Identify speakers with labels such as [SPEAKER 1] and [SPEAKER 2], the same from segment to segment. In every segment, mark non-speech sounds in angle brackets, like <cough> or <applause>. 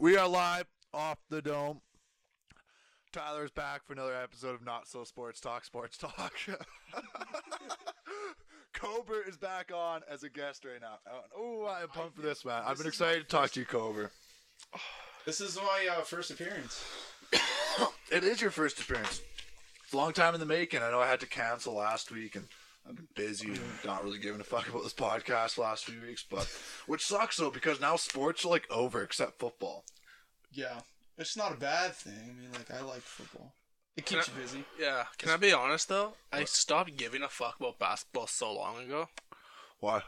[SPEAKER 1] We are live off the dome. Tyler's back for another episode of Not So Sports Talk Sports Talk. <laughs> Cobra is back on as a guest right now. Oh, I am pumped for this, man. I've been excited to talk to you, Cobra.
[SPEAKER 2] This is my uh, first appearance.
[SPEAKER 1] It is your first appearance. It's a long time in the making. I know I had to cancel last week and I've been busy and not really giving a fuck about this podcast last few weeks, but which sucks though because now sports are like over except football.
[SPEAKER 2] Yeah, it's not a bad thing. I mean, like I like football. It keeps you busy.
[SPEAKER 3] Yeah, can I be honest though? I stopped giving a fuck about basketball so long ago.
[SPEAKER 1] Why?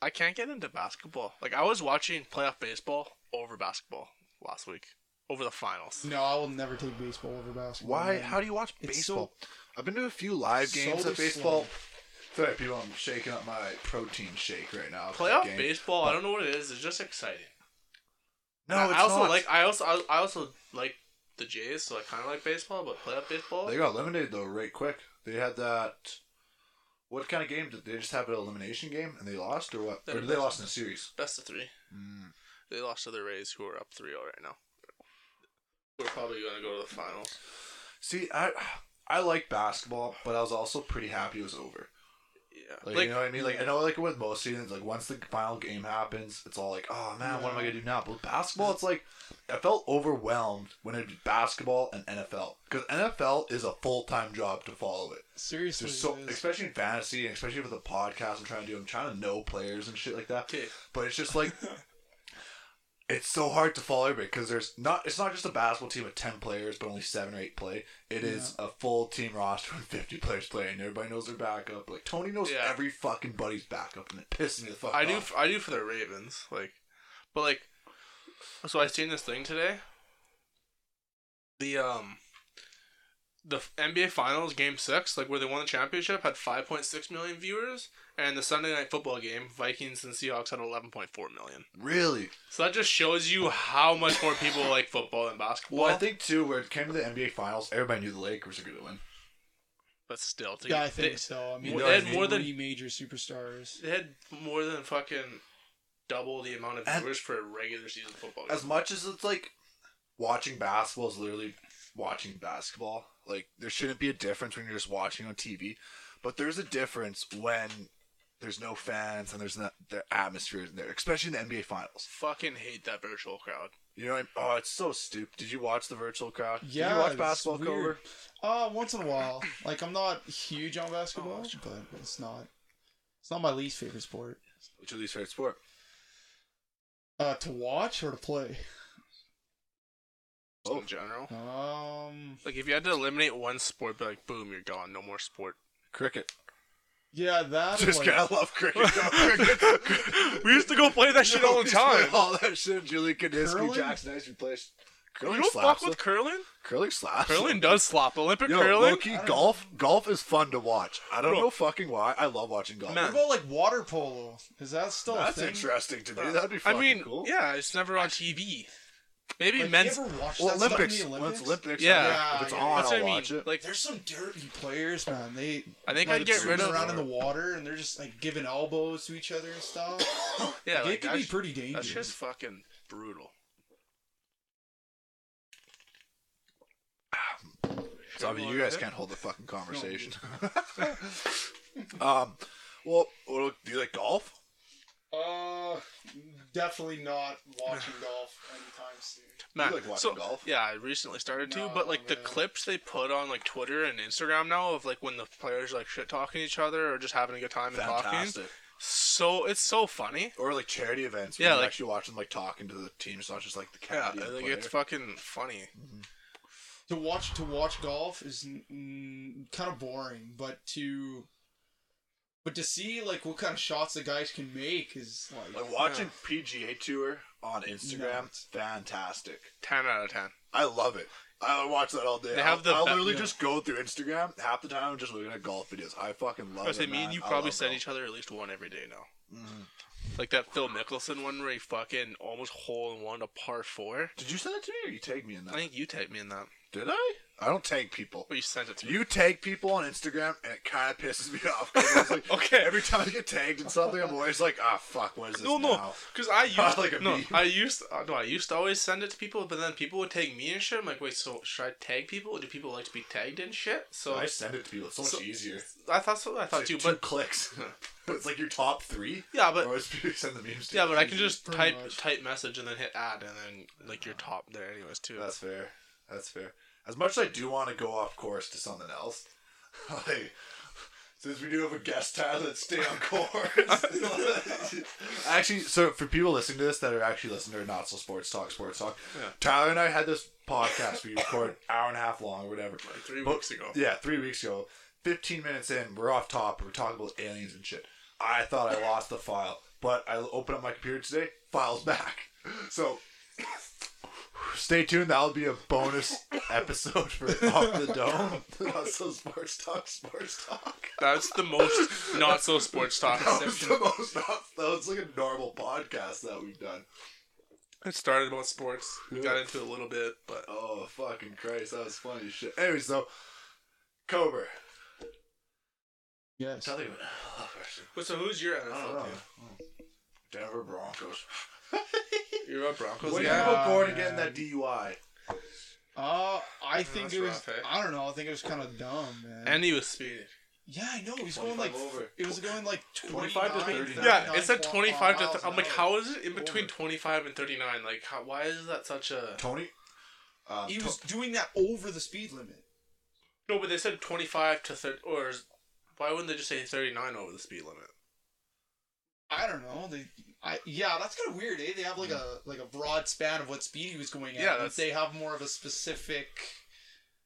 [SPEAKER 3] I can't get into basketball. Like I was watching playoff baseball over basketball last week, over the finals.
[SPEAKER 2] No, I will never take baseball over basketball.
[SPEAKER 1] Why?
[SPEAKER 2] man.
[SPEAKER 1] How do you watch
[SPEAKER 2] It's
[SPEAKER 1] baseball? I've been to a few live games
[SPEAKER 2] so
[SPEAKER 1] of baseball.
[SPEAKER 2] slow.
[SPEAKER 1] Sorry, people, I'm shaking up my protein shake right now. for
[SPEAKER 3] Playoff
[SPEAKER 1] the game.
[SPEAKER 3] baseball, I don't know what it is. It's just exciting.
[SPEAKER 1] No,
[SPEAKER 3] I-
[SPEAKER 1] it's
[SPEAKER 3] I also
[SPEAKER 1] not.
[SPEAKER 3] like. I also I, I also like the Jays, so I kind of like baseball. But playoff baseball,
[SPEAKER 1] They got eliminated though, right quick. They had that. What kind of game did they just have an elimination game and they lost or what?
[SPEAKER 3] They
[SPEAKER 1] or
[SPEAKER 3] had
[SPEAKER 1] did
[SPEAKER 3] a
[SPEAKER 1] they
[SPEAKER 3] best-
[SPEAKER 1] lost in a series?
[SPEAKER 3] best of three.
[SPEAKER 1] Mm.
[SPEAKER 3] They lost to the Rays, who are up 3-0 right now. We're probably gonna go to the finals.
[SPEAKER 1] See, I I like basketball, but I was also pretty happy it was over.
[SPEAKER 3] Yeah,
[SPEAKER 1] Like, you know what I mean? Like I know like with most seasons, like once the final game happens, it's all like, oh man, what am I gonna do now? But with basketball, it's like I felt overwhelmed when it was basketball and NFL because NFL is a full time job to follow it.
[SPEAKER 2] Seriously,
[SPEAKER 1] There's so,
[SPEAKER 2] it is.
[SPEAKER 1] especially in fantasy, and especially with the podcast I'm trying to do, I'm trying to know players and shit like that.
[SPEAKER 3] Okay.
[SPEAKER 1] But it's just <laughs> like it's so hard to follow everybody because there's not. It's not just a basketball team with ten players, but only seven or eight play. It is a full team roster with fifty players playing. Everybody knows their backup. Like Tony knows
[SPEAKER 3] Yeah.
[SPEAKER 1] every fucking buddy's backup, and it pisses me the fuck
[SPEAKER 3] I do.
[SPEAKER 1] off.
[SPEAKER 3] f- I do for the Ravens, like, but like, so I seen this thing today. The um, the f- NBA Finals Game Six, like where they won the championship, had five point six million viewers, and the Sunday Night Football game, Vikings and Seahawks, had eleven point four million.
[SPEAKER 1] Really?
[SPEAKER 3] So that just shows you how much more people like football than basketball.
[SPEAKER 1] Well, I think too, where it came to the NBA Finals, everybody knew the Lakers were going to win.
[SPEAKER 3] but still, to
[SPEAKER 2] Yeah, I
[SPEAKER 3] get-
[SPEAKER 2] think so. I mean,
[SPEAKER 1] Well,
[SPEAKER 2] they
[SPEAKER 1] they
[SPEAKER 2] had
[SPEAKER 1] had
[SPEAKER 3] more than-
[SPEAKER 2] three major superstars.
[SPEAKER 3] they, they had more than fucking double the amount of
[SPEAKER 1] And-
[SPEAKER 3] viewers for a regular season football. Game.
[SPEAKER 1] as much as it's like watching basketball is literally watching basketball. Like there shouldn't be a difference when you're just watching on TV, but there's a difference when there's no fans and there's not the atmosphere in there, especially in the NBA Finals.
[SPEAKER 3] fucking hate that virtual crowd.
[SPEAKER 1] You know, what I mean? oh, it's so stupid. Did you watch the virtual crowd? Did
[SPEAKER 2] Yeah,
[SPEAKER 1] you watch
[SPEAKER 2] it's
[SPEAKER 1] basketball, Cobra?
[SPEAKER 2] weird. Uh, once in a while. Like I'm not huge on basketball,
[SPEAKER 1] Oh,
[SPEAKER 2] but it's not. It's not my least favorite sport.
[SPEAKER 1] What's your least favorite sport?
[SPEAKER 2] Uh, to watch or to play.
[SPEAKER 1] Oh.
[SPEAKER 3] In general,
[SPEAKER 2] Um,
[SPEAKER 3] Like if you had to eliminate one sport, be like, boom, you're gone. No more <laughs> sport.
[SPEAKER 1] Cricket.
[SPEAKER 2] yeah, that.
[SPEAKER 1] Just
[SPEAKER 2] like,
[SPEAKER 1] kidding. I love cricket. Cricket.
[SPEAKER 3] <laughs> We used to go play that shit all the
[SPEAKER 1] We play
[SPEAKER 3] time.
[SPEAKER 1] All Oh, that shit. Julie Kadinsky,
[SPEAKER 2] Curling?
[SPEAKER 1] Jackson Ice replaced.
[SPEAKER 3] You
[SPEAKER 1] Curling
[SPEAKER 3] don't
[SPEAKER 1] slaps
[SPEAKER 3] fuck with
[SPEAKER 1] though.
[SPEAKER 3] curling.
[SPEAKER 1] curling slaps.
[SPEAKER 3] Curling
[SPEAKER 1] though.
[SPEAKER 3] does slop. <laughs> Olympic
[SPEAKER 1] Yo,
[SPEAKER 3] curling.
[SPEAKER 1] low-key, golf, golf is fun to watch. I don't
[SPEAKER 3] Bro.
[SPEAKER 1] know fucking why. I love watching golf.
[SPEAKER 2] What
[SPEAKER 3] Man.
[SPEAKER 2] about like water polo? Is that still
[SPEAKER 1] That's
[SPEAKER 2] a thing?
[SPEAKER 1] interesting to me. That'd be
[SPEAKER 3] I
[SPEAKER 1] fucking
[SPEAKER 3] mean,
[SPEAKER 1] cool.
[SPEAKER 3] yeah, it's never on TV. Maybe
[SPEAKER 2] Like,
[SPEAKER 3] men's.
[SPEAKER 2] you ever watch
[SPEAKER 1] Well,
[SPEAKER 2] that stuff in
[SPEAKER 1] Olympics.
[SPEAKER 2] the
[SPEAKER 1] When
[SPEAKER 2] Olympics?
[SPEAKER 1] it's Olympics,
[SPEAKER 3] Yeah.
[SPEAKER 1] I'll-
[SPEAKER 2] Yeah,
[SPEAKER 1] if it's
[SPEAKER 2] yeah.
[SPEAKER 1] on, I'll
[SPEAKER 3] That's what I mean.
[SPEAKER 1] watch it.
[SPEAKER 3] Like,
[SPEAKER 2] There's some dirty players, man. They
[SPEAKER 3] I think
[SPEAKER 2] like,
[SPEAKER 3] I'd get rid
[SPEAKER 2] swimming
[SPEAKER 3] of.
[SPEAKER 2] around in the water and they're just like giving elbows to each other and stuff.
[SPEAKER 3] Yeah,
[SPEAKER 2] Like,
[SPEAKER 3] like,
[SPEAKER 2] it could
[SPEAKER 3] that's,
[SPEAKER 2] be pretty
[SPEAKER 3] that's
[SPEAKER 2] dangerous.
[SPEAKER 3] just fucking brutal.
[SPEAKER 1] So, I mean, you
[SPEAKER 3] Sure.
[SPEAKER 1] guys can't hold the
[SPEAKER 3] <laughs>
[SPEAKER 1] fucking conversation. <laughs> um, well, well, do you like golf?
[SPEAKER 2] Uh, definitely not
[SPEAKER 3] <sighs>
[SPEAKER 2] watching golf anytime soon.
[SPEAKER 3] Man,
[SPEAKER 1] like watching
[SPEAKER 3] so,
[SPEAKER 1] golf?
[SPEAKER 3] Yeah, I recently started to,
[SPEAKER 2] No,
[SPEAKER 3] but like the
[SPEAKER 2] man.
[SPEAKER 3] clips they put on like Twitter and Instagram now of like when the players like shit talking each other or just having a good time and talking.
[SPEAKER 1] Fantastic.
[SPEAKER 3] So it's so funny.
[SPEAKER 1] Or like charity events.
[SPEAKER 3] Yeah,
[SPEAKER 1] Yeah, like,
[SPEAKER 3] like-
[SPEAKER 1] actually watch them like talking to the team. It's not just like the
[SPEAKER 3] Yeah,
[SPEAKER 1] cat.
[SPEAKER 3] I think it's fucking funny.
[SPEAKER 2] To watch to watch golf is n- n- kind of boring, but to but to see like what kind of shots the guys can make is like,
[SPEAKER 1] like watching PGA Tour on Instagram.
[SPEAKER 2] Nuts.
[SPEAKER 1] Fantastic.
[SPEAKER 3] Ten out of ten.
[SPEAKER 1] I love it. I watch that all day.
[SPEAKER 3] They
[SPEAKER 1] I'll-
[SPEAKER 3] have the
[SPEAKER 1] I'll,
[SPEAKER 3] be-
[SPEAKER 1] literally
[SPEAKER 2] yeah.
[SPEAKER 1] just go through Instagram half the time. I'm just looking at golf videos. I fucking love
[SPEAKER 3] I
[SPEAKER 1] it.
[SPEAKER 3] say, me
[SPEAKER 1] man.
[SPEAKER 3] and you
[SPEAKER 1] I
[SPEAKER 3] probably
[SPEAKER 1] love Mm-hmm.
[SPEAKER 3] send
[SPEAKER 1] golf.
[SPEAKER 3] each other at least one every day now. Like that Phil Mickelson one where he fucking almost hole in one to par four.
[SPEAKER 1] Did you send it to me or you tagged me in that?
[SPEAKER 3] I think you typed me in that.
[SPEAKER 1] Did I? I don't tag people.
[SPEAKER 3] Well, you sent it to me.
[SPEAKER 1] You tag people on Instagram, and it kind of pisses me <laughs> off. 'cause I was like,
[SPEAKER 3] <laughs> Okay.
[SPEAKER 1] Every time I get tagged in something, I'm always like, ah, fuck, what is this
[SPEAKER 3] No, no,
[SPEAKER 1] now? <laughs>
[SPEAKER 3] because I used
[SPEAKER 1] Like a
[SPEAKER 3] no,
[SPEAKER 1] meme.
[SPEAKER 3] I used uh, no, I used to always send it to people, but then people would tag me and shit. I'm like, wait, so should I tag people? Do people like to be tagged and shit? So
[SPEAKER 1] I
[SPEAKER 3] I,
[SPEAKER 1] send it to people. It's so much
[SPEAKER 3] So-
[SPEAKER 1] easier.
[SPEAKER 3] thought so. I thought
[SPEAKER 1] It's
[SPEAKER 3] too,
[SPEAKER 1] like two
[SPEAKER 3] but
[SPEAKER 1] clicks. <laughs> but it's like your top three.
[SPEAKER 3] yeah, but
[SPEAKER 1] or it's people you <laughs> send the memes to.
[SPEAKER 3] yeah, but I can just
[SPEAKER 2] Pretty
[SPEAKER 3] type
[SPEAKER 2] much.
[SPEAKER 3] type message and then hit add, and then like you're top there anyways too.
[SPEAKER 1] That's fair. That's fair. As much as I do want to go off course to something else, <laughs> like since we do have a guest, Tyler, let's stay on course. <laughs> actually, so for people listening to this that are actually listening to Not So Sports Talk, Sports Talk,
[SPEAKER 3] Yeah.
[SPEAKER 1] Tyler and I had this podcast we record hour and a half long or whatever.
[SPEAKER 3] Like three
[SPEAKER 1] But-
[SPEAKER 3] weeks ago.
[SPEAKER 1] Yeah, three weeks ago. Fifteen minutes in, we're off top. We're talking about aliens and shit. I thought I lost the file, but I opened up my computer today. File's back. <laughs> So stay tuned. That'll be a bonus episode for off the <laughs> dome. Not so sports talk. Sports talk.
[SPEAKER 3] That's the most not so sports
[SPEAKER 1] <laughs>
[SPEAKER 3] talk.
[SPEAKER 1] That was the most. That was like a normal podcast that we've done.
[SPEAKER 3] It started about sports. We got into it a little bit, but
[SPEAKER 1] Oh fucking Christ, that was funny as shit. Anyways, though, Cobra.
[SPEAKER 2] Yes.
[SPEAKER 1] Tell you what.
[SPEAKER 3] But so who's your
[SPEAKER 1] I don't know.
[SPEAKER 3] NFL? team?
[SPEAKER 1] Denver Broncos.
[SPEAKER 3] You're a
[SPEAKER 1] What
[SPEAKER 3] Broncos
[SPEAKER 2] What
[SPEAKER 1] do
[SPEAKER 2] do
[SPEAKER 1] you
[SPEAKER 2] you
[SPEAKER 3] guy.
[SPEAKER 2] Yeah.
[SPEAKER 1] about Gordon
[SPEAKER 2] think?
[SPEAKER 1] getting that DUI?
[SPEAKER 2] Uh, I
[SPEAKER 3] Yeah,
[SPEAKER 2] think
[SPEAKER 3] that's
[SPEAKER 2] it was.
[SPEAKER 3] rough, eh?
[SPEAKER 2] I don't know. I think it was kind of dumb, man.
[SPEAKER 3] And he was speeding.
[SPEAKER 2] yeah, I know. He was going like.
[SPEAKER 1] 25 over.
[SPEAKER 2] It was going like
[SPEAKER 1] 25 to 30.
[SPEAKER 3] Yeah,
[SPEAKER 2] 29
[SPEAKER 3] it said
[SPEAKER 2] miles
[SPEAKER 3] 25 to.
[SPEAKER 2] an
[SPEAKER 3] Th- I'm like,
[SPEAKER 2] hour.
[SPEAKER 3] how is it in between
[SPEAKER 2] Over.
[SPEAKER 3] 25 and 39? Like, how, why is that such a.
[SPEAKER 1] Tony? Uh,
[SPEAKER 2] He
[SPEAKER 1] To-
[SPEAKER 2] was doing that over the speed limit.
[SPEAKER 3] No, but they said 25 to 30. Or is- why wouldn't they just say 39 over the speed limit?
[SPEAKER 2] I don't know. They, I yeah, that's kind of weird. Eh? They have like a like a broad span of what speed he was going at.
[SPEAKER 3] Yeah,
[SPEAKER 2] but
[SPEAKER 3] that's-
[SPEAKER 2] they have more of a specific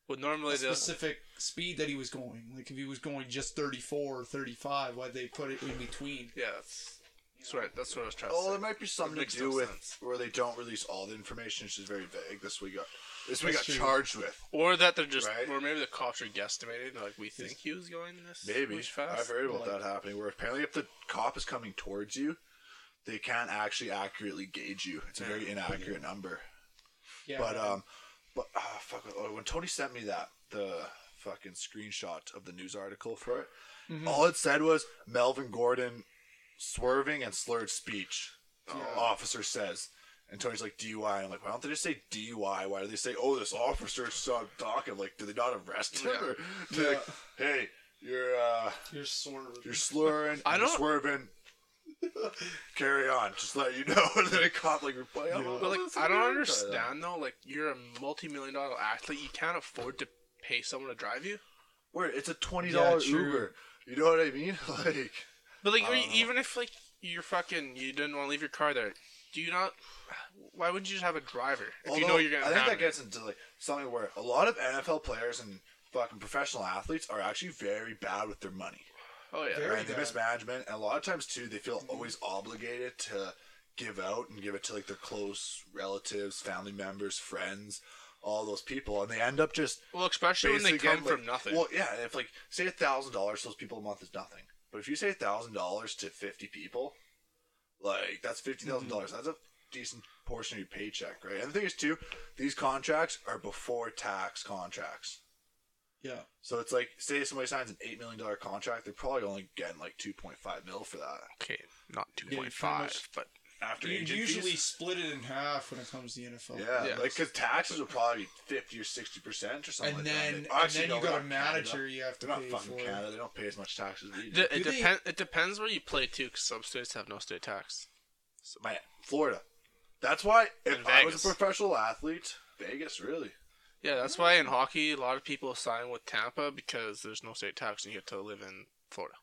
[SPEAKER 3] Well,
[SPEAKER 2] a
[SPEAKER 3] normally they
[SPEAKER 2] specific speed that he was going. Like if he was going just 34 or 35, why they put it in between?
[SPEAKER 3] Yeah, that's, that's right. That's what I was trying to
[SPEAKER 1] oh,
[SPEAKER 3] say.
[SPEAKER 1] there might be something to
[SPEAKER 3] Makes
[SPEAKER 1] do
[SPEAKER 3] no
[SPEAKER 1] with
[SPEAKER 3] sense.
[SPEAKER 1] where they don't release all the information. It's just very vague. This we got. This we
[SPEAKER 2] That's
[SPEAKER 1] got
[SPEAKER 2] true.
[SPEAKER 1] charged with.
[SPEAKER 3] Or that they're just.
[SPEAKER 1] Right?
[SPEAKER 3] Or maybe the cops are guesstimating. Like, we think he was going this
[SPEAKER 1] Maybe
[SPEAKER 3] much fast.
[SPEAKER 1] I've heard about
[SPEAKER 2] Like-
[SPEAKER 1] that happening. Where apparently, if the cop is coming towards you, they can't actually accurately gauge you. It's a very inaccurate number.
[SPEAKER 2] Yeah.
[SPEAKER 1] But um, but ah, fuck. oh, When Tony sent me that the fucking screenshot of the news article for it,
[SPEAKER 3] Mm-hmm.
[SPEAKER 1] all it said was Melvin Gordon swerving and slurred speech. uh,
[SPEAKER 2] Yeah.
[SPEAKER 1] Officer says. And Tony's like DUI. And I'm like, why don't they just say DUI? Why do they say, oh, this officer stopped talking? Like, did they not arrest him?
[SPEAKER 3] Yeah.
[SPEAKER 1] Or they're like, hey, you're uh,
[SPEAKER 2] you're sort of.
[SPEAKER 1] you're slurring,
[SPEAKER 3] I
[SPEAKER 1] you're
[SPEAKER 3] don't-
[SPEAKER 1] swerving. Carry on, just let you know. <laughs> and then a cop like "Oh, reply. Yeah.
[SPEAKER 3] But like, I don't understand though. Like, you're a multi-million dollar athlete. You can't afford to pay someone to drive you.
[SPEAKER 1] Where it's a twenty
[SPEAKER 2] Yeah,
[SPEAKER 1] dollar
[SPEAKER 2] true.
[SPEAKER 1] Uber. You know what I mean? <laughs> Like,
[SPEAKER 3] But like, e
[SPEAKER 1] I don't know.
[SPEAKER 3] even if like you're fucking, you didn't want to leave your car there. Do you not? Why would you just have a driver if you know
[SPEAKER 1] although,
[SPEAKER 3] you're gonna?
[SPEAKER 1] I think
[SPEAKER 3] have
[SPEAKER 1] that gets into like something where a lot of NFL players and fucking professional athletes are actually very bad with their money.
[SPEAKER 3] Oh yeah.
[SPEAKER 2] Very
[SPEAKER 1] right? They
[SPEAKER 2] bad.
[SPEAKER 1] mismanagement, and a lot of times too, they feel always obligated to give out and give it to like their close relatives, family members, friends, all those people, and they end up just
[SPEAKER 3] Well, especially when they
[SPEAKER 1] basically
[SPEAKER 3] come
[SPEAKER 1] getting,
[SPEAKER 3] from
[SPEAKER 1] like-
[SPEAKER 3] nothing.
[SPEAKER 1] Well, yeah, if like say a thousand dollars to those people a month is nothing, but if you say a thousand dollars to fifty people, like that's fifty
[SPEAKER 2] Mm-hmm.
[SPEAKER 1] dollars. That's a decent portion of your paycheck, right? And the thing is too, these contracts are before tax contracts.
[SPEAKER 2] Yeah.
[SPEAKER 1] So it's like, say somebody signs an eight million dollar contract, they're probably only getting like two point five mil for that
[SPEAKER 3] okay, not two
[SPEAKER 2] pretty
[SPEAKER 3] point five,
[SPEAKER 2] much-
[SPEAKER 3] but
[SPEAKER 1] after
[SPEAKER 2] You
[SPEAKER 1] agent
[SPEAKER 2] usually
[SPEAKER 1] fees.
[SPEAKER 2] split it in half when it comes to the NFL.
[SPEAKER 1] Yeah,
[SPEAKER 3] Yeah.
[SPEAKER 1] like because taxes are probably fifty or sixty percent or something.
[SPEAKER 2] And
[SPEAKER 1] like that.
[SPEAKER 2] then,
[SPEAKER 1] Actually,
[SPEAKER 2] and then you
[SPEAKER 1] no,
[SPEAKER 2] got a
[SPEAKER 1] they're not Canada.
[SPEAKER 2] manager you have to
[SPEAKER 1] They're not
[SPEAKER 2] pay
[SPEAKER 1] fucking
[SPEAKER 2] for.
[SPEAKER 1] Canada. They don't pay as much taxes. as we do.
[SPEAKER 3] De- it
[SPEAKER 2] Do they-
[SPEAKER 3] depends. It depends where you play too, because some states have no state tax.
[SPEAKER 1] Man, Florida. That's why if
[SPEAKER 3] And
[SPEAKER 1] I was
[SPEAKER 3] Vegas.
[SPEAKER 1] a professional athlete, Vegas really.
[SPEAKER 3] Yeah, that's why in hockey a lot of people sign with Tampa because there's no state tax and you get to live in Florida.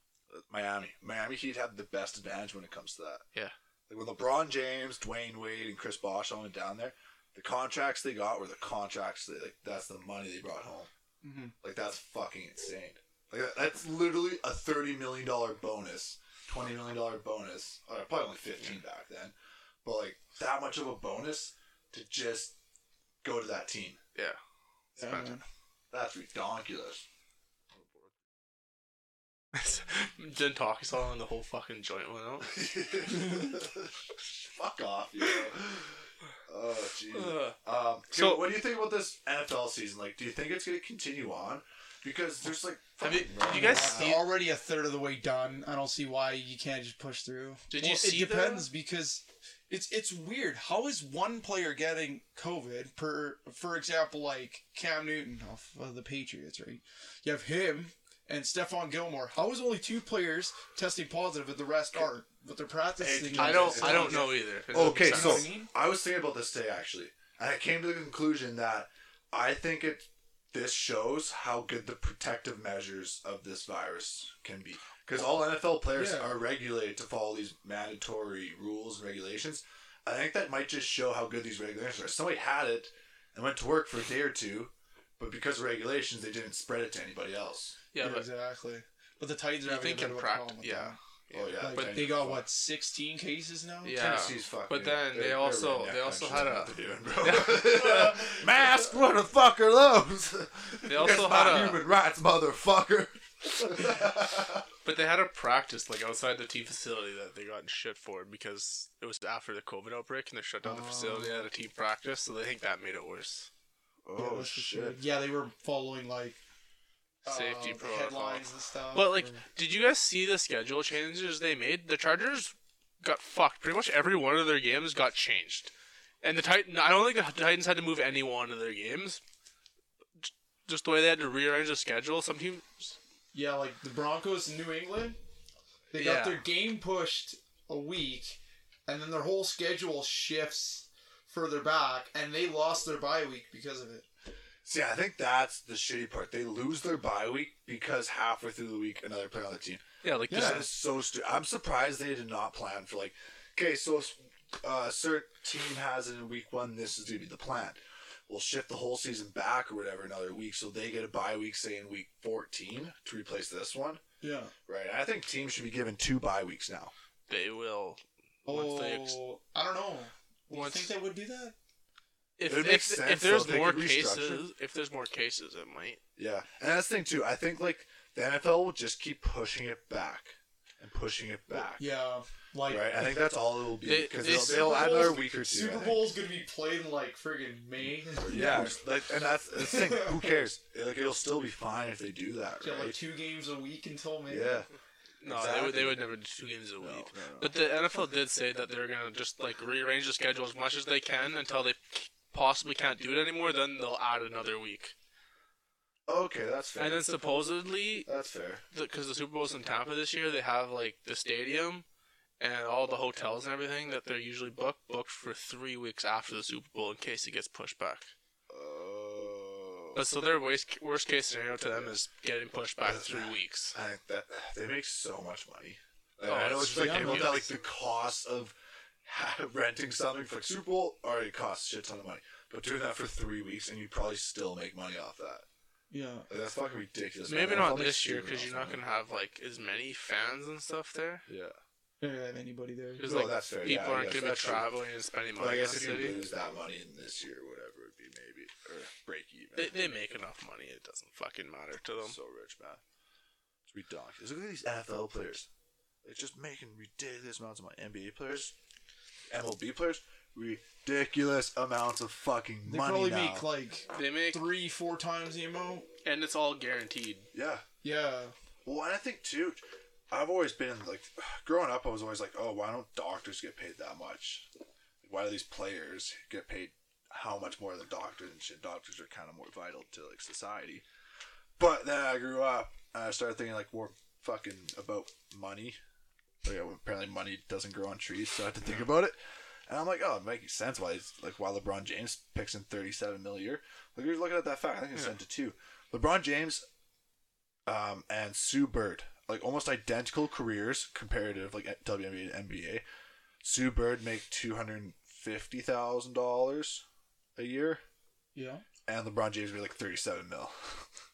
[SPEAKER 1] Miami. Miami Heat have the best advantage when it comes to that.
[SPEAKER 3] Yeah.
[SPEAKER 1] Like when LeBron James, Dwayne Wade, and Chris Bosh all went down there, the contracts they got were the contracts that like that's the money they brought home.
[SPEAKER 2] Mhm.
[SPEAKER 1] Like that's fucking insane. Like that, that's literally a thirty million dollar bonus, twenty million dollar bonus. Or probably only fifteen back then, but like that much of a bonus to just go to that team.
[SPEAKER 3] Yeah.
[SPEAKER 2] Yeah,
[SPEAKER 3] Spend-
[SPEAKER 2] man.
[SPEAKER 1] That's ridiculous.
[SPEAKER 3] <laughs> Didn't talk so long and
[SPEAKER 1] <laughs>
[SPEAKER 3] the whole fucking joint went out.
[SPEAKER 1] Fuck off, you. Oh, jeez.
[SPEAKER 3] Ugh.
[SPEAKER 1] Um,
[SPEAKER 3] Uh, So-
[SPEAKER 1] so, what do you think about this NFL season? Like, do you think it's going to continue on? Because there's like,
[SPEAKER 3] Have you-
[SPEAKER 1] fucking
[SPEAKER 3] you
[SPEAKER 1] running
[SPEAKER 3] guys see-
[SPEAKER 1] out.
[SPEAKER 2] They're already a third of the way done. I don't see why you can't just push through.
[SPEAKER 3] Did you see
[SPEAKER 2] It depends because it's it's weird. How is one player getting COVID? Per for example, like Cam Newton off of the Patriots, right? You have him and Stephon Gilmore. How is only two players testing positive, but the rest aren't? But they're practicing.
[SPEAKER 3] I don't. I don't know either. It doesn't make
[SPEAKER 1] Okay,
[SPEAKER 3] sense.
[SPEAKER 1] so
[SPEAKER 2] what I mean?
[SPEAKER 1] I was thinking about this today actually, and I came to the conclusion that I think it this shows how good the protective measures of this virus can be. Because all NFL players
[SPEAKER 2] Yeah.
[SPEAKER 1] are regulated to follow these mandatory rules and regulations. I think that might just show how good these regulations are. Somebody had it and went to work for a day or two, but because of regulations, they didn't spread it to anybody else.
[SPEAKER 3] yeah, but
[SPEAKER 2] exactly. But the Titans are
[SPEAKER 3] You
[SPEAKER 2] having a
[SPEAKER 3] think
[SPEAKER 2] bit
[SPEAKER 3] in
[SPEAKER 2] of a
[SPEAKER 3] prac-
[SPEAKER 2] problem with
[SPEAKER 3] yeah.
[SPEAKER 2] them.
[SPEAKER 1] Oh yeah,
[SPEAKER 2] Like,
[SPEAKER 1] Tennessee-
[SPEAKER 2] they got what 16 cases now.
[SPEAKER 3] Yeah.
[SPEAKER 1] Tennessee's fucking.
[SPEAKER 3] But then they
[SPEAKER 1] they're-
[SPEAKER 3] also-
[SPEAKER 1] they're
[SPEAKER 3] they also
[SPEAKER 1] redneck
[SPEAKER 3] had a-
[SPEAKER 1] countries, is what they're <laughs> doing, bro. mask. What the fuck are those?
[SPEAKER 3] They also
[SPEAKER 1] That's
[SPEAKER 3] had
[SPEAKER 1] not
[SPEAKER 3] a-
[SPEAKER 1] human rights, motherfucker.
[SPEAKER 3] but they had a practice like outside the team facility that they got in shit for because it was after the COVID outbreak and they shut down the facility at a team practice, so they think that made it worse.
[SPEAKER 2] Yeah,
[SPEAKER 1] <laughs> oh
[SPEAKER 2] that's for sure.
[SPEAKER 1] shit!
[SPEAKER 2] Yeah, they were following like uh,
[SPEAKER 3] Safety
[SPEAKER 2] the
[SPEAKER 3] protocol.
[SPEAKER 2] headlines and stuff.
[SPEAKER 3] But like,
[SPEAKER 2] or-
[SPEAKER 3] did you guys see the schedule changes they made? The Chargers got fucked. Pretty much every one of their games got changed, and the Titan. I don't think the Titans had to move any one of their games. J- Just the way they had to rearrange the schedule. Some teams.
[SPEAKER 2] yeah, like the Broncos in New England, they got
[SPEAKER 3] Yeah.
[SPEAKER 2] their game pushed a week, and then their whole schedule shifts further back, and they lost their bye week because of it.
[SPEAKER 1] See, I think that's the shitty part. They lose their bye week because halfway through the week, another player on the team.
[SPEAKER 3] Yeah, like just
[SPEAKER 1] That is so stupid. I'm surprised they did not plan for like, okay, so uh, certain team has it in week one. This is gonna be the plan. We'll shift the whole season back or whatever another week, so they get a bye week, say in week 14 to replace this one.
[SPEAKER 2] Yeah.
[SPEAKER 1] Right. I think teams should be given two bye weeks now.
[SPEAKER 3] they will.
[SPEAKER 2] Oh,
[SPEAKER 3] Once they ex-
[SPEAKER 2] I don't know. Do you
[SPEAKER 3] Once-
[SPEAKER 2] think they would do that?
[SPEAKER 3] If,
[SPEAKER 1] It would
[SPEAKER 3] if,
[SPEAKER 1] make
[SPEAKER 3] if,
[SPEAKER 1] sense,
[SPEAKER 3] there's
[SPEAKER 1] though, if they
[SPEAKER 3] more
[SPEAKER 1] could restructure.
[SPEAKER 3] cases, if there's more cases, it might.
[SPEAKER 1] Yeah, and that's the thing too. I think like the NFL will just keep pushing it back and pushing it back.
[SPEAKER 2] Yeah. Like
[SPEAKER 1] Right. I think
[SPEAKER 2] <laughs>
[SPEAKER 1] that's all it will be
[SPEAKER 3] They-
[SPEAKER 1] because
[SPEAKER 3] they-
[SPEAKER 1] they'll, they'll add another week or two. I
[SPEAKER 2] Super
[SPEAKER 1] think.
[SPEAKER 2] Bowl's gonna be played in like friggin' May. <laughs>
[SPEAKER 1] Yeah, like, and that's the thing.
[SPEAKER 3] <laughs>
[SPEAKER 1] Who cares? Like, it'll still be fine if they do that,
[SPEAKER 2] Yeah, like
[SPEAKER 1] right?
[SPEAKER 2] two games a week until May.
[SPEAKER 1] Yeah.
[SPEAKER 3] No, they
[SPEAKER 1] Exactly.
[SPEAKER 3] would. They would never do two games a week.
[SPEAKER 1] No, no, no.
[SPEAKER 3] But the NFL did say that they're gonna just like rearrange the schedule as much as they can until they possibly can't do it anymore. Then they'll add another week.
[SPEAKER 1] Okay, that's fair.
[SPEAKER 3] And then supposedly,
[SPEAKER 1] that's fair.
[SPEAKER 3] because the Super Bowl's in Tampa this year, they have like the stadium and all the hotels and everything that they're usually booked booked for three weeks after the Super Bowl in case it gets pushed back.
[SPEAKER 1] Oh,
[SPEAKER 3] But so their worst worst case scenario to them is getting pushed back three weeks.
[SPEAKER 1] I think that they make so much money. Like,
[SPEAKER 3] Oh,
[SPEAKER 1] I know
[SPEAKER 3] it's
[SPEAKER 1] it's like
[SPEAKER 2] ridiculous.
[SPEAKER 1] about that, like the cost of <laughs> renting something for like, Super Bowl already costs a shit ton of money. But doing that for three weeks and you probably still make money off that.
[SPEAKER 2] Yeah.
[SPEAKER 1] Like, that's fucking ridiculous.
[SPEAKER 3] Maybe
[SPEAKER 1] man.
[SPEAKER 3] not
[SPEAKER 1] NFL makes
[SPEAKER 3] this year
[SPEAKER 1] stupid
[SPEAKER 3] because you're
[SPEAKER 1] amounts
[SPEAKER 3] not
[SPEAKER 1] of
[SPEAKER 3] gonna
[SPEAKER 1] money.
[SPEAKER 3] have like as many fans and stuff there.
[SPEAKER 1] Yeah.
[SPEAKER 2] They don't have anybody there.
[SPEAKER 3] Because
[SPEAKER 1] No,
[SPEAKER 3] like
[SPEAKER 1] that's fair,
[SPEAKER 3] people
[SPEAKER 1] yeah,
[SPEAKER 3] aren't
[SPEAKER 1] yeah,
[SPEAKER 3] gonna be
[SPEAKER 1] that's true.
[SPEAKER 3] traveling and spending
[SPEAKER 1] But
[SPEAKER 3] money
[SPEAKER 1] I
[SPEAKER 3] in the
[SPEAKER 1] guess if
[SPEAKER 3] city.
[SPEAKER 1] you lose that money in this year, whatever it'd be, maybe or break even.
[SPEAKER 3] They, they make enough money; it doesn't fucking matter to them.
[SPEAKER 1] So rich, man. It's ridiculous. Look at these NFL players. They're just making ridiculous amounts of money. NBA players, MLB players, ridiculous amounts of fucking
[SPEAKER 2] They
[SPEAKER 1] money
[SPEAKER 2] probably
[SPEAKER 1] now.
[SPEAKER 2] make like
[SPEAKER 3] They make,
[SPEAKER 2] three, four times the amount.
[SPEAKER 3] and it's all guaranteed.
[SPEAKER 1] yeah.
[SPEAKER 2] Yeah.
[SPEAKER 1] Well, and I think too, I've always been like, growing up, I was always like, oh, why don't doctors get paid that much? Why do these players get paid how much more than doctors and shit? Doctors are kind of more vital to like society. But then I grew up and I started thinking like more fucking about money. Like, apparently, money doesn't grow on trees, so I had to think about it. And I'm like, oh, it makes sense why it's like why LeBron James picks in 37 mil a year. Like you're looking at that fact, I think it's sent to two. LeBron James um, and Sue Bird, like almost identical careers comparative, like at WNBA and NBA. Sue Bird make two hundred fifty thousand dollars a year,
[SPEAKER 2] Yeah.
[SPEAKER 1] and LeBron James made like thirty-seven mil.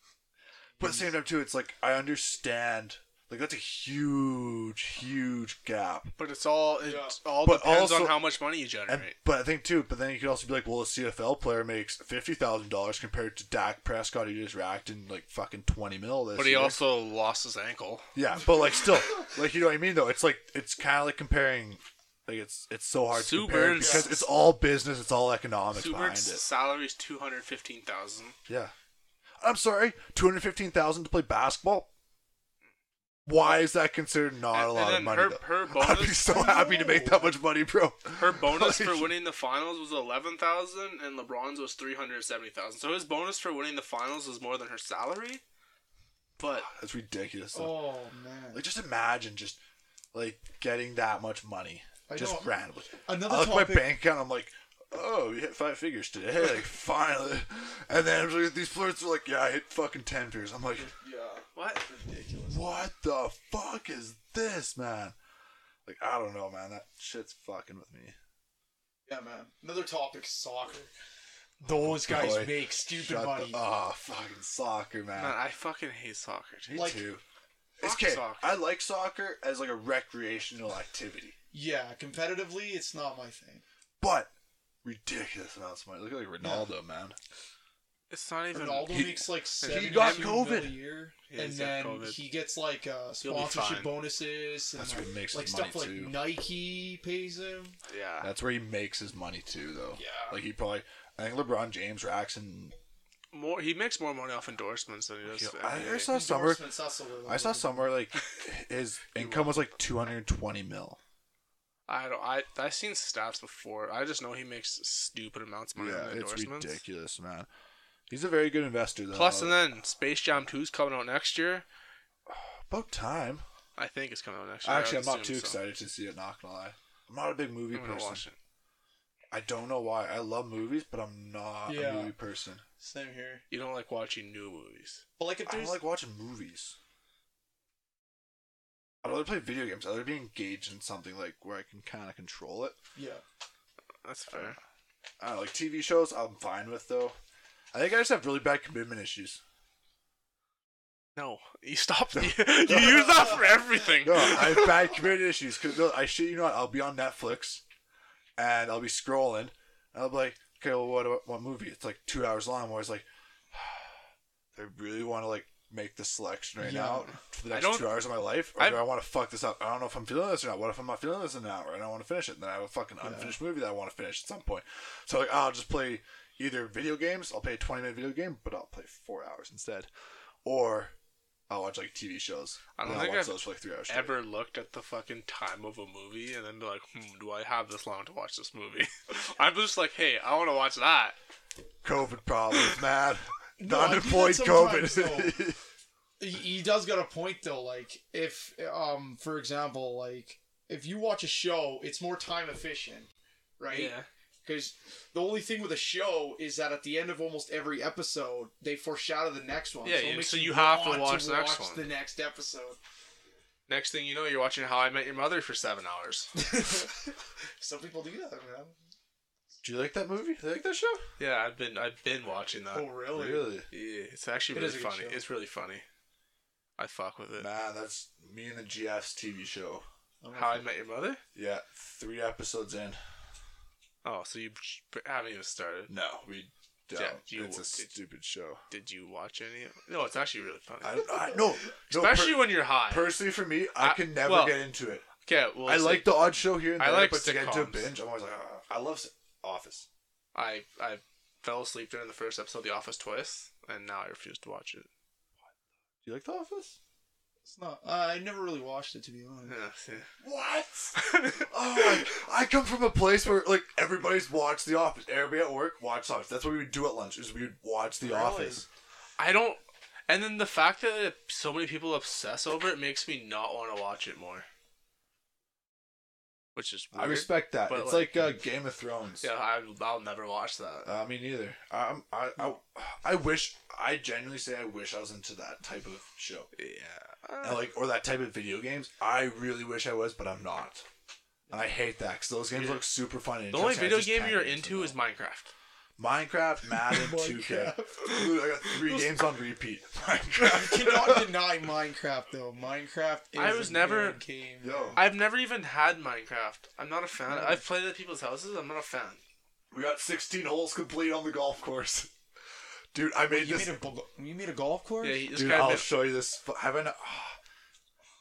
[SPEAKER 1] <laughs> but at the same time, too, it's like I understand, like that's a huge, huge gap.
[SPEAKER 3] But it's all it
[SPEAKER 2] Yeah.
[SPEAKER 3] all
[SPEAKER 1] But
[SPEAKER 3] depends on
[SPEAKER 1] also-
[SPEAKER 3] how much money you
[SPEAKER 1] And,
[SPEAKER 3] generate.
[SPEAKER 1] But I think too, but then you could also be like, well, a CFL player makes fifty thousand dollars compared to Dak Prescott, who just racked in like fucking twenty mil this
[SPEAKER 3] but he
[SPEAKER 1] year.
[SPEAKER 3] also lost his ankle.
[SPEAKER 1] Yeah, but like still, like you know what I mean though. It's like it's kind of like comparing Like it's it's so hard to compare
[SPEAKER 3] Subban's-
[SPEAKER 1] because it's all business, it's all economics behind
[SPEAKER 3] Subbert's
[SPEAKER 1] it.
[SPEAKER 3] salary is two hundred fifteen thousand.
[SPEAKER 1] Yeah. I'm sorry, two hundred fifteen thousand to play basketball. Why is that considered not
[SPEAKER 3] And-
[SPEAKER 1] a
[SPEAKER 3] and
[SPEAKER 1] lot of
[SPEAKER 3] then
[SPEAKER 1] money?
[SPEAKER 3] her-
[SPEAKER 1] though?
[SPEAKER 3] her
[SPEAKER 1] <laughs> I'd be
[SPEAKER 3] bonus-
[SPEAKER 1] so happy to make that much money, bro.
[SPEAKER 3] Her bonus for <laughs>
[SPEAKER 1] Like-
[SPEAKER 3] winning the finals was eleven thousand, and LeBron's was three hundred seventy thousand. So his bonus for winning the finals was more than her salary. But
[SPEAKER 1] That's ridiculous. though.
[SPEAKER 2] Oh man.
[SPEAKER 1] Like just imagine just like getting that much money
[SPEAKER 2] I
[SPEAKER 1] just
[SPEAKER 2] know.
[SPEAKER 1] randomly.
[SPEAKER 2] Another
[SPEAKER 1] I look at
[SPEAKER 2] topic.
[SPEAKER 1] my bank account. I'm like, oh, you hit five figures today. <laughs> Like finally. And then I'm like, these flirts are like, yeah, I hit fucking ten figures. I'm like,
[SPEAKER 2] yeah.
[SPEAKER 3] what?
[SPEAKER 2] Ridiculous.
[SPEAKER 1] what the fuck is this, man? Like I don't know, man. That shit's fucking with me.
[SPEAKER 2] Yeah, man. Another topic: soccer. Those guys
[SPEAKER 1] Oh, Boy,
[SPEAKER 2] make stupid
[SPEAKER 1] Shut
[SPEAKER 2] money.
[SPEAKER 1] The, oh, fucking soccer, man.
[SPEAKER 3] Man, I fucking hate soccer.
[SPEAKER 1] Me
[SPEAKER 3] Dude.
[SPEAKER 2] like-
[SPEAKER 1] too. It's
[SPEAKER 3] Fuck
[SPEAKER 1] okay.
[SPEAKER 3] soccer.
[SPEAKER 1] I like soccer as like a recreational activity,
[SPEAKER 2] Yeah, competitively, it's not my thing.
[SPEAKER 1] but ridiculous amounts of money. Look at like Ronaldo, man.
[SPEAKER 3] It's not even.
[SPEAKER 2] Ronaldo
[SPEAKER 1] He-
[SPEAKER 2] makes like seven
[SPEAKER 1] got
[SPEAKER 2] million
[SPEAKER 1] COVID.
[SPEAKER 2] a year,
[SPEAKER 3] Yeah,
[SPEAKER 2] and
[SPEAKER 3] he's got
[SPEAKER 2] then
[SPEAKER 3] COVID.
[SPEAKER 2] he gets like uh,
[SPEAKER 3] He'll be
[SPEAKER 2] sponsorship
[SPEAKER 3] fine.
[SPEAKER 2] bonuses. And
[SPEAKER 1] That's
[SPEAKER 2] like,
[SPEAKER 1] what makes
[SPEAKER 2] like
[SPEAKER 1] his
[SPEAKER 2] stuff
[SPEAKER 1] money,
[SPEAKER 2] like
[SPEAKER 1] too.
[SPEAKER 2] Nike pays him.
[SPEAKER 3] Yeah.
[SPEAKER 1] That's where he makes his money too, though.
[SPEAKER 2] Yeah.
[SPEAKER 1] Like he probably, I think LeBron James racks and
[SPEAKER 3] more. He makes more money off endorsements than he does.
[SPEAKER 1] Yeah,
[SPEAKER 3] the
[SPEAKER 1] I-
[SPEAKER 3] NBA.
[SPEAKER 1] I saw somewhere.
[SPEAKER 2] Endorsements, that's the word.
[SPEAKER 1] I saw somewhere like
[SPEAKER 3] <laughs>
[SPEAKER 1] his income was like 220 mil.
[SPEAKER 3] I don't. I I seen stats before. I just know he makes stupid amounts of money on endorsements.
[SPEAKER 1] ridiculous, man. He's a very good investor, though.
[SPEAKER 3] Plus, and then Space Jam 2's coming out next year.
[SPEAKER 1] about time.
[SPEAKER 3] I think it's coming out next year. I
[SPEAKER 1] Actually, I'm
[SPEAKER 3] would
[SPEAKER 1] not
[SPEAKER 3] assume
[SPEAKER 1] too
[SPEAKER 3] so.
[SPEAKER 1] excited to see it. Not gonna lie, I'm not a big movie
[SPEAKER 3] I'm gonna
[SPEAKER 1] person.
[SPEAKER 3] watch it.
[SPEAKER 1] I don't know why. I love movies, but I'm not
[SPEAKER 2] Yeah.
[SPEAKER 1] a movie person.
[SPEAKER 2] Same here.
[SPEAKER 3] You don't like watching new movies.
[SPEAKER 2] But like if
[SPEAKER 1] I
[SPEAKER 2] there's
[SPEAKER 1] don't like watching movies. I'd rather play video games. I'd rather be engaged in something like where I can kind of control it.
[SPEAKER 2] yeah,
[SPEAKER 3] That's fair.
[SPEAKER 1] I don't know, like TV shows. I'm fine with though. I think I just have really bad commitment issues.
[SPEAKER 3] No, you stop. <laughs> you use that for everything.
[SPEAKER 1] No, I have bad commitment issues because no, I shit you not. I'll be on Netflix, and I'll be scrolling, and I'll be like, okay, well, what about what movie? It's like two hours long. I'm always like, <sighs> I really want to like make this selection right
[SPEAKER 2] Yeah.
[SPEAKER 1] now for the
[SPEAKER 3] I
[SPEAKER 1] next
[SPEAKER 3] don't-
[SPEAKER 1] two hours of my life, or
[SPEAKER 3] I-
[SPEAKER 1] do I want to fuck this up? I don't know if I'm feeling this or not. What if I'm not feeling this in an hour and I want to finish it? And then I have a fucking unfinished movie that I want to finish at some point. So like, I'll just play either video games. I'll play a 20 minute video game, but I'll play four hours instead, or I'll watch like TV shows.
[SPEAKER 3] I don't
[SPEAKER 1] and
[SPEAKER 3] think
[SPEAKER 1] I'll watch
[SPEAKER 3] I've
[SPEAKER 1] those for like three hours. straight.
[SPEAKER 3] Ever looked at the fucking time of a movie and then be like, hmm, do I have this long to watch this movie? <laughs> I'm just like, hey, I want to watch that.
[SPEAKER 1] COVID
[SPEAKER 3] <laughs>
[SPEAKER 1] problems, man. The
[SPEAKER 2] No, I do that
[SPEAKER 1] unemployed <laughs>
[SPEAKER 2] sometimes,
[SPEAKER 1] COVID.
[SPEAKER 2] he, he does got a point though. Like if um for example like if you watch a show, it's more time efficient, right? Because the only thing with a show is that at the end of almost every episode, they foreshadow the next one.
[SPEAKER 3] Yeah,
[SPEAKER 2] it
[SPEAKER 3] you-
[SPEAKER 2] makes
[SPEAKER 3] so you have to
[SPEAKER 2] want
[SPEAKER 3] watch the next
[SPEAKER 2] watch
[SPEAKER 3] one.
[SPEAKER 2] the next episode. <laughs>
[SPEAKER 3] Next thing you know, you're watching How I Met Your Mother for seven
[SPEAKER 2] <laughs>
[SPEAKER 3] hours.
[SPEAKER 2] Some people do that, man.
[SPEAKER 1] Do you like that movie? Do you like that show?
[SPEAKER 3] yeah, I've been I've been watching that.
[SPEAKER 2] oh, really?
[SPEAKER 1] Really?
[SPEAKER 3] Yeah, it's actually
[SPEAKER 2] It
[SPEAKER 3] really
[SPEAKER 2] is a good
[SPEAKER 3] funny.
[SPEAKER 2] show.
[SPEAKER 3] It's really funny. I fuck with it.
[SPEAKER 1] Man, that's me and the GF's TV show.
[SPEAKER 2] I'm
[SPEAKER 3] How I
[SPEAKER 2] gonna-
[SPEAKER 3] Met Your Mother?
[SPEAKER 1] Yeah, three episodes in.
[SPEAKER 3] Oh, so you haven't even started.
[SPEAKER 1] No, we don't.
[SPEAKER 3] Yeah, you-
[SPEAKER 1] it's a stupid show.
[SPEAKER 3] Did you watch any? No, it's actually really funny.
[SPEAKER 1] I, I no, no per-
[SPEAKER 3] Especially when you're high.
[SPEAKER 1] personally for me, I,
[SPEAKER 3] I-
[SPEAKER 1] can never
[SPEAKER 3] well,
[SPEAKER 1] get into it.
[SPEAKER 3] okay, well,
[SPEAKER 1] I
[SPEAKER 3] it's
[SPEAKER 1] like the odd show here and
[SPEAKER 3] I
[SPEAKER 1] there,
[SPEAKER 3] like
[SPEAKER 1] but to get into a
[SPEAKER 3] sitcoms.
[SPEAKER 1] binge, I'm always like, "Ah." I love s- Office.
[SPEAKER 3] I I fell asleep during the first episode of The Office twice, and now I refuse to watch it. <laughs>
[SPEAKER 1] Do you like The Office?
[SPEAKER 2] It's not. Uh, I never really watched it to be honest. <laughs>
[SPEAKER 3] Yeah, see.
[SPEAKER 1] What?
[SPEAKER 3] <laughs>
[SPEAKER 1] Oh, I, I come from a place where like everybody's watched The Office. Everybody at work watched The Office. That's what we would do at lunch. Is we would watch The
[SPEAKER 2] Really?
[SPEAKER 1] Office.
[SPEAKER 3] I don't. And then the fact that so many people obsess over it makes me not want to watch it more. Which is weird.
[SPEAKER 1] I respect that.
[SPEAKER 3] but,
[SPEAKER 1] it's
[SPEAKER 3] like-
[SPEAKER 1] like, uh, Game of Thrones.
[SPEAKER 3] Yeah, I, I'll never watch that.
[SPEAKER 1] Uh, me neither. Um, I, I, I wish. I genuinely say I wish I was into that type of show,
[SPEAKER 3] Yeah.
[SPEAKER 1] And, like or that type of video games. I really wish I was, but I'm not. And I hate that because those games
[SPEAKER 3] Yeah.
[SPEAKER 1] look super fun. And
[SPEAKER 3] the only
[SPEAKER 1] interesting. I
[SPEAKER 3] video
[SPEAKER 1] just
[SPEAKER 3] game
[SPEAKER 1] can't
[SPEAKER 3] you're
[SPEAKER 1] get
[SPEAKER 3] into is
[SPEAKER 1] them.
[SPEAKER 3] Minecraft.
[SPEAKER 1] Minecraft, Madden,
[SPEAKER 3] <laughs>
[SPEAKER 1] 2K. Dude, I got three games on repeat. Minecraft.
[SPEAKER 2] I cannot deny Minecraft though. Minecraft. Is
[SPEAKER 3] I was
[SPEAKER 2] a
[SPEAKER 3] never-
[SPEAKER 2] good game.
[SPEAKER 1] <laughs> Yo,
[SPEAKER 3] I've never even had Minecraft. I'm not a fan.
[SPEAKER 1] Mm.
[SPEAKER 3] I've played at people's houses. I'm not a fan.
[SPEAKER 1] we got 16 holes complete on the golf course. Dude, I made
[SPEAKER 2] You
[SPEAKER 1] this.
[SPEAKER 2] made a bu- you made a golf course.
[SPEAKER 3] Yeah, he, this
[SPEAKER 1] Dude,
[SPEAKER 3] guy
[SPEAKER 1] I'll
[SPEAKER 3] made-
[SPEAKER 1] show you this. fu- Have I not? ah. <sighs>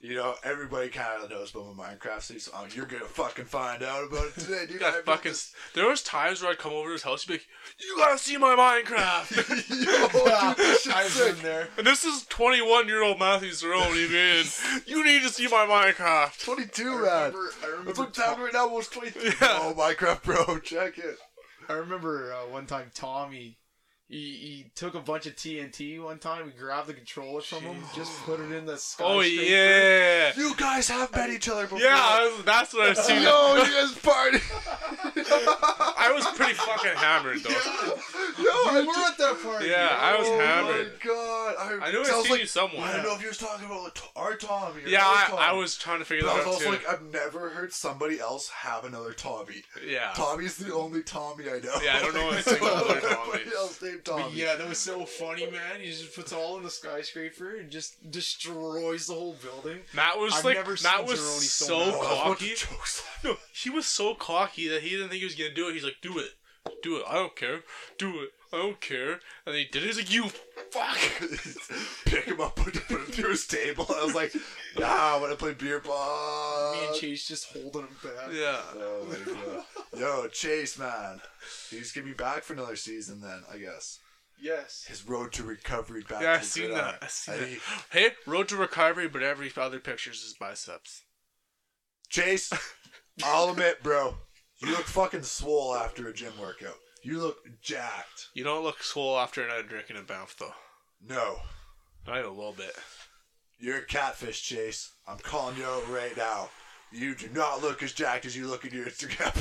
[SPEAKER 1] You know, everybody kind of knows about my Minecraft sleep, so um, you're gonna fucking find out about it today, dude.
[SPEAKER 3] <laughs> You got
[SPEAKER 1] I've been <laughs>
[SPEAKER 3] fucking.
[SPEAKER 1] just-
[SPEAKER 3] There was times where I'd come over to his house, he'd be like, "You gotta see my Minecraft."
[SPEAKER 1] Yo, <laughs> Oh, dude, this shit's
[SPEAKER 2] I've
[SPEAKER 1] sick.
[SPEAKER 2] been there.
[SPEAKER 3] and this is 21 year old Matthew Cerrone being,
[SPEAKER 1] <laughs>
[SPEAKER 3] "You need to see my Minecraft."
[SPEAKER 1] 22,
[SPEAKER 2] I
[SPEAKER 1] man.
[SPEAKER 2] remember, I
[SPEAKER 1] That's
[SPEAKER 2] remember,
[SPEAKER 1] what time right now. Almost 23.
[SPEAKER 3] <laughs> Yeah.
[SPEAKER 1] Oh, Minecraft Pro, check it.
[SPEAKER 2] I remember uh, one time Tommy, he, he took a bunch of TNT one time. We grabbed the controller from him, just put it in the skyscraper.
[SPEAKER 3] Oh yeah,
[SPEAKER 1] You guys have met each other before.
[SPEAKER 3] yeah. I was- that's what I've seen.
[SPEAKER 1] Yo, you guys party. <laughs>
[SPEAKER 3] I was pretty fucking hammered though.
[SPEAKER 1] Yo,
[SPEAKER 2] We were at that party.
[SPEAKER 3] Yeah, I was
[SPEAKER 1] oh
[SPEAKER 3] hammered.
[SPEAKER 1] my god. I,
[SPEAKER 3] I knew I
[SPEAKER 1] sounds
[SPEAKER 3] seen
[SPEAKER 1] like,
[SPEAKER 3] you somewhere.
[SPEAKER 1] I don't know if you was talking about like, our Tommy. Or
[SPEAKER 3] Yeah,
[SPEAKER 1] another
[SPEAKER 3] I, I
[SPEAKER 1] Tommy.
[SPEAKER 3] was trying to figure
[SPEAKER 1] But I was
[SPEAKER 3] that out
[SPEAKER 1] also
[SPEAKER 3] too.
[SPEAKER 1] like, I've never heard somebody else have another Tommy.
[SPEAKER 3] yeah,
[SPEAKER 1] Tommy's the only Tommy I know.
[SPEAKER 3] Yeah, I
[SPEAKER 1] <laughs>
[SPEAKER 3] don't know a single other Tommy.
[SPEAKER 1] Nobody else named Tommy.
[SPEAKER 2] But yeah, that was so funny, man. He just puts it all in the skyscraper and just destroys the whole building.
[SPEAKER 3] Matt was
[SPEAKER 2] I've
[SPEAKER 3] like,
[SPEAKER 2] never
[SPEAKER 3] Matt
[SPEAKER 2] seen
[SPEAKER 3] was
[SPEAKER 2] Cerrone so
[SPEAKER 3] so
[SPEAKER 2] mad.
[SPEAKER 1] Oh, that's a bunch
[SPEAKER 3] cocky.
[SPEAKER 1] of jokes. <laughs>
[SPEAKER 3] No, he was so cocky that he didn't think he was gonna do it. He's like, do it, do it. I don't care. Do it. I don't care. And he did it. He's like, you fuck. <laughs>
[SPEAKER 1] Pick him up, put, put him through his table. I was like, nah, I want to play beer pong.
[SPEAKER 2] Me and Chase just holding him back.
[SPEAKER 3] Yeah.
[SPEAKER 1] Oh my God. Yo, Chase, man. He's going to be back for another season then, I guess.
[SPEAKER 2] Yes.
[SPEAKER 1] His road to recovery back
[SPEAKER 3] Yeah,
[SPEAKER 1] to
[SPEAKER 3] I seen
[SPEAKER 1] gridiron.
[SPEAKER 3] that. I seen
[SPEAKER 1] And
[SPEAKER 3] that.
[SPEAKER 1] he-
[SPEAKER 3] Hey, road to recovery, but every other picture's his biceps.
[SPEAKER 1] Chase, I'll admit, bro, you look fucking swole after a gym workout. You look jacked.
[SPEAKER 3] You don't look swole after another drinking a Banff though.
[SPEAKER 1] No,
[SPEAKER 3] Not even a little bit.
[SPEAKER 1] you're a catfish, Chase. I'm calling you out right now. You do not look as jacked as you look in your <laughs> Instagram.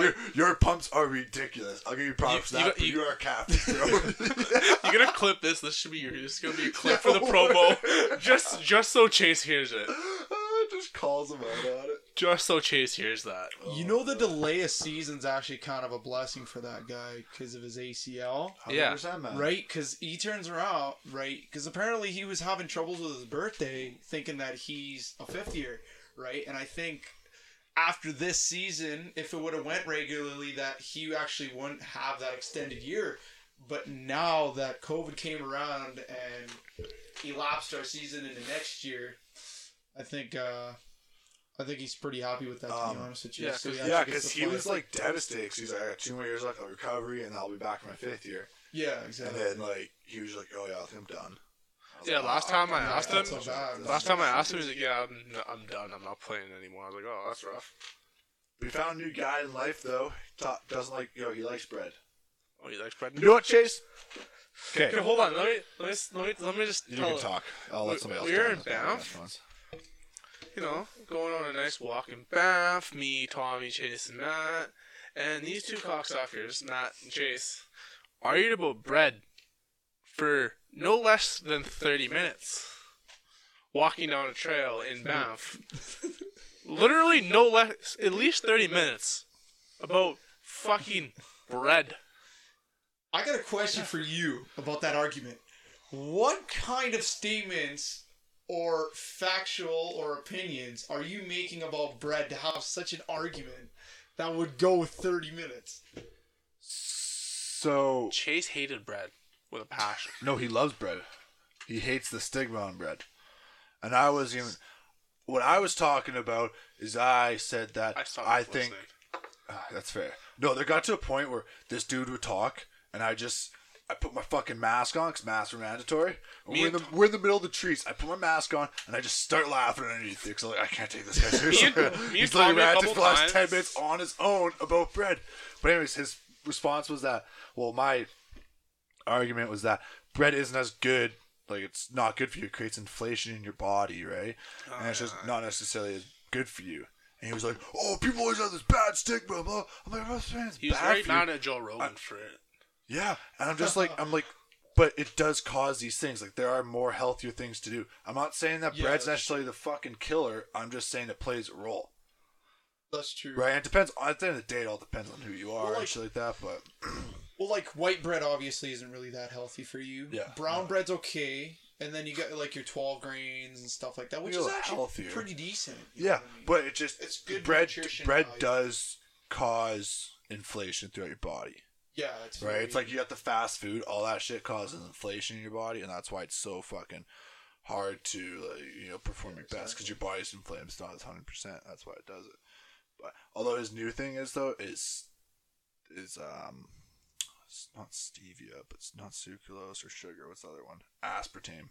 [SPEAKER 1] your, your pumps are ridiculous. I'll give you props for
[SPEAKER 3] You- you
[SPEAKER 1] that.
[SPEAKER 3] got-
[SPEAKER 1] but
[SPEAKER 3] you-
[SPEAKER 1] You, are a catfish,
[SPEAKER 3] <laughs>
[SPEAKER 1] bro. <laughs>
[SPEAKER 3] You're gonna clip this. This should be your. This is gonna be a clip for the promo. Just, just so Chase hears it.
[SPEAKER 1] Just calls him out on it.
[SPEAKER 3] Just so Chase hears that.
[SPEAKER 2] You know the delay of season's actually kind of a blessing for that guy because of his ACL,
[SPEAKER 3] Yeah.
[SPEAKER 1] 100%, man.
[SPEAKER 2] right? Because he turns around, right? Because apparently he was having troubles with his birthday, thinking that he's a fifth year, right? And I think after this season, if it would have went regularly, that he actually wouldn't have that extended year. But now that COVID came around and elapsed our season into next year, I think. uh I think he's pretty happy with that, to
[SPEAKER 1] Um,
[SPEAKER 2] be honest with you.
[SPEAKER 3] yeah,
[SPEAKER 2] So
[SPEAKER 3] because-
[SPEAKER 2] actually
[SPEAKER 1] Yeah,
[SPEAKER 2] gets
[SPEAKER 1] because
[SPEAKER 2] to
[SPEAKER 1] he
[SPEAKER 2] play.
[SPEAKER 1] was like devastated. 'cause He's like, I got two more years left of recovery, and I'll be back in my fifth year.
[SPEAKER 2] Yeah,
[SPEAKER 1] And
[SPEAKER 2] exactly.
[SPEAKER 1] then like he was like, "Oh yeah, I think I'm done." I was
[SPEAKER 3] Yeah,
[SPEAKER 1] like,
[SPEAKER 3] last
[SPEAKER 1] "Oh,
[SPEAKER 3] time I
[SPEAKER 1] I'm not
[SPEAKER 3] asked
[SPEAKER 1] done.
[SPEAKER 3] him-
[SPEAKER 1] That's not bad.
[SPEAKER 3] Last time I asked him, he was like, "Yeah, I'm, I'm done. I'm not playing anymore." I was like, "Oh, that's rough."
[SPEAKER 1] we found a new guy in life though. Top doesn't like yo. He likes bread.
[SPEAKER 3] Oh, you like spreading?
[SPEAKER 1] You know what, Chase?
[SPEAKER 3] Okay, hold on. Let me let me let me, let me just.
[SPEAKER 1] You
[SPEAKER 3] tell-
[SPEAKER 1] can talk. I'll
[SPEAKER 3] We-
[SPEAKER 1] let somebody else.
[SPEAKER 3] we're
[SPEAKER 1] talk.
[SPEAKER 3] in Banff. You know, going on a nice walk in Bath. Me, Tommy, Chase, and Matt, and these two cocksuckers, Matt and Chase, argued about bread for no less than thirty minutes. Walking down a
[SPEAKER 1] <laughs>
[SPEAKER 3] trail in Banff, literally no less, at least thirty minutes, about fucking bread.
[SPEAKER 2] I got a question for you about that argument. What kind of statements or factual or opinions are you making about bread to have such an argument that would go 30 minutes?
[SPEAKER 1] So
[SPEAKER 3] Chase hated bread with a passion.
[SPEAKER 1] no, he loves bread. He hates the stigma on bread. And I was even what I was talking about is I said that
[SPEAKER 3] I saw.
[SPEAKER 1] I think Ah, <sighs> That's fair. No, there got to a point where this dude would talk, and I just I put my fucking mask on because masks are mandatory. And
[SPEAKER 3] Me
[SPEAKER 1] We're in, the,
[SPEAKER 3] and
[SPEAKER 1] we're in the middle of the trees. I put my mask on and I just start laughing underneath it because I'm like, I can't take this guy <laughs> seriously.
[SPEAKER 3] and- me and
[SPEAKER 1] He's
[SPEAKER 3] Tommy a
[SPEAKER 1] literally ranted for
[SPEAKER 3] couple
[SPEAKER 1] the last
[SPEAKER 3] times.
[SPEAKER 1] 10 minutes on his own about bread. But, anyways, his response was that, well, my argument was that bread isn't as good. Like it's not good for you. It creates inflation in your body, right? and it's just not necessarily as good for you. And he was like, "Oh, people always have this bad stigma." Blah. I'm like, "I'm not saying it's
[SPEAKER 3] He was
[SPEAKER 1] bad
[SPEAKER 3] very
[SPEAKER 1] for you."
[SPEAKER 3] mad at Joe Rogan for it.
[SPEAKER 1] Yeah, and I'm
[SPEAKER 3] <laughs>
[SPEAKER 1] just like, I'm like, but it does cause these things. Like there are more healthier things to do. I'm not saying that
[SPEAKER 2] Yeah,
[SPEAKER 1] bread's
[SPEAKER 2] that's-
[SPEAKER 1] necessarily the fucking killer. I'm just saying it plays a role,
[SPEAKER 2] That's true.
[SPEAKER 1] right? And it depends. At the end of the day, it all depends on who you are
[SPEAKER 2] Well,
[SPEAKER 1] and
[SPEAKER 2] like-
[SPEAKER 1] shit like that. But
[SPEAKER 2] Well, like white bread obviously isn't really that healthy for you.
[SPEAKER 1] Yeah.
[SPEAKER 2] Brown bread's okay. And then you got like your 12 grains and stuff like that, which
[SPEAKER 1] Real
[SPEAKER 2] is actually
[SPEAKER 1] healthier.
[SPEAKER 2] pretty decent. you know
[SPEAKER 1] yeah,
[SPEAKER 2] what I mean?
[SPEAKER 1] but it just
[SPEAKER 2] It's good
[SPEAKER 1] bread.
[SPEAKER 2] nutrition
[SPEAKER 1] Bread
[SPEAKER 2] value.
[SPEAKER 1] does cause inflation throughout your body.
[SPEAKER 2] Yeah. It's
[SPEAKER 1] Right?
[SPEAKER 2] very- Uh-huh.
[SPEAKER 1] It's like you got the fast food, all that shit causes inflation in your body, and that's why it's so fucking hard to like, you know perform your best because your body's in flames, not as hundred percent. That's why it does it. But although his new thing is though is is um it's not stevia, but it's not sucralose or sugar. What's the other one? Aspartame.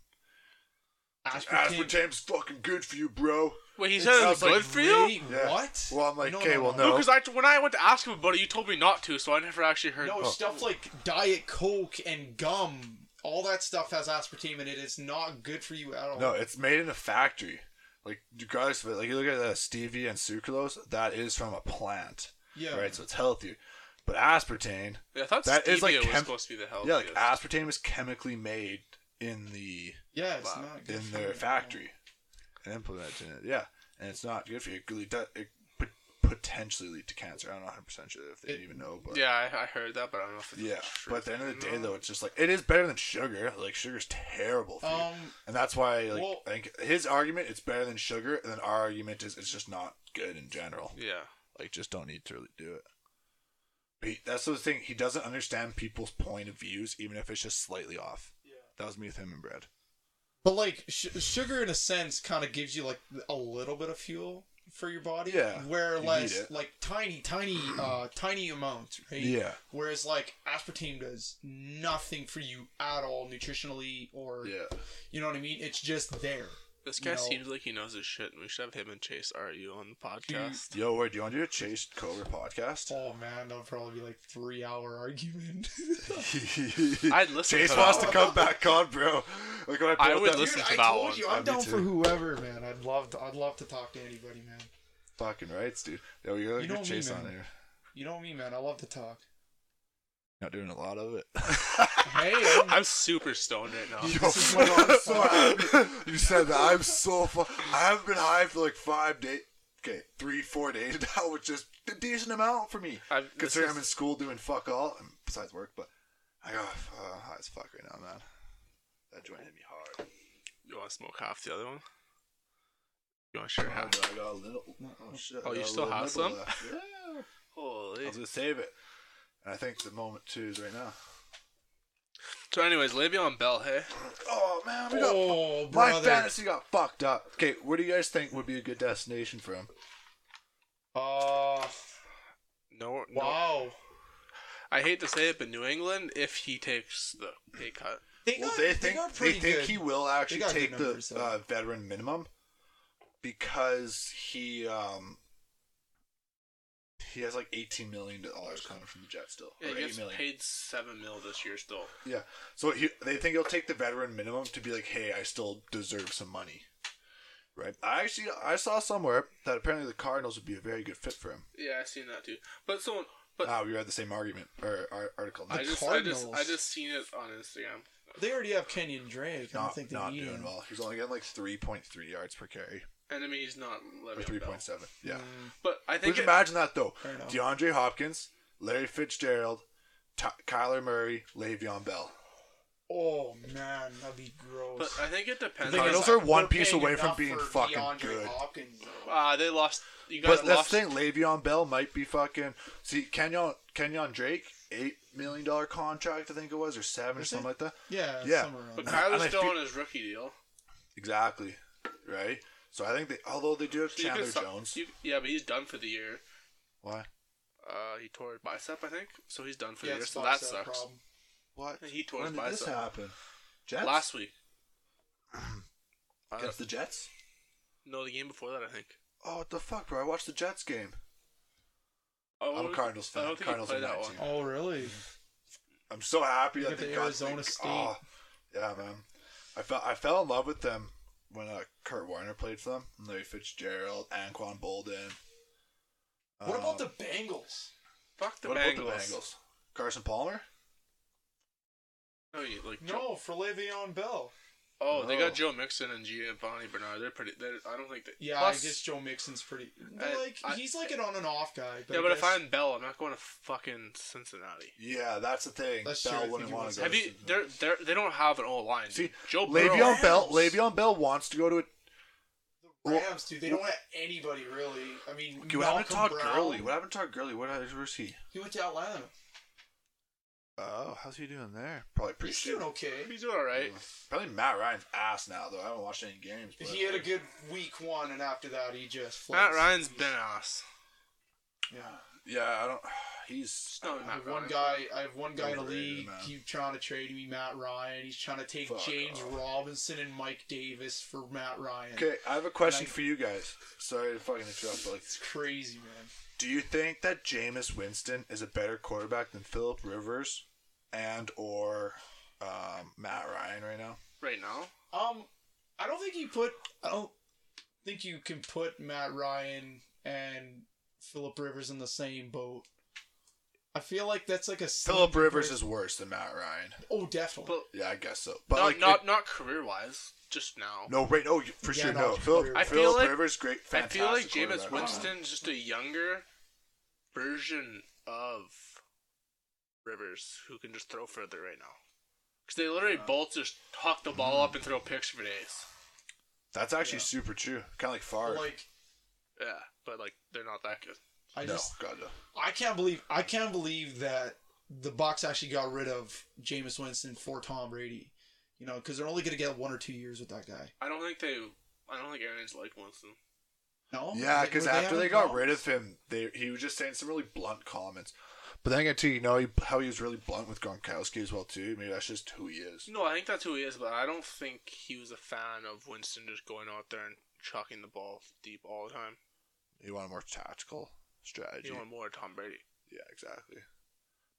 [SPEAKER 2] Aspartame.
[SPEAKER 1] Aspartame's fucking good for you, bro.
[SPEAKER 3] Wait, he
[SPEAKER 1] It
[SPEAKER 3] said it was
[SPEAKER 1] sounds like
[SPEAKER 3] good for you?
[SPEAKER 2] Really?
[SPEAKER 1] Yeah.
[SPEAKER 2] What?
[SPEAKER 1] Well, I'm like, okay, well,
[SPEAKER 3] No,
[SPEAKER 1] No.
[SPEAKER 3] because I when I went to ask him about it, you told me not to, so I never actually heard.
[SPEAKER 2] No,
[SPEAKER 1] Oh.
[SPEAKER 2] stuff like Diet Coke and gum, all that stuff has aspartame in it. It's not good for you at all.
[SPEAKER 1] No, it's made in a factory. Like regardless of it, like you look at the stevia and sucralose, that is from a plant,
[SPEAKER 2] yeah.
[SPEAKER 1] right? So it's healthy. But aspartame,
[SPEAKER 3] Yeah, I thought
[SPEAKER 1] That
[SPEAKER 3] stevia
[SPEAKER 1] is, like,
[SPEAKER 3] was
[SPEAKER 1] chem-
[SPEAKER 3] supposed to be the health.
[SPEAKER 1] yeah, like aspartame is chemically made in the
[SPEAKER 2] Yeah, it's
[SPEAKER 3] Wow.
[SPEAKER 2] not good
[SPEAKER 1] in
[SPEAKER 2] for you
[SPEAKER 1] their
[SPEAKER 2] at
[SPEAKER 1] factory and implemented in it. Yeah, and it's not good for you. It could lead to- it pot- potentially lead to cancer. I'm not 100 percent sure if they
[SPEAKER 2] It-
[SPEAKER 1] even know, but
[SPEAKER 3] yeah, I, I heard that, but I don't know if it's
[SPEAKER 1] yeah.
[SPEAKER 3] true.
[SPEAKER 1] But at the end of the day,
[SPEAKER 3] No.
[SPEAKER 1] though, it's just like it is better than sugar. Like sugar's terrible for
[SPEAKER 2] all.
[SPEAKER 1] you.
[SPEAKER 2] Um,
[SPEAKER 1] And that's why, like,
[SPEAKER 2] Well-
[SPEAKER 1] I think his argument it's better than sugar, and then our argument is it's just not good in general.
[SPEAKER 3] yeah,
[SPEAKER 1] Like, just don't need to really do it. But he, that's the thing. He doesn't understand people's point of views, even if it's just slightly off. Yeah. That was me with him and bread.
[SPEAKER 2] but like sh- sugar, in a sense, kind of gives you like a little bit of fuel for your body.
[SPEAKER 1] Yeah,
[SPEAKER 2] Where
[SPEAKER 1] you need
[SPEAKER 2] less
[SPEAKER 1] it.
[SPEAKER 2] like tiny, tiny, uh, tiny amounts, right?
[SPEAKER 1] Yeah.
[SPEAKER 2] Whereas like aspartame does nothing for you at all nutritionally or
[SPEAKER 1] Yeah.
[SPEAKER 2] you know what I mean. It's just there.
[SPEAKER 3] this guy
[SPEAKER 2] No.
[SPEAKER 3] seems like he knows his shit, and we should have him and Chase RU on the podcast.
[SPEAKER 1] Yo, where do you want to do a Chase Cobra
[SPEAKER 3] <laughs>
[SPEAKER 1] <laughs> podcast?
[SPEAKER 2] Oh man, that'll probably be like three
[SPEAKER 1] <laughs>
[SPEAKER 2] hour <laughs> argument.
[SPEAKER 3] I'd listen
[SPEAKER 1] Chase
[SPEAKER 3] to
[SPEAKER 1] wants
[SPEAKER 3] that
[SPEAKER 1] to
[SPEAKER 3] one.
[SPEAKER 1] come back on, bro. Like, when I,
[SPEAKER 3] I
[SPEAKER 1] pulled
[SPEAKER 3] would
[SPEAKER 1] that-
[SPEAKER 3] listen
[SPEAKER 2] Dude,
[SPEAKER 3] to
[SPEAKER 2] I
[SPEAKER 3] that
[SPEAKER 2] told
[SPEAKER 3] one.
[SPEAKER 2] you, I'm
[SPEAKER 1] Yeah, me
[SPEAKER 2] down
[SPEAKER 1] too.
[SPEAKER 2] for whoever, man. I'd love to. I'd love to talk to anybody, man.
[SPEAKER 1] Fucking rights, dude. Yeah, we gotta
[SPEAKER 2] You know
[SPEAKER 1] get
[SPEAKER 2] me,
[SPEAKER 1] Chase
[SPEAKER 2] man.
[SPEAKER 1] on here.
[SPEAKER 2] You know me, man. I love to talk.
[SPEAKER 1] Not doing a lot of <laughs> it.
[SPEAKER 2] <laughs> Hey, I'm-
[SPEAKER 3] I'm super stoned
[SPEAKER 1] <laughs>
[SPEAKER 3] right now.
[SPEAKER 1] Yo, I'm so happy. You said that. I'm so fu- I haven't been high for like five days. Okay, three, four days <laughs> now, which is a decent amount for me.
[SPEAKER 3] I've- this
[SPEAKER 1] Considering
[SPEAKER 3] is-
[SPEAKER 1] I'm in school doing fuck all, and besides work, but I got uh, high as fuck right now, man. That joint hit me hard.
[SPEAKER 3] You want to smoke half the other one? You want to share
[SPEAKER 1] Oh,
[SPEAKER 3] half?
[SPEAKER 1] but I got a little. Oh, shit.
[SPEAKER 3] Oh,
[SPEAKER 1] I
[SPEAKER 3] you
[SPEAKER 1] got a
[SPEAKER 3] still
[SPEAKER 1] little
[SPEAKER 3] have
[SPEAKER 1] nibble
[SPEAKER 3] some?
[SPEAKER 1] left. Yeah. I
[SPEAKER 3] Holy.
[SPEAKER 1] was going to save it. And I think the moment two is right now.
[SPEAKER 3] So, anyways, Le'Veon Bell, hey?
[SPEAKER 1] Oh, man. We got
[SPEAKER 2] oh,
[SPEAKER 1] My
[SPEAKER 2] brother.
[SPEAKER 1] fantasy got fucked up. Okay, where do you guys think would be a good destination for him?
[SPEAKER 2] Uh,
[SPEAKER 3] No, no.
[SPEAKER 2] wow.
[SPEAKER 3] I hate to say it, but New England, if he takes the pay cut.
[SPEAKER 2] They
[SPEAKER 1] Well,
[SPEAKER 2] got,
[SPEAKER 1] they think
[SPEAKER 2] got
[SPEAKER 1] they,
[SPEAKER 2] pretty
[SPEAKER 1] think
[SPEAKER 2] good.
[SPEAKER 1] he will actually
[SPEAKER 2] got good
[SPEAKER 1] take
[SPEAKER 2] numbers,
[SPEAKER 1] the
[SPEAKER 2] though.
[SPEAKER 1] uh, veteran minimum because he um he has like eighteen million dollars coming from the Jets still.
[SPEAKER 3] Yeah,
[SPEAKER 1] or
[SPEAKER 3] he
[SPEAKER 1] eight
[SPEAKER 3] gets
[SPEAKER 1] million.
[SPEAKER 3] paid seven mil this year still.
[SPEAKER 1] Yeah, so he, they think he'll take the veteran minimum to be like, hey, I still deserve some money, right? I actually I saw somewhere that apparently the Cardinals would be a very good fit for him.
[SPEAKER 3] Yeah, I seen that too. But someone, but
[SPEAKER 1] Ah, we read the same argument or, ar- article.
[SPEAKER 3] I
[SPEAKER 1] Not-
[SPEAKER 3] just, I just, I
[SPEAKER 2] Cardinals.
[SPEAKER 3] just seen it on Instagram.
[SPEAKER 2] They already have Kenyon Drake. I don't
[SPEAKER 1] not
[SPEAKER 2] think they
[SPEAKER 1] not
[SPEAKER 2] need
[SPEAKER 1] doing
[SPEAKER 2] him.
[SPEAKER 1] well. He's only getting like three point three yards per carry
[SPEAKER 3] And I mean, he's not
[SPEAKER 1] or
[SPEAKER 3] Le'Veon
[SPEAKER 1] three
[SPEAKER 3] Bell.
[SPEAKER 1] point seven. Yeah.
[SPEAKER 2] Mm,
[SPEAKER 3] But I
[SPEAKER 1] Would
[SPEAKER 3] think
[SPEAKER 1] you
[SPEAKER 3] it,
[SPEAKER 1] imagine that though?
[SPEAKER 2] Fair enough.
[SPEAKER 1] DeAndre Hopkins, Larry Fitzgerald, T- Kyler Murray, Le'Veon Bell.
[SPEAKER 2] oh man, that'd be
[SPEAKER 3] but
[SPEAKER 2] gross.
[SPEAKER 3] I think it depends.
[SPEAKER 1] The
[SPEAKER 3] on-
[SPEAKER 1] Cardinals are one
[SPEAKER 2] we're
[SPEAKER 1] piece
[SPEAKER 2] paying
[SPEAKER 1] away from
[SPEAKER 2] enough
[SPEAKER 1] being
[SPEAKER 2] for
[SPEAKER 1] fucking
[SPEAKER 2] DeAndre
[SPEAKER 1] good.
[SPEAKER 2] Hopkins, though.
[SPEAKER 3] Uh, they lost. You guys
[SPEAKER 1] But that's
[SPEAKER 3] lost.
[SPEAKER 1] the thing. Le'Veon Bell might be fucking. See, Kenyon Kenyon Drake, eight million dollar contract, I think it was, or seven or
[SPEAKER 2] Was
[SPEAKER 1] something like that.
[SPEAKER 2] yeah,
[SPEAKER 1] Yeah.
[SPEAKER 2] somewhere around
[SPEAKER 3] But
[SPEAKER 2] there.
[SPEAKER 1] And
[SPEAKER 3] Kyler's
[SPEAKER 1] I
[SPEAKER 3] still
[SPEAKER 1] feel-
[SPEAKER 3] on his rookie deal.
[SPEAKER 1] Exactly, right. So I think they, although they do have
[SPEAKER 3] So you could
[SPEAKER 1] Chandler
[SPEAKER 3] su-
[SPEAKER 1] Jones,
[SPEAKER 3] you- yeah, but he's done for the year.
[SPEAKER 1] why?
[SPEAKER 3] Uh, he tore his bicep, I think. So he's done for
[SPEAKER 2] Yeah,
[SPEAKER 3] the year.
[SPEAKER 2] it's
[SPEAKER 3] So
[SPEAKER 2] box
[SPEAKER 3] that
[SPEAKER 2] set
[SPEAKER 3] sucks.
[SPEAKER 2] problem.
[SPEAKER 1] What?
[SPEAKER 3] He tore
[SPEAKER 1] when
[SPEAKER 3] his
[SPEAKER 1] did this
[SPEAKER 3] bicep.
[SPEAKER 1] happen? Jets
[SPEAKER 3] Last
[SPEAKER 1] <clears throat>
[SPEAKER 3] week. Uh,
[SPEAKER 1] against the Jets.
[SPEAKER 3] no, the game before that, I think.
[SPEAKER 1] Oh, what the fuck, bro! I watched the Jets game.
[SPEAKER 3] Oh,
[SPEAKER 1] I'm a Cardinals fan.
[SPEAKER 3] I don't think
[SPEAKER 1] Cardinals
[SPEAKER 3] he
[SPEAKER 1] are
[SPEAKER 3] played
[SPEAKER 1] my
[SPEAKER 3] that
[SPEAKER 1] team.
[SPEAKER 3] one.
[SPEAKER 2] Oh really?
[SPEAKER 1] I'm so happy
[SPEAKER 2] Look
[SPEAKER 1] that
[SPEAKER 2] at
[SPEAKER 1] they
[SPEAKER 2] the
[SPEAKER 1] got
[SPEAKER 2] Arizona
[SPEAKER 1] the,
[SPEAKER 2] State.
[SPEAKER 1] Oh, yeah, man. I fell I fell in love with them when uh, Kurt Warner played for them. Larry Fitzgerald, Anquan Bolden.
[SPEAKER 2] What
[SPEAKER 1] Um,
[SPEAKER 2] about the Bengals?
[SPEAKER 3] Fuck the
[SPEAKER 1] what
[SPEAKER 3] Bengals.
[SPEAKER 1] about the Bengals? Carson Palmer.
[SPEAKER 3] No, you, like Joe-
[SPEAKER 2] No, for Le'Veon Bell.
[SPEAKER 3] Oh, they
[SPEAKER 1] No.
[SPEAKER 3] got Joe Mixon and Giovanni Bernard. They're pretty. They're, I don't think they.
[SPEAKER 2] Yeah,
[SPEAKER 3] plus-
[SPEAKER 2] I guess Joe Mixon's pretty.
[SPEAKER 3] I-
[SPEAKER 2] like
[SPEAKER 3] I-
[SPEAKER 2] he's like an on and off guy. But
[SPEAKER 3] yeah,
[SPEAKER 2] I
[SPEAKER 3] but
[SPEAKER 2] guess-
[SPEAKER 3] if I'm Bell, I'm not going to fucking Cincinnati.
[SPEAKER 1] Yeah, that's the thing.
[SPEAKER 2] That's true, I
[SPEAKER 1] Bell
[SPEAKER 2] think
[SPEAKER 1] wouldn't
[SPEAKER 2] he
[SPEAKER 1] want
[SPEAKER 2] wants-
[SPEAKER 1] to go.
[SPEAKER 3] Have
[SPEAKER 1] to
[SPEAKER 3] you?
[SPEAKER 1] Cincinnati.
[SPEAKER 3] They're they're they don't have an old line.
[SPEAKER 1] See,
[SPEAKER 3] dude. Joe Burrow.
[SPEAKER 1] Le'Veon Bell.
[SPEAKER 2] Burrow.
[SPEAKER 1] Le'Veon Bell wants to go to a.
[SPEAKER 2] the Rams, dude, they don't have anybody really. I mean,
[SPEAKER 1] Okay, what happened to Todd
[SPEAKER 2] Malcolm Brown.
[SPEAKER 1] Gurley? What happened to Todd Gurley? What? Where's he?
[SPEAKER 2] He went to Atlanta.
[SPEAKER 1] Oh, how's he doing there? Probably pretty
[SPEAKER 2] He's doing
[SPEAKER 1] good.
[SPEAKER 2] okay.
[SPEAKER 3] <laughs> He's doing all right.
[SPEAKER 1] Probably Matt Ryan's ass now though. I haven't watched any games. But
[SPEAKER 2] He had a good week one, and after that, he just.
[SPEAKER 3] Matt
[SPEAKER 2] floats.
[SPEAKER 3] Ryan's been ass.
[SPEAKER 2] Yeah.
[SPEAKER 1] yeah, I don't. <sighs> He's
[SPEAKER 3] It's not
[SPEAKER 2] I
[SPEAKER 3] Matt
[SPEAKER 2] have one
[SPEAKER 3] Ryan.
[SPEAKER 2] guy. I have one guy in the
[SPEAKER 1] Overrated,
[SPEAKER 2] league.
[SPEAKER 1] man.
[SPEAKER 2] Keep trying to trade me Matt Ryan. He's trying to take
[SPEAKER 1] Fuck
[SPEAKER 2] James
[SPEAKER 1] off.
[SPEAKER 2] Robinson and Mike Davis for Matt Ryan.
[SPEAKER 1] okay. I have a question
[SPEAKER 2] Like-
[SPEAKER 1] for you guys. Sorry to fucking interrupt, but like,
[SPEAKER 2] It's crazy, man.
[SPEAKER 1] do you think that Jameis Winston is a better quarterback than Philip Rivers and or um, Matt Ryan right now?
[SPEAKER 3] Right now,
[SPEAKER 2] Um, I don't think you put. I don't think you can put Matt Ryan and Philip Rivers in the same boat. I feel like that's like a
[SPEAKER 1] Philip Rivers is worse than Matt Ryan.
[SPEAKER 2] Oh, definitely.
[SPEAKER 3] But-
[SPEAKER 1] Yeah, I guess so. But
[SPEAKER 3] not
[SPEAKER 1] like,
[SPEAKER 3] not,
[SPEAKER 1] it-
[SPEAKER 3] not career wise, just now.
[SPEAKER 1] no, right? Oh, you- for
[SPEAKER 2] Yeah,
[SPEAKER 1] sure,
[SPEAKER 2] not
[SPEAKER 1] no.
[SPEAKER 2] just
[SPEAKER 1] Philip
[SPEAKER 2] career.
[SPEAKER 3] I feel
[SPEAKER 1] Philip
[SPEAKER 3] like-
[SPEAKER 1] Rivers, great,
[SPEAKER 3] I
[SPEAKER 1] fantastic.
[SPEAKER 3] feel like Jameis
[SPEAKER 1] quarterback.
[SPEAKER 3] Winston's just a younger version of Rivers, who can just throw further right now. Because they literally both just hawk the ball up and throw picks for days.
[SPEAKER 1] That's actually
[SPEAKER 2] Yeah.
[SPEAKER 1] super true. Kind of like
[SPEAKER 2] But,
[SPEAKER 1] Favre.
[SPEAKER 2] like
[SPEAKER 3] Yeah, but like they're not that good.
[SPEAKER 2] I
[SPEAKER 1] no,
[SPEAKER 2] just
[SPEAKER 1] God no.
[SPEAKER 2] I can't believe I can't believe that the Bucks actually got rid of Jameis Winston for Tom Brady. You know, because they're only going to get one or two years with that guy.
[SPEAKER 3] I don't think they. I don't think Aaron's like Winston.
[SPEAKER 2] No.
[SPEAKER 1] Yeah,
[SPEAKER 2] Like,
[SPEAKER 1] because
[SPEAKER 2] Oh, were
[SPEAKER 1] after
[SPEAKER 2] having
[SPEAKER 1] they got
[SPEAKER 2] problems?
[SPEAKER 1] rid of him, they he was just saying some really blunt comments. But then again, too, you know he, how he was really blunt with Gronkowski as well too. Maybe that's just who he is.
[SPEAKER 3] No, I think that's who he is, but I don't think he was a fan of Winston just going out there and chucking the ball deep all the time.
[SPEAKER 1] He wanted more tactical strategy.
[SPEAKER 3] He wanted more Tom Brady.
[SPEAKER 1] yeah, exactly.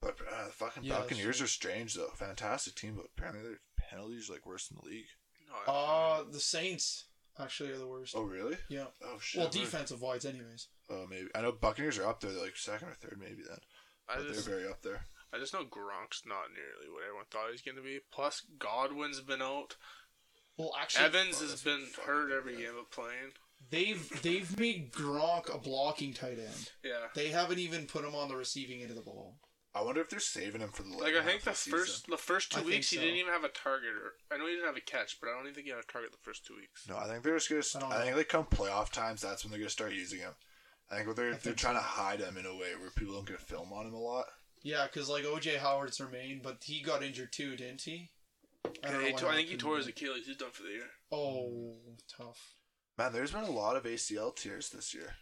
[SPEAKER 1] But uh, the fucking
[SPEAKER 2] Yeah, that's
[SPEAKER 1] Buccaneers are strange though. Fantastic team, but apparently their penalties are, like worse than the league.
[SPEAKER 3] No, I-
[SPEAKER 2] Uh, the Saints actually are the worst.
[SPEAKER 1] Oh really?
[SPEAKER 2] Yeah.
[SPEAKER 1] Oh shit.
[SPEAKER 2] Well,
[SPEAKER 1] we're-
[SPEAKER 2] defensive wise, anyways.
[SPEAKER 1] Oh maybe. I know Buccaneers are up there. They're like second or third maybe then.
[SPEAKER 3] I
[SPEAKER 1] But
[SPEAKER 3] just,
[SPEAKER 1] they're very up there.
[SPEAKER 3] I just know Gronk's not nearly what everyone thought he was going to be. Plus, Godwin's been out.
[SPEAKER 2] Well, actually,
[SPEAKER 3] Evans
[SPEAKER 1] Oh,
[SPEAKER 3] has
[SPEAKER 1] that's
[SPEAKER 3] been
[SPEAKER 1] fucking
[SPEAKER 3] hurt every
[SPEAKER 1] bad.
[SPEAKER 3] game of playing.
[SPEAKER 2] they've they've made Gronk a blocking tight end.
[SPEAKER 3] Yeah.
[SPEAKER 2] They haven't even put him on the receiving end of the ball.
[SPEAKER 1] I wonder if they're saving him for the
[SPEAKER 3] Like
[SPEAKER 1] later
[SPEAKER 3] I think
[SPEAKER 1] half
[SPEAKER 3] the
[SPEAKER 1] of season.
[SPEAKER 3] first the first
[SPEAKER 2] I
[SPEAKER 3] two
[SPEAKER 2] think
[SPEAKER 3] weeks
[SPEAKER 2] so.
[SPEAKER 3] he didn't even have a target or I know he didn't have a catch, but I don't even think he had a target the first two weeks.
[SPEAKER 1] No, I think they're just gonna. St-
[SPEAKER 2] I don't
[SPEAKER 1] I,
[SPEAKER 2] know.
[SPEAKER 1] think they come playoff times. That's when they're gonna start using him. I think what they're
[SPEAKER 2] I
[SPEAKER 1] they're
[SPEAKER 2] think
[SPEAKER 1] trying to hide him in a way where people don't get a film on him a lot.
[SPEAKER 2] Yeah, because like OJ Howard's remained, but he got injured too, didn't he?
[SPEAKER 3] I,
[SPEAKER 2] don't know
[SPEAKER 3] he
[SPEAKER 2] why
[SPEAKER 3] tore, I
[SPEAKER 2] that
[SPEAKER 3] think he
[SPEAKER 2] couldn't
[SPEAKER 3] tore
[SPEAKER 2] be.
[SPEAKER 3] his Achilles. He's done for the year.
[SPEAKER 2] Oh, tough.
[SPEAKER 1] Man, there's been a lot of ACL tears this year.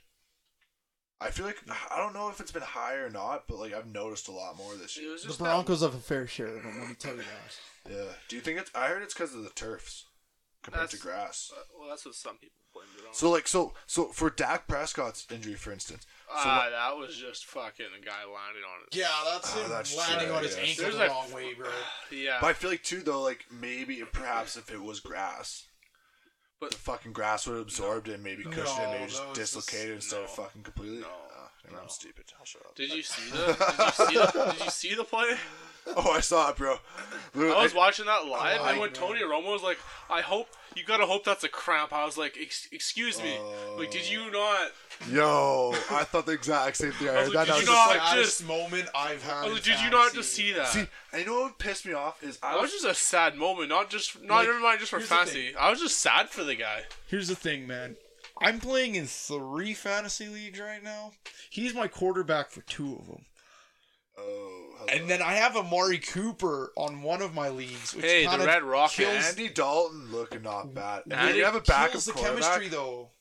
[SPEAKER 1] I feel like I don't know if it's been high or not, but like I've noticed a lot more this
[SPEAKER 3] It
[SPEAKER 1] year.
[SPEAKER 3] was just
[SPEAKER 2] the Broncos have a fair share of them. Let me tell you that.
[SPEAKER 1] Yeah. Do you think it's? I heard it's because of the turfs compared to
[SPEAKER 3] That's-
[SPEAKER 1] grass.
[SPEAKER 3] That, uh, well, that's what some people blamed it on.
[SPEAKER 1] So like so so for Dak Prescott's injury, for instance. So
[SPEAKER 3] ah, that was just fucking a guy landing on it.
[SPEAKER 2] Yeah, that's
[SPEAKER 1] Ah,
[SPEAKER 2] him
[SPEAKER 1] that's
[SPEAKER 2] landing
[SPEAKER 1] true,
[SPEAKER 2] on his
[SPEAKER 1] yeah.
[SPEAKER 2] ankle
[SPEAKER 3] There's
[SPEAKER 2] the
[SPEAKER 3] like-
[SPEAKER 2] wrong way,
[SPEAKER 3] <sighs>
[SPEAKER 2] bro.
[SPEAKER 3] Yeah,
[SPEAKER 1] but I feel like too though like maybe perhaps if it was grass,
[SPEAKER 3] but
[SPEAKER 1] the fucking grass would have absorbed it and maybe
[SPEAKER 2] No,
[SPEAKER 1] cushioned it, maybe
[SPEAKER 2] no,
[SPEAKER 1] just
[SPEAKER 2] it's
[SPEAKER 1] dislocated
[SPEAKER 3] just-
[SPEAKER 1] instead of
[SPEAKER 3] no.
[SPEAKER 1] fucking completely.
[SPEAKER 3] No,
[SPEAKER 1] Ah, maybe
[SPEAKER 3] no.
[SPEAKER 1] I'm stupid. I'll shut up.
[SPEAKER 3] did you
[SPEAKER 2] <laughs>
[SPEAKER 3] see the did you see the, did you see the play?
[SPEAKER 1] <laughs> oh, I saw it, bro. Literally,
[SPEAKER 3] I was watching that live,
[SPEAKER 2] Oh,
[SPEAKER 3] and when
[SPEAKER 2] man.
[SPEAKER 3] Tony Romo was like, "I hope you gotta hope that's a cramp," I was like, Ex- "Excuse me, like, did you not?"
[SPEAKER 1] Yo, I thought the exact same thing. I
[SPEAKER 3] was
[SPEAKER 1] heard
[SPEAKER 3] like,
[SPEAKER 1] that. and I was
[SPEAKER 3] did you
[SPEAKER 1] just
[SPEAKER 3] not
[SPEAKER 1] like,
[SPEAKER 2] Saddest
[SPEAKER 3] just-
[SPEAKER 2] moment I've had.
[SPEAKER 3] I was
[SPEAKER 2] in
[SPEAKER 3] like, did you not
[SPEAKER 2] fantasy.
[SPEAKER 3] just see that?
[SPEAKER 1] see, and you know what pissed me off is I
[SPEAKER 3] That was
[SPEAKER 1] was.
[SPEAKER 3] just a sad moment. Not just not
[SPEAKER 2] Like,
[SPEAKER 3] even mind just for
[SPEAKER 2] here's the
[SPEAKER 3] fantasy. I was just sad for the guy.
[SPEAKER 2] Here's the thing, man. I'm playing in three fantasy leagues right now. He's my quarterback for two of them,
[SPEAKER 1] Oh, hello.
[SPEAKER 2] and then I have Amari Cooper on one of my leagues. Which
[SPEAKER 3] Hey, the
[SPEAKER 2] kinda
[SPEAKER 3] Red Rocket.
[SPEAKER 2] kills-
[SPEAKER 1] Andy Dalton looking not bad. And
[SPEAKER 3] Andy
[SPEAKER 1] you have a
[SPEAKER 2] kills
[SPEAKER 1] backup
[SPEAKER 2] the
[SPEAKER 1] quarterback.
[SPEAKER 2] chemistry though.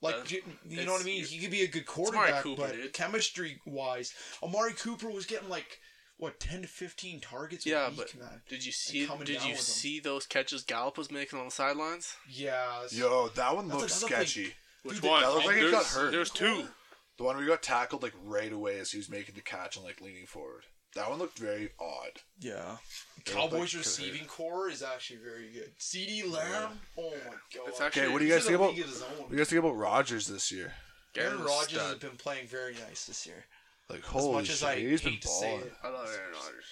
[SPEAKER 2] Like
[SPEAKER 3] Uh,
[SPEAKER 2] j- you know
[SPEAKER 3] it's-
[SPEAKER 2] what I mean? He could be a good
[SPEAKER 3] Amari
[SPEAKER 2] quarterback,
[SPEAKER 3] Cooper,
[SPEAKER 2] but
[SPEAKER 3] dude.
[SPEAKER 2] chemistry wise, Amari Cooper was getting like what ten to fifteen targets.
[SPEAKER 3] Yeah,
[SPEAKER 2] a week,
[SPEAKER 3] but
[SPEAKER 2] man.
[SPEAKER 3] did you see?
[SPEAKER 2] coming
[SPEAKER 3] Did
[SPEAKER 2] down
[SPEAKER 3] you
[SPEAKER 2] with him.
[SPEAKER 3] see those catches Gallup was making on the sidelines?
[SPEAKER 2] yeah, that's-
[SPEAKER 1] Yo, that one
[SPEAKER 2] That's
[SPEAKER 1] looked
[SPEAKER 2] another thing.
[SPEAKER 1] sketchy.
[SPEAKER 3] Which
[SPEAKER 2] they-
[SPEAKER 3] one?
[SPEAKER 1] that looked like it got
[SPEAKER 3] There's-
[SPEAKER 1] hurt.
[SPEAKER 3] There's two.
[SPEAKER 1] The one where he got tackled like right away as he was making the catch and like leaning forward. That one looked very odd.
[SPEAKER 2] yeah.
[SPEAKER 1] They look like
[SPEAKER 2] Cowboys
[SPEAKER 1] could
[SPEAKER 2] receiving core is actually very good. C.D. Lamb, oh my god.
[SPEAKER 3] It's actually.
[SPEAKER 1] what do you
[SPEAKER 2] He's
[SPEAKER 1] guys
[SPEAKER 2] in a
[SPEAKER 1] think about-
[SPEAKER 2] league of his own.
[SPEAKER 1] What do you guys think about Rogers this year?
[SPEAKER 2] Aaron
[SPEAKER 3] Gary's a
[SPEAKER 2] Rodgers has
[SPEAKER 3] stud.
[SPEAKER 2] been playing very nice this year.
[SPEAKER 1] Like
[SPEAKER 2] As
[SPEAKER 1] holy
[SPEAKER 2] much as
[SPEAKER 1] shit,
[SPEAKER 2] I
[SPEAKER 1] he's been
[SPEAKER 2] hate to say
[SPEAKER 1] balling.
[SPEAKER 2] it,
[SPEAKER 3] I love Aaron Rodgers.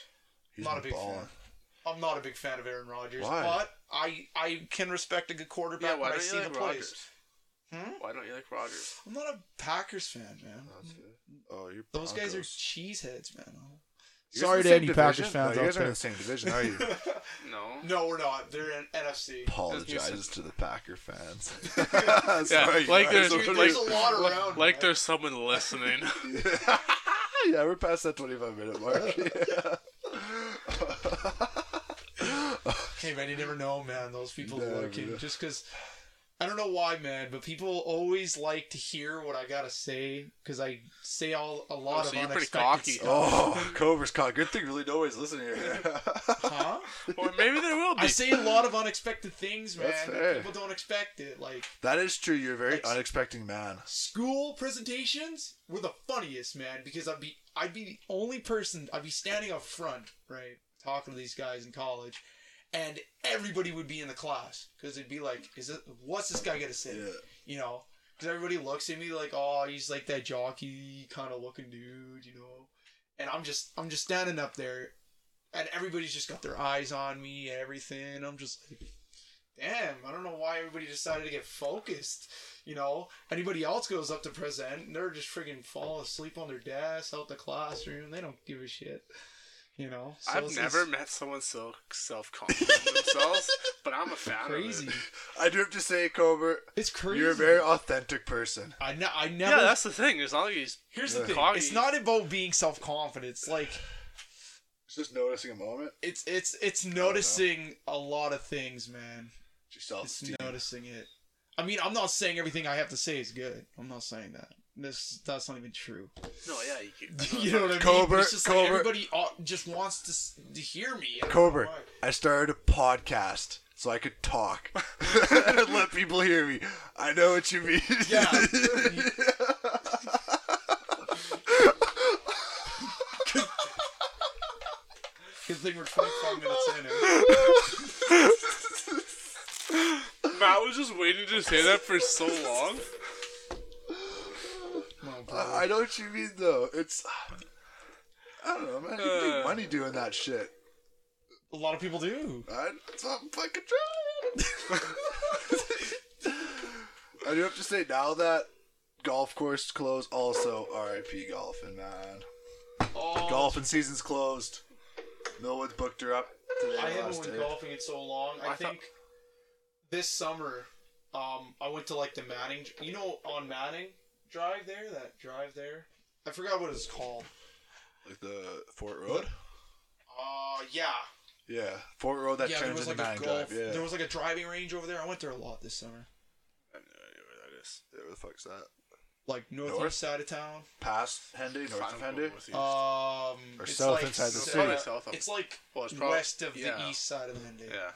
[SPEAKER 1] He's
[SPEAKER 2] Not a
[SPEAKER 1] been
[SPEAKER 2] big fan.
[SPEAKER 1] balling.
[SPEAKER 2] I'm not a big fan of Aaron Rodgers,
[SPEAKER 1] Why?
[SPEAKER 2] but I I can respect a good
[SPEAKER 3] Yeah,
[SPEAKER 2] quarterback
[SPEAKER 3] why
[SPEAKER 2] when I
[SPEAKER 3] don't
[SPEAKER 2] see
[SPEAKER 3] you
[SPEAKER 2] the
[SPEAKER 3] like
[SPEAKER 2] plays.
[SPEAKER 3] Rodgers?
[SPEAKER 2] Hmm?
[SPEAKER 3] Why don't you like Rodgers?
[SPEAKER 2] I'm not a Packers fan, man.
[SPEAKER 1] Oh, you're
[SPEAKER 2] Those guys are
[SPEAKER 1] Broncos.
[SPEAKER 2] cheeseheads, man.
[SPEAKER 1] You guys in the same division? No, you guys are in the same division, are you?
[SPEAKER 2] <laughs>
[SPEAKER 3] No.
[SPEAKER 2] No, we're not. They're in NFC.
[SPEAKER 1] Apologizes to the Packer
[SPEAKER 2] <laughs>
[SPEAKER 1] fans. <laughs>
[SPEAKER 3] Yeah,
[SPEAKER 1] Sorry,
[SPEAKER 3] like
[SPEAKER 1] guys. We're-
[SPEAKER 3] there's
[SPEAKER 2] Dude,
[SPEAKER 3] like,
[SPEAKER 2] there's a lot around.
[SPEAKER 3] like
[SPEAKER 2] man.
[SPEAKER 3] there's someone
[SPEAKER 2] <laughs>
[SPEAKER 1] <laughs>
[SPEAKER 3] listening.
[SPEAKER 2] <laughs>
[SPEAKER 1] yeah, we're past that 25 minute mark. <laughs>
[SPEAKER 2] Hey man, you never know, man. Those people
[SPEAKER 1] Never
[SPEAKER 2] looking
[SPEAKER 1] know.
[SPEAKER 2] just because. I don't know why, man, but people always like to hear what I gotta say because I say all a lot
[SPEAKER 3] Oh, so
[SPEAKER 2] of
[SPEAKER 3] you're pretty
[SPEAKER 2] unexpected
[SPEAKER 3] cocky.
[SPEAKER 2] stuff.
[SPEAKER 1] Oh, Cobra's caught. Good thing really nobody's listening here. <laughs> Oh.
[SPEAKER 2] Huh?
[SPEAKER 3] Or maybe there will be.
[SPEAKER 2] I say a lot of unexpected things, man.
[SPEAKER 1] That's
[SPEAKER 2] that
[SPEAKER 1] fair.
[SPEAKER 2] People don't expect it. Like
[SPEAKER 1] that is true. You're a very
[SPEAKER 2] Like-
[SPEAKER 1] unexpected man.
[SPEAKER 2] school presentations were the funniest, man, because I'd be I'd be the only person I'd be standing up front, right, talking to these guys in college, and everybody would be in the class because it'd be like, is it what's this guy gonna say?
[SPEAKER 1] Yeah.
[SPEAKER 2] You know, because everybody looks at me like, oh, he's like that jockey kind of looking dude, you know, and I'm just I'm just standing up there, and everybody's just got their eyes on me and everything. I'm just like. Damn, I don't know why everybody decided to get focused. You know, anybody else goes up to present, and they're just friggin' falling asleep on their desk out the classroom. They don't give a shit. You know, So
[SPEAKER 3] I've
[SPEAKER 2] it's-
[SPEAKER 3] never
[SPEAKER 2] it's
[SPEAKER 3] met someone so self confident in themselves, but I'm a fan
[SPEAKER 2] crazy.
[SPEAKER 3] of it.
[SPEAKER 1] I do have to say, Cobra,
[SPEAKER 2] It's crazy.
[SPEAKER 1] you're a very authentic person.
[SPEAKER 2] I, ne- I never.
[SPEAKER 3] Yeah, that's the thing. As long as he's
[SPEAKER 2] here's the
[SPEAKER 1] Yeah.
[SPEAKER 2] thing.
[SPEAKER 3] Coggy.
[SPEAKER 2] It's not about being self confident. It's like
[SPEAKER 1] It's Just noticing a moment.
[SPEAKER 2] it's it's it's noticing a lot of things, man.
[SPEAKER 1] Just self
[SPEAKER 2] It's
[SPEAKER 1] esteem.
[SPEAKER 2] noticing it. I mean, I'm not saying everything I have to say is good. I'm not saying that. This that's not even true. <laughs>
[SPEAKER 3] no, yeah, you can.
[SPEAKER 2] you know what I mean?
[SPEAKER 1] Cobra,
[SPEAKER 2] But it's just like
[SPEAKER 1] Cobra.
[SPEAKER 2] everybody uh, just wants to, s- to hear me. I don't know
[SPEAKER 1] Cobra,
[SPEAKER 2] why.
[SPEAKER 1] I started a podcast so I could talk <laughs> and let people hear me. I know what you mean. <laughs>
[SPEAKER 2] Yeah. Good thing we're 25 minutes in. eh?
[SPEAKER 3] Matt was just waiting to say that for
[SPEAKER 2] <laughs>
[SPEAKER 3] so long.
[SPEAKER 2] Come on, bro.
[SPEAKER 1] I know what you mean, though. It's. I don't know, man. You can
[SPEAKER 3] Uh.
[SPEAKER 1] make money doing that shit.
[SPEAKER 2] A lot of people do.
[SPEAKER 1] I, that's what I'm fucking trying. <laughs> I do have to say, now that golf course closed, also RIP golfing, man.
[SPEAKER 2] Oh,
[SPEAKER 1] Golfing season's closed. Millwood's booked her up today.
[SPEAKER 2] I haven't
[SPEAKER 1] last
[SPEAKER 2] went
[SPEAKER 1] day.
[SPEAKER 2] golfing in so long. I,
[SPEAKER 3] I thought-
[SPEAKER 2] think this summer, um, I went to like the Manning, you know, on Manning Drive there, that drive there. I forgot what it's called.
[SPEAKER 1] Like the Fort Road?
[SPEAKER 2] Uh, yeah,
[SPEAKER 1] Yeah, Fort Road that
[SPEAKER 2] yeah. There
[SPEAKER 1] turns
[SPEAKER 2] was
[SPEAKER 1] into
[SPEAKER 2] like a
[SPEAKER 1] Manning
[SPEAKER 2] golf.
[SPEAKER 1] Drive. Yeah.
[SPEAKER 2] There was like a driving range over there. I went there a lot this summer.
[SPEAKER 3] I have no idea where that is.
[SPEAKER 1] Yeah, where the fuck's that?
[SPEAKER 2] Like northeast
[SPEAKER 1] North?
[SPEAKER 2] side of town.
[SPEAKER 1] Past Henday, north of
[SPEAKER 3] Fine,
[SPEAKER 1] Henday?
[SPEAKER 3] northeast.
[SPEAKER 2] Um,
[SPEAKER 1] Or
[SPEAKER 2] it's
[SPEAKER 1] south
[SPEAKER 2] like
[SPEAKER 1] inside the
[SPEAKER 2] sa-
[SPEAKER 1] city. Probably
[SPEAKER 3] south of-
[SPEAKER 2] It's like
[SPEAKER 3] Well, it's probably-
[SPEAKER 2] west of the
[SPEAKER 3] yeah.
[SPEAKER 2] east side of Henday.
[SPEAKER 3] yeah.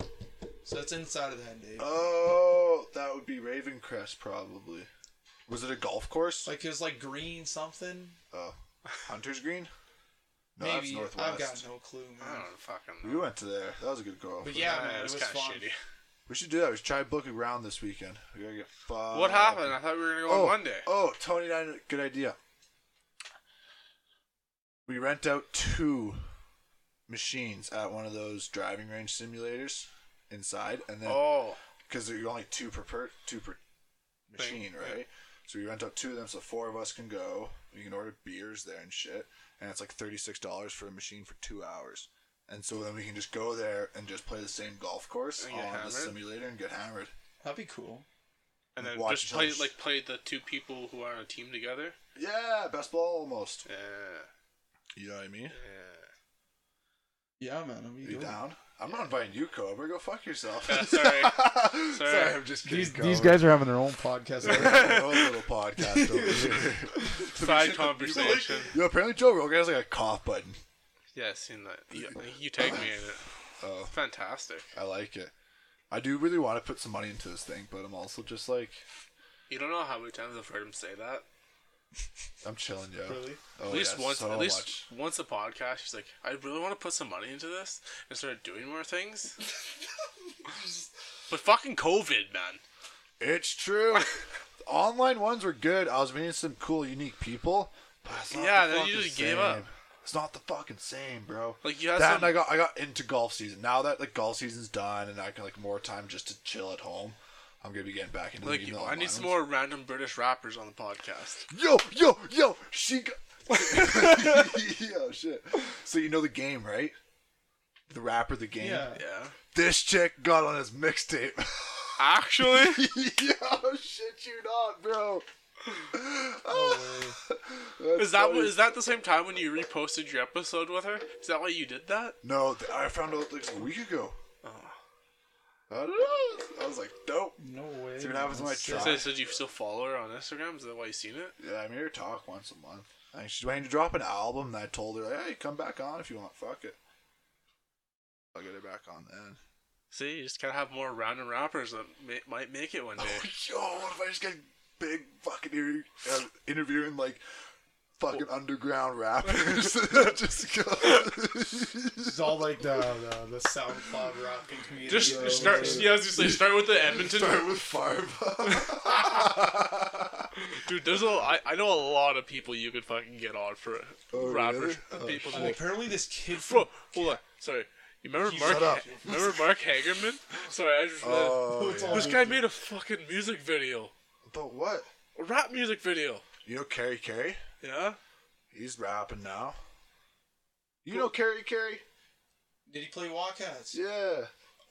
[SPEAKER 2] So it's inside of the Henday.
[SPEAKER 1] Oh, that would be Ravencrest, probably. Was it a golf course?
[SPEAKER 2] Like it was like green something.
[SPEAKER 1] oh, Hunter's Green? No,
[SPEAKER 2] Maybe
[SPEAKER 1] that's
[SPEAKER 2] I've
[SPEAKER 1] northwest.
[SPEAKER 2] got no clue,
[SPEAKER 3] I
[SPEAKER 2] man.
[SPEAKER 3] don't fucking know.
[SPEAKER 1] We went to there. That was a good golf.
[SPEAKER 2] But yeah,
[SPEAKER 3] Yeah,
[SPEAKER 2] man,
[SPEAKER 3] it was, kind of
[SPEAKER 2] fun.
[SPEAKER 3] shitty.
[SPEAKER 1] We should do that. We should try booking round this weekend. We gotta get fucked.
[SPEAKER 3] what happened? I thought we were gonna go
[SPEAKER 1] Uh, Oh,
[SPEAKER 3] on Monday.
[SPEAKER 1] Oh, Tony and I- good idea. We rent out two machines at one of those driving range simulators inside, and then
[SPEAKER 3] Oh,
[SPEAKER 1] because you're only two per, per two per machine,
[SPEAKER 3] Thing,
[SPEAKER 1] right?
[SPEAKER 3] yeah.
[SPEAKER 1] So we rent out two of them, so four of us can go. We can order beers there and shit, and it's like thirty six dollars for a machine for two hours. And so then we can just go there and just play the same golf course
[SPEAKER 3] And
[SPEAKER 1] on
[SPEAKER 3] get
[SPEAKER 1] the
[SPEAKER 3] hammered?
[SPEAKER 1] simulator and get hammered.
[SPEAKER 2] That'd be cool.
[SPEAKER 3] and then
[SPEAKER 1] Watch
[SPEAKER 3] just play
[SPEAKER 1] those.
[SPEAKER 3] like play the two people who are on a team together.
[SPEAKER 1] Yeah, best ball almost.
[SPEAKER 3] Yeah,
[SPEAKER 1] You know what I mean?
[SPEAKER 3] yeah.
[SPEAKER 2] Yeah, man. I'd be
[SPEAKER 1] You
[SPEAKER 2] dope.
[SPEAKER 1] down? I'm not inviting you, Cobra. Go fuck yourself. <laughs>
[SPEAKER 3] Yeah, sorry.
[SPEAKER 1] sorry.
[SPEAKER 3] Sorry,
[SPEAKER 1] I'm just kidding.
[SPEAKER 2] These,
[SPEAKER 1] Cobra.
[SPEAKER 2] these guys are having their
[SPEAKER 1] <laughs>
[SPEAKER 2] own podcast.
[SPEAKER 1] We're having our own little podcast over here.
[SPEAKER 2] <laughs>
[SPEAKER 3] Side conversation.
[SPEAKER 1] Yo, apparently Joe Rogan has like a cough button.
[SPEAKER 3] Yeah, I seen that. You, you tag me in it.
[SPEAKER 1] <sighs> Oh.
[SPEAKER 3] Fantastic.
[SPEAKER 1] I like it. I do really want to put some money into this thing, but I'm also just like,
[SPEAKER 3] You don't know how many times I've heard him say that.
[SPEAKER 1] I'm chilling, yo.
[SPEAKER 2] Really?
[SPEAKER 1] Oh,
[SPEAKER 3] At least
[SPEAKER 1] yeah,
[SPEAKER 3] once,
[SPEAKER 1] so
[SPEAKER 3] at least
[SPEAKER 1] much.
[SPEAKER 3] once a podcast, she's like, "I really want to put some money into this and start doing
[SPEAKER 1] <laughs>
[SPEAKER 3] more things." but fucking COVID, man.
[SPEAKER 1] It's true. <laughs> Online ones were good. I was meeting some cool, unique people. But it's not
[SPEAKER 3] Yeah,
[SPEAKER 1] the
[SPEAKER 3] then you
[SPEAKER 1] fucking
[SPEAKER 3] just gave up.
[SPEAKER 1] same. It's not the fucking same, bro.
[SPEAKER 3] Like, you had
[SPEAKER 1] that,
[SPEAKER 3] some-
[SPEAKER 1] and I got I got into golf season. Now that like golf season's done, and I can like more time just to chill at home. I'm gonna be getting back into
[SPEAKER 3] Like,
[SPEAKER 1] the
[SPEAKER 3] I need some
[SPEAKER 1] more.
[SPEAKER 3] more random British rappers on the podcast.
[SPEAKER 1] <laughs> Yo, yo, yo! She got. <laughs> yo, shit. So you know the game, right? The rapper, the game.
[SPEAKER 2] Yeah.
[SPEAKER 3] Yeah.
[SPEAKER 1] This chick got on his mixtape. <laughs>
[SPEAKER 3] Actually,
[SPEAKER 1] Yo, shit you not, bro.
[SPEAKER 2] Oh, wait.
[SPEAKER 1] That's
[SPEAKER 3] is that
[SPEAKER 1] funny.
[SPEAKER 3] is that the same time when you reposted your episode with her? Is that why you did that?
[SPEAKER 1] No, th- I found out like a week ago. I don't know. I was like, dope.
[SPEAKER 2] No way.
[SPEAKER 1] See what happens when I
[SPEAKER 2] That's
[SPEAKER 1] try.
[SPEAKER 2] sick.
[SPEAKER 3] So, so do you still follow her on Instagram? Is that why you seen it?
[SPEAKER 1] Yeah, I made her talk once a month. Like she's waiting to drop an album, and I told her, like, hey, come back on if you want. Fuck it. I'll get her back on then. <laughs>
[SPEAKER 3] See, you just gotta have more random rappers that may, might make it one day.
[SPEAKER 1] <laughs>
[SPEAKER 3] <laughs>
[SPEAKER 1] Oh, yo, what if I just get big fucking inter- uh, interviewing like fucking underground
[SPEAKER 3] <laughs>
[SPEAKER 1] rappers? <laughs> just go.
[SPEAKER 2] It's all like the the, the SoundCloud rocking community.
[SPEAKER 3] Just
[SPEAKER 2] Yeah.
[SPEAKER 3] start. Yeah, I was gonna say start
[SPEAKER 1] <laughs>
[SPEAKER 3] with the Edmonton.
[SPEAKER 1] Start with
[SPEAKER 2] <laughs>
[SPEAKER 1] Farva.
[SPEAKER 3] Dude, there's a. I, I know a lot of people you could fucking get on for
[SPEAKER 1] Oh,
[SPEAKER 3] rappers.
[SPEAKER 1] really? Oh,
[SPEAKER 3] people
[SPEAKER 2] Oh, apparently this kid
[SPEAKER 3] Bro,
[SPEAKER 2] from
[SPEAKER 3] hold on. Sorry. You remember
[SPEAKER 1] Shut up.
[SPEAKER 3] Mark? Remember Mark Hagerman? Sorry, I just.
[SPEAKER 1] <laughs> oh,
[SPEAKER 2] It's
[SPEAKER 1] yeah.
[SPEAKER 2] all-
[SPEAKER 3] this guy made a fucking music video,
[SPEAKER 1] But what?
[SPEAKER 3] a rap music video.
[SPEAKER 1] You know Carrie Carey?
[SPEAKER 3] Yeah.
[SPEAKER 1] He's rapping now. You know Carrie Carey?
[SPEAKER 2] did he play Walkouts?
[SPEAKER 1] Yeah.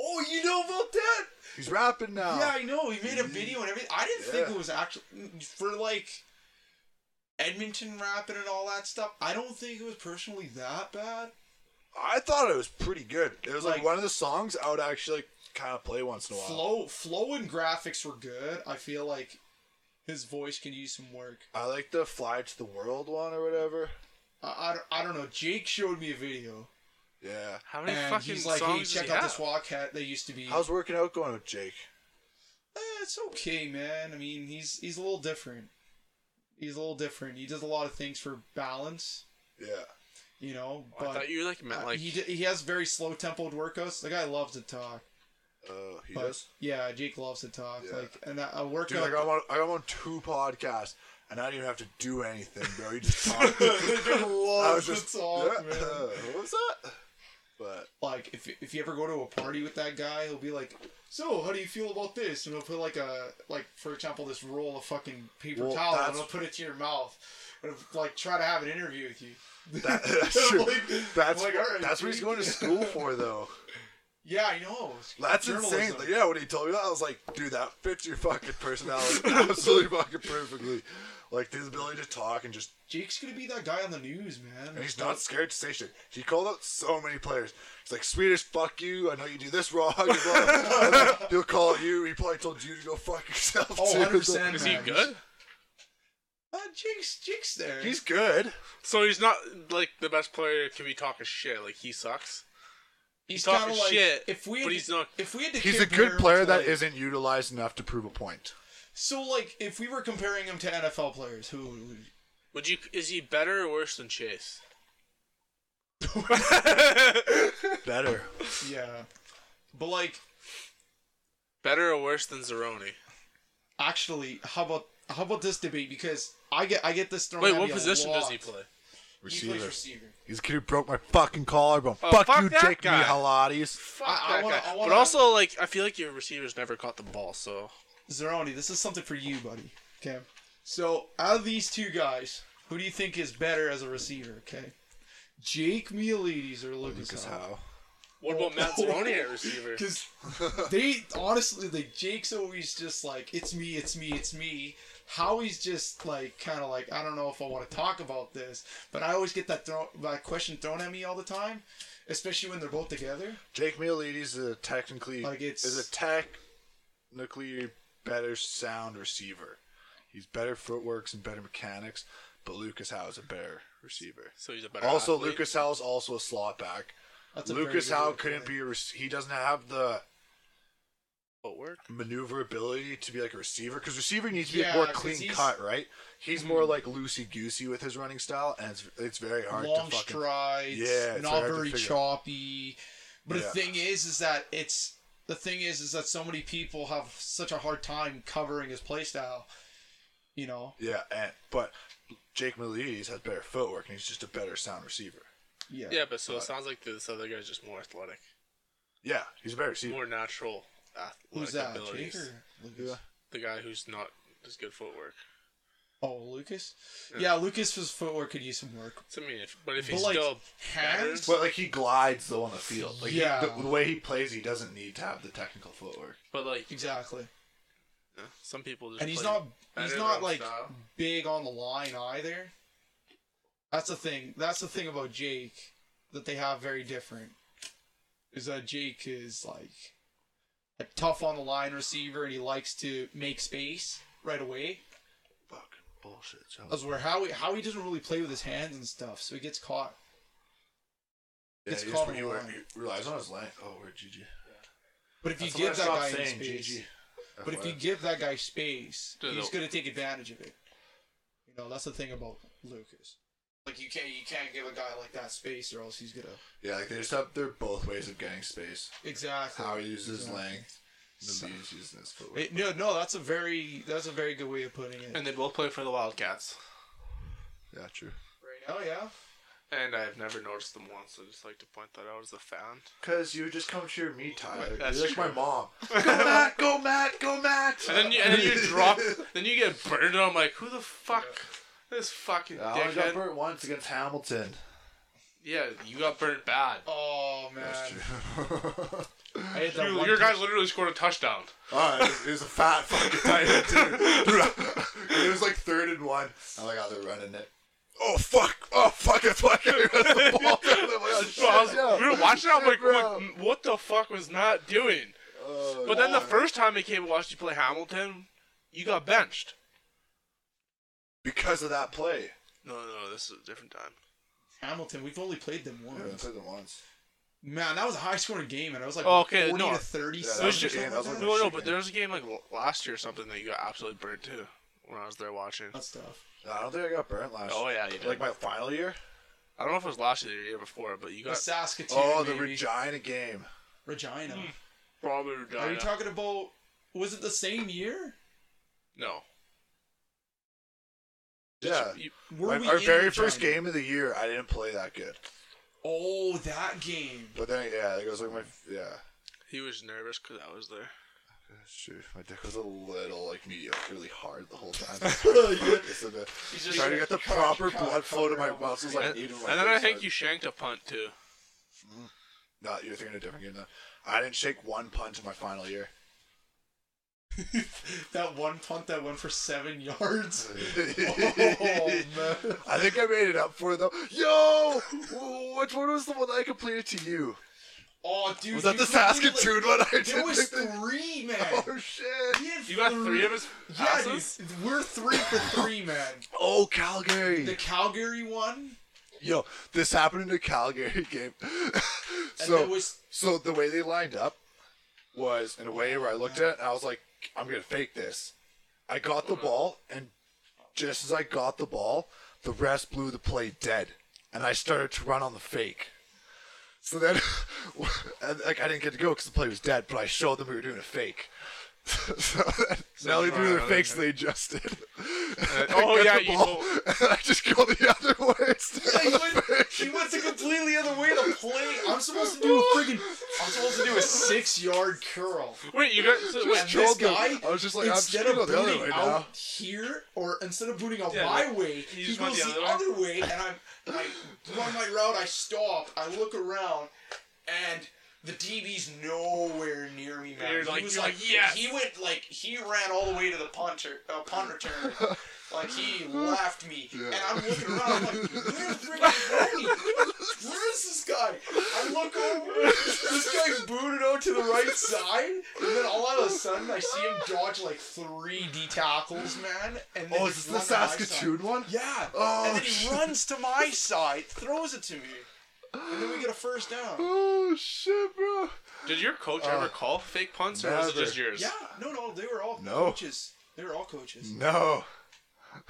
[SPEAKER 2] Oh, you know about that?
[SPEAKER 1] He's rapping now.
[SPEAKER 2] Yeah, I know. He made a video and everything. I didn't
[SPEAKER 1] Mm-hmm. Yeah.
[SPEAKER 2] think it was actually for like Edmonton rapping and all that stuff. I don't think it was personally that bad.
[SPEAKER 1] I thought it was pretty good. It was like,
[SPEAKER 2] Like-
[SPEAKER 1] one of the songs I would actually like kind of play once in a while.
[SPEAKER 2] Flow, flow, and graphics were good. I feel like his voice can use some work.
[SPEAKER 1] I like the "Fly to the World" one or whatever.
[SPEAKER 2] I, I, don't- I don't know. Jake showed me a video,
[SPEAKER 1] Yeah.
[SPEAKER 3] How many
[SPEAKER 2] and
[SPEAKER 3] fucking
[SPEAKER 2] he's like, "Hey,
[SPEAKER 3] songs
[SPEAKER 2] check
[SPEAKER 3] does
[SPEAKER 2] out
[SPEAKER 3] he
[SPEAKER 2] this
[SPEAKER 3] have?
[SPEAKER 2] Wildcat. They used to be.
[SPEAKER 1] How's working out going with Jake?
[SPEAKER 2] Eh, it's okay, man. I mean, he's he's a little different. He's a little different. He does a lot of things for balance,
[SPEAKER 1] Yeah.
[SPEAKER 2] you know.
[SPEAKER 3] Oh,
[SPEAKER 2] But
[SPEAKER 3] I thought you like meant
[SPEAKER 2] uh,
[SPEAKER 3] like.
[SPEAKER 2] he d- he has very slow tempoed workouts. The guy loves to talk.
[SPEAKER 1] Oh, he
[SPEAKER 2] But
[SPEAKER 1] does.
[SPEAKER 2] yeah, Jake loves to talk.
[SPEAKER 1] Yeah.
[SPEAKER 2] Like and a, a
[SPEAKER 1] Dude,
[SPEAKER 2] workout.
[SPEAKER 1] like I'm on, like, I'm on two podcasts, and I didn't even have to do anything, bro. You just
[SPEAKER 2] <laughs>
[SPEAKER 1] talk. I was
[SPEAKER 2] loves
[SPEAKER 1] just
[SPEAKER 2] to talk,
[SPEAKER 1] yeah.
[SPEAKER 2] man.
[SPEAKER 1] What was that?
[SPEAKER 2] <laughs>
[SPEAKER 1] But
[SPEAKER 2] Like if if you ever go to a party with that guy, he'll be like, "So, how do you feel about this?" And he'll put like a like for example this roll of fucking paper
[SPEAKER 1] Well,
[SPEAKER 2] towel and
[SPEAKER 1] that's-
[SPEAKER 2] he'll put it to your mouth and like try to have an interview with you.
[SPEAKER 1] that, that's true.
[SPEAKER 2] Like-
[SPEAKER 1] that's
[SPEAKER 2] like, all right,
[SPEAKER 1] that's what he's
[SPEAKER 2] dude.
[SPEAKER 1] going to school for,
[SPEAKER 2] <laughs>
[SPEAKER 1] though.
[SPEAKER 2] Yeah, I know.
[SPEAKER 1] That's
[SPEAKER 2] Journalism.
[SPEAKER 1] insane. Like, yeah, when he told me that, I was like, dude, that fits your fucking
[SPEAKER 2] <laughs>
[SPEAKER 1] personality absolutely fucking perfectly. Like his ability to talk and just
[SPEAKER 2] Jake's gonna be that guy on the news, man.
[SPEAKER 1] And he's not scared to say shit. He called out so many players. He's like, Swedish, fuck you. I know you do this wrong. <laughs> and blah. And then he'll call you. He probably told you to go fuck yourself.
[SPEAKER 2] Oh,
[SPEAKER 1] too.
[SPEAKER 2] 100%.
[SPEAKER 3] is he
[SPEAKER 2] man.
[SPEAKER 3] good?
[SPEAKER 2] Uh, Jake's Jake's there.
[SPEAKER 1] He's good.
[SPEAKER 3] So he's not like the best player. Can be talking shit? Like he sucks.
[SPEAKER 2] he's
[SPEAKER 3] talking
[SPEAKER 2] kinda like-
[SPEAKER 3] shit,
[SPEAKER 2] If we had,
[SPEAKER 3] but he's not-
[SPEAKER 2] If we had to
[SPEAKER 1] He's a
[SPEAKER 2] compare
[SPEAKER 1] good
[SPEAKER 2] him
[SPEAKER 1] player
[SPEAKER 2] to,
[SPEAKER 1] that
[SPEAKER 2] like-
[SPEAKER 1] isn't utilized enough to prove a point.
[SPEAKER 2] So like, if we were comparing him to NFL players, who would we-
[SPEAKER 3] Would you? Is he better or worse than Chase?
[SPEAKER 1] Better.
[SPEAKER 2] Yeah. But like,
[SPEAKER 3] better or worse than Zeroni?
[SPEAKER 2] actually, how about how about this debate? Because I get I get this thrown.
[SPEAKER 3] Wait,
[SPEAKER 2] at
[SPEAKER 3] what
[SPEAKER 2] me a
[SPEAKER 3] position does
[SPEAKER 2] lot.
[SPEAKER 3] he play?
[SPEAKER 2] He
[SPEAKER 1] Receiver.
[SPEAKER 2] plays receiver.
[SPEAKER 1] He's the kid who broke my fucking collarbone.
[SPEAKER 3] Oh,
[SPEAKER 1] fuck,
[SPEAKER 3] fuck
[SPEAKER 1] you,
[SPEAKER 3] that
[SPEAKER 1] Jake
[SPEAKER 3] guy.
[SPEAKER 1] Mihalatis.
[SPEAKER 3] Fuck
[SPEAKER 2] I- I
[SPEAKER 3] that
[SPEAKER 2] wanna-
[SPEAKER 3] guy.
[SPEAKER 2] I wanna-
[SPEAKER 3] But also, like, I feel like your receivers never caught the ball, so
[SPEAKER 2] Zeroni, this is something for you, buddy. Okay. So out of these two guys, who do you think is better as a receiver? Okay. Jake Mielides or Lucas,
[SPEAKER 1] Because
[SPEAKER 2] Howard?
[SPEAKER 1] how?
[SPEAKER 3] what about <laughs> Matt Zeroni at receiver?
[SPEAKER 2] Because
[SPEAKER 1] <laughs>
[SPEAKER 2] they honestly, like Jake's always just like, it's me, it's me, it's me. Howie's just like, kind of like, I don't know if I want to talk about this, but I always get that throw, that question thrown at me all the time, especially when they're both together.
[SPEAKER 1] Jake Mihalidis is a technically
[SPEAKER 2] Like, it's-
[SPEAKER 1] is a technically better sound receiver. He's better footworks and better mechanics, but Lucas Howe is a better receiver.
[SPEAKER 3] So he's a better.
[SPEAKER 1] Also,
[SPEAKER 3] athlete.
[SPEAKER 1] Lucas Howe is also a slot back.
[SPEAKER 2] That's a very
[SPEAKER 1] Lucas
[SPEAKER 2] good
[SPEAKER 1] Howe
[SPEAKER 2] way to
[SPEAKER 1] couldn't
[SPEAKER 2] put it.
[SPEAKER 1] be a rec- he doesn't have the
[SPEAKER 3] footwork.
[SPEAKER 1] maneuverability to be like a receiver because receiver needs to be
[SPEAKER 2] Yeah,
[SPEAKER 1] more
[SPEAKER 2] 'cause
[SPEAKER 1] clean
[SPEAKER 2] he's- Hmm.
[SPEAKER 1] cut, right? He's more like loosey goosey with his running style, and it's it's very hard
[SPEAKER 2] long
[SPEAKER 1] to fucking
[SPEAKER 2] strides,
[SPEAKER 1] Yeah, it's
[SPEAKER 2] not
[SPEAKER 1] hard to
[SPEAKER 2] very
[SPEAKER 1] figure.
[SPEAKER 2] choppy. But
[SPEAKER 1] Yeah.
[SPEAKER 2] the thing is, is that it's the thing is, is that so many people have such a hard time covering his play style. You know,
[SPEAKER 1] yeah. And, but Jake Mihalidis has better footwork, and he's just a better sound receiver.
[SPEAKER 3] Yeah, but so it sounds like this other guy's just more athletic,
[SPEAKER 1] Yeah, he's a better receiver.
[SPEAKER 3] more natural. Athletic
[SPEAKER 2] Who's that? Jake
[SPEAKER 3] Abilities.
[SPEAKER 2] or Lucas?
[SPEAKER 1] Yeah.
[SPEAKER 3] The guy who's not as good footwork.
[SPEAKER 2] Oh, Lucas. Yeah, Lucas's footwork could use some work.
[SPEAKER 3] So, I mean, if, but if
[SPEAKER 2] But,
[SPEAKER 3] he's
[SPEAKER 2] like,
[SPEAKER 3] still
[SPEAKER 2] hands?
[SPEAKER 3] better,
[SPEAKER 1] But like he glides though on the field. Like he-
[SPEAKER 2] Yeah.
[SPEAKER 1] the, the way he plays, he doesn't need to have the technical footwork.
[SPEAKER 3] but like
[SPEAKER 2] Exactly.
[SPEAKER 3] yeah, some people just
[SPEAKER 2] And he's
[SPEAKER 3] play
[SPEAKER 2] not he's
[SPEAKER 3] better
[SPEAKER 2] not
[SPEAKER 3] than
[SPEAKER 2] like
[SPEAKER 3] style.
[SPEAKER 2] big on the line either. That's the thing. That's the thing about Jake that they have very different. Is that Jake is like a tough on the line receiver and he likes to make space right away.
[SPEAKER 1] Fucking bullshit, Joe.
[SPEAKER 2] That's where Howie Howie doesn't really play with his hands and stuff, so he gets caught.
[SPEAKER 1] Yeah,
[SPEAKER 2] It's
[SPEAKER 1] he,
[SPEAKER 2] called
[SPEAKER 1] just, he,
[SPEAKER 2] a
[SPEAKER 1] re-
[SPEAKER 2] line.
[SPEAKER 1] he relies on his length. Oh, we're GG.
[SPEAKER 2] But if
[SPEAKER 1] That's
[SPEAKER 2] you
[SPEAKER 1] what I
[SPEAKER 2] give that guy
[SPEAKER 1] stopped
[SPEAKER 2] any
[SPEAKER 1] saying,
[SPEAKER 2] space,
[SPEAKER 1] GG.
[SPEAKER 2] but if you
[SPEAKER 1] FYI.
[SPEAKER 2] give that guy space,
[SPEAKER 3] Dude,
[SPEAKER 2] he's
[SPEAKER 3] no.
[SPEAKER 2] going to take advantage of it. You know, that's the thing about Lucas. Like you can't you can't give a guy like that space, or else he's gonna
[SPEAKER 1] yeah, like they just have their both ways of getting space.
[SPEAKER 2] exactly.
[SPEAKER 1] How he uses
[SPEAKER 2] Exactly.
[SPEAKER 1] length, and he's using his footwork.
[SPEAKER 2] It- no, no, that's a very that's a very good way of putting it.
[SPEAKER 3] And they both play for the Wildcats.
[SPEAKER 1] yeah, true.
[SPEAKER 2] right now, yeah.
[SPEAKER 3] And I've never noticed them once. I just like to point that out as a fan.
[SPEAKER 1] Cause you would just come cheer me, Tyler.
[SPEAKER 3] That's
[SPEAKER 1] You're like
[SPEAKER 3] true.
[SPEAKER 1] my
[SPEAKER 2] <laughs>
[SPEAKER 1] mom. Go Matt, go Matt, go Matt.
[SPEAKER 3] And then you, and
[SPEAKER 1] <laughs>
[SPEAKER 3] then you drop. Then you get burned. And I'm like, who the fuck? This fucking
[SPEAKER 1] Oh, I only got
[SPEAKER 3] dickhead.
[SPEAKER 1] burnt once against Hamilton.
[SPEAKER 3] yeah, you got burnt bad.
[SPEAKER 2] Oh man,
[SPEAKER 1] That's true.
[SPEAKER 2] I hit that
[SPEAKER 3] Dude,
[SPEAKER 2] one
[SPEAKER 3] your guy
[SPEAKER 2] touch-
[SPEAKER 3] literally scored a
[SPEAKER 1] <laughs>
[SPEAKER 3] touchdown.
[SPEAKER 1] Alright, it was a fat fucking tight end, too.
[SPEAKER 3] <laughs>
[SPEAKER 1] Dude, it was like third and one. I'm like, oh, they're running it. Oh, fuck. Oh, fuck. It's fucking running the <laughs> ball. I'm like, oh, shit,
[SPEAKER 3] Bro, I was,
[SPEAKER 1] yeah.
[SPEAKER 3] We were watching. I'm
[SPEAKER 1] Shit,
[SPEAKER 3] like,
[SPEAKER 1] bro.
[SPEAKER 3] what, what the fuck was Matt doing?
[SPEAKER 1] Oh,
[SPEAKER 3] But then the
[SPEAKER 1] yeah.
[SPEAKER 3] first time I came and watched you play Hamilton, you got benched.
[SPEAKER 1] Because of that play.
[SPEAKER 3] No, no, this is a different time.
[SPEAKER 2] Hamilton. We've only played them once.
[SPEAKER 1] Yeah, I played them once.
[SPEAKER 2] Man, that was a high scoring game, and I was like,
[SPEAKER 3] Oh, okay,
[SPEAKER 2] 40
[SPEAKER 3] no.
[SPEAKER 2] to 30.
[SPEAKER 1] Yeah, that
[SPEAKER 3] It was
[SPEAKER 1] was a
[SPEAKER 3] just,
[SPEAKER 1] game, that was one of
[SPEAKER 3] no,
[SPEAKER 1] those
[SPEAKER 3] no,
[SPEAKER 1] shit
[SPEAKER 3] but there was a game like l- last year or something that you got absolutely burnt to when I was there watching.
[SPEAKER 2] That's tough.
[SPEAKER 1] No, I don't think I got burnt last
[SPEAKER 3] Oh yeah, you did.
[SPEAKER 1] Like Oh, my final year?
[SPEAKER 3] I don't know if it was last year or the year before, but you
[SPEAKER 2] The
[SPEAKER 3] got
[SPEAKER 2] Saskatoon.
[SPEAKER 1] Oh, the
[SPEAKER 2] maybe.
[SPEAKER 1] Regina game.
[SPEAKER 2] Regina.
[SPEAKER 3] probably
[SPEAKER 2] Are you
[SPEAKER 3] Regina.
[SPEAKER 2] talking about? Was it the same year?
[SPEAKER 3] no.
[SPEAKER 1] Yeah.
[SPEAKER 3] You-
[SPEAKER 2] Were
[SPEAKER 1] My-
[SPEAKER 2] we
[SPEAKER 1] our
[SPEAKER 2] in
[SPEAKER 1] very first
[SPEAKER 2] Regina?
[SPEAKER 1] game of the year, I didn't play that good.
[SPEAKER 2] Oh, that game.
[SPEAKER 1] But then, yeah, it was like my. Yeah.
[SPEAKER 3] he was nervous because I was there.
[SPEAKER 1] Shoot, my dick was a little like mediocrely hard the whole time. <laughs> It's a bit- trying to get the proper blood flow to my muscles. Like,
[SPEAKER 3] And,
[SPEAKER 1] even when
[SPEAKER 3] and then I
[SPEAKER 1] first
[SPEAKER 3] think
[SPEAKER 1] started-
[SPEAKER 3] you shanked a punt too.
[SPEAKER 1] No, you're thinking of a different game. Then I didn't shake one punch in my final
[SPEAKER 2] <laughs>
[SPEAKER 1] year. <laughs>
[SPEAKER 2] that one punt that went for seven yards.
[SPEAKER 1] <laughs>
[SPEAKER 2] Oh,
[SPEAKER 1] I
[SPEAKER 2] man.
[SPEAKER 1] think I made it up for it though. Yo, which one was the one that I completed to you?
[SPEAKER 2] Oh, dude.
[SPEAKER 1] Was that
[SPEAKER 2] you
[SPEAKER 1] the
[SPEAKER 2] completely-
[SPEAKER 1] Saskatoon one? I
[SPEAKER 2] There
[SPEAKER 1] didn't
[SPEAKER 2] was
[SPEAKER 1] think that-
[SPEAKER 2] three, man.
[SPEAKER 1] <laughs> Oh shit!
[SPEAKER 2] He had
[SPEAKER 3] You got three of his
[SPEAKER 2] Yeah,
[SPEAKER 3] passes.
[SPEAKER 2] dude, we're three for three, man.
[SPEAKER 1] Oh
[SPEAKER 2] The
[SPEAKER 1] Calgary!
[SPEAKER 2] Calgary one,
[SPEAKER 1] Yo, this happened in the Calgary <laughs> game.
[SPEAKER 2] and
[SPEAKER 1] so <laughs>
[SPEAKER 2] there was
[SPEAKER 1] So the way they lined up was in a way where I looked at it and I was like, I'm gonna fake this. I got the ball and just as I got the ball, the refs blew the play dead, and I started to run on the fake. So then, <laughs> and, like I didn't get to go because the play was dead, but I showed them we were doing a fake. <laughs> so then, now they
[SPEAKER 3] you
[SPEAKER 1] do
[SPEAKER 3] are
[SPEAKER 1] their
[SPEAKER 3] another
[SPEAKER 1] fakes, they adjusted. <laughs> I
[SPEAKER 3] oh,
[SPEAKER 1] got
[SPEAKER 3] yeah,
[SPEAKER 1] the
[SPEAKER 3] you
[SPEAKER 1] ball, <laughs> and I just go the other way. instead
[SPEAKER 2] She
[SPEAKER 1] of the
[SPEAKER 2] went,
[SPEAKER 1] fake.
[SPEAKER 2] she went the completely other way to play. I'm supposed to do a friggin' I'm supposed to
[SPEAKER 1] <laughs>
[SPEAKER 2] do a six yard curl.
[SPEAKER 3] <laughs> Wait, you got so, wait,
[SPEAKER 2] And
[SPEAKER 1] trolled
[SPEAKER 2] this
[SPEAKER 1] them.
[SPEAKER 2] guy,
[SPEAKER 1] I was just like, I'm just
[SPEAKER 2] instead
[SPEAKER 1] gonna go
[SPEAKER 2] of
[SPEAKER 1] the other
[SPEAKER 2] booting
[SPEAKER 1] way
[SPEAKER 2] out
[SPEAKER 1] now.
[SPEAKER 2] here, or instead of booting out
[SPEAKER 3] Yeah,
[SPEAKER 2] my
[SPEAKER 3] like,
[SPEAKER 2] way,
[SPEAKER 3] you
[SPEAKER 2] he
[SPEAKER 3] just went
[SPEAKER 2] goes the
[SPEAKER 3] the
[SPEAKER 2] other,
[SPEAKER 3] other
[SPEAKER 2] way, and I'm I run my route. I stop. I look around, and the DB's nowhere near me, man.
[SPEAKER 3] You're
[SPEAKER 2] he
[SPEAKER 3] like-
[SPEAKER 2] was
[SPEAKER 3] you're
[SPEAKER 2] like,
[SPEAKER 3] like, yes.
[SPEAKER 2] he went like he ran all the way to the punter, uh, punt return.
[SPEAKER 1] <laughs>
[SPEAKER 2] Like he left me, and I'm looking around. I'm like, where's freaking Brady? Where is this guy? I look over. This guy booted out to the right side, and then all of a sudden I see him dodge like three D tackles, man. And then
[SPEAKER 1] <laughs> Oh,
[SPEAKER 2] just
[SPEAKER 1] is this the
[SPEAKER 2] run to my side.
[SPEAKER 1] Saskatoon one?
[SPEAKER 2] Yeah.
[SPEAKER 1] Oh,
[SPEAKER 2] and then he
[SPEAKER 1] shit.
[SPEAKER 2] runs to my side, throws it to me, and then we get a first down.
[SPEAKER 1] Oh shit, bro!
[SPEAKER 3] did your coach ever call fake punts or was it
[SPEAKER 1] Uh, never.
[SPEAKER 3] just yours?
[SPEAKER 2] Yeah. No, no, they were all
[SPEAKER 1] No.
[SPEAKER 2] coaches. They were
[SPEAKER 1] <laughs>
[SPEAKER 2] all coaches.
[SPEAKER 1] No, <laughs>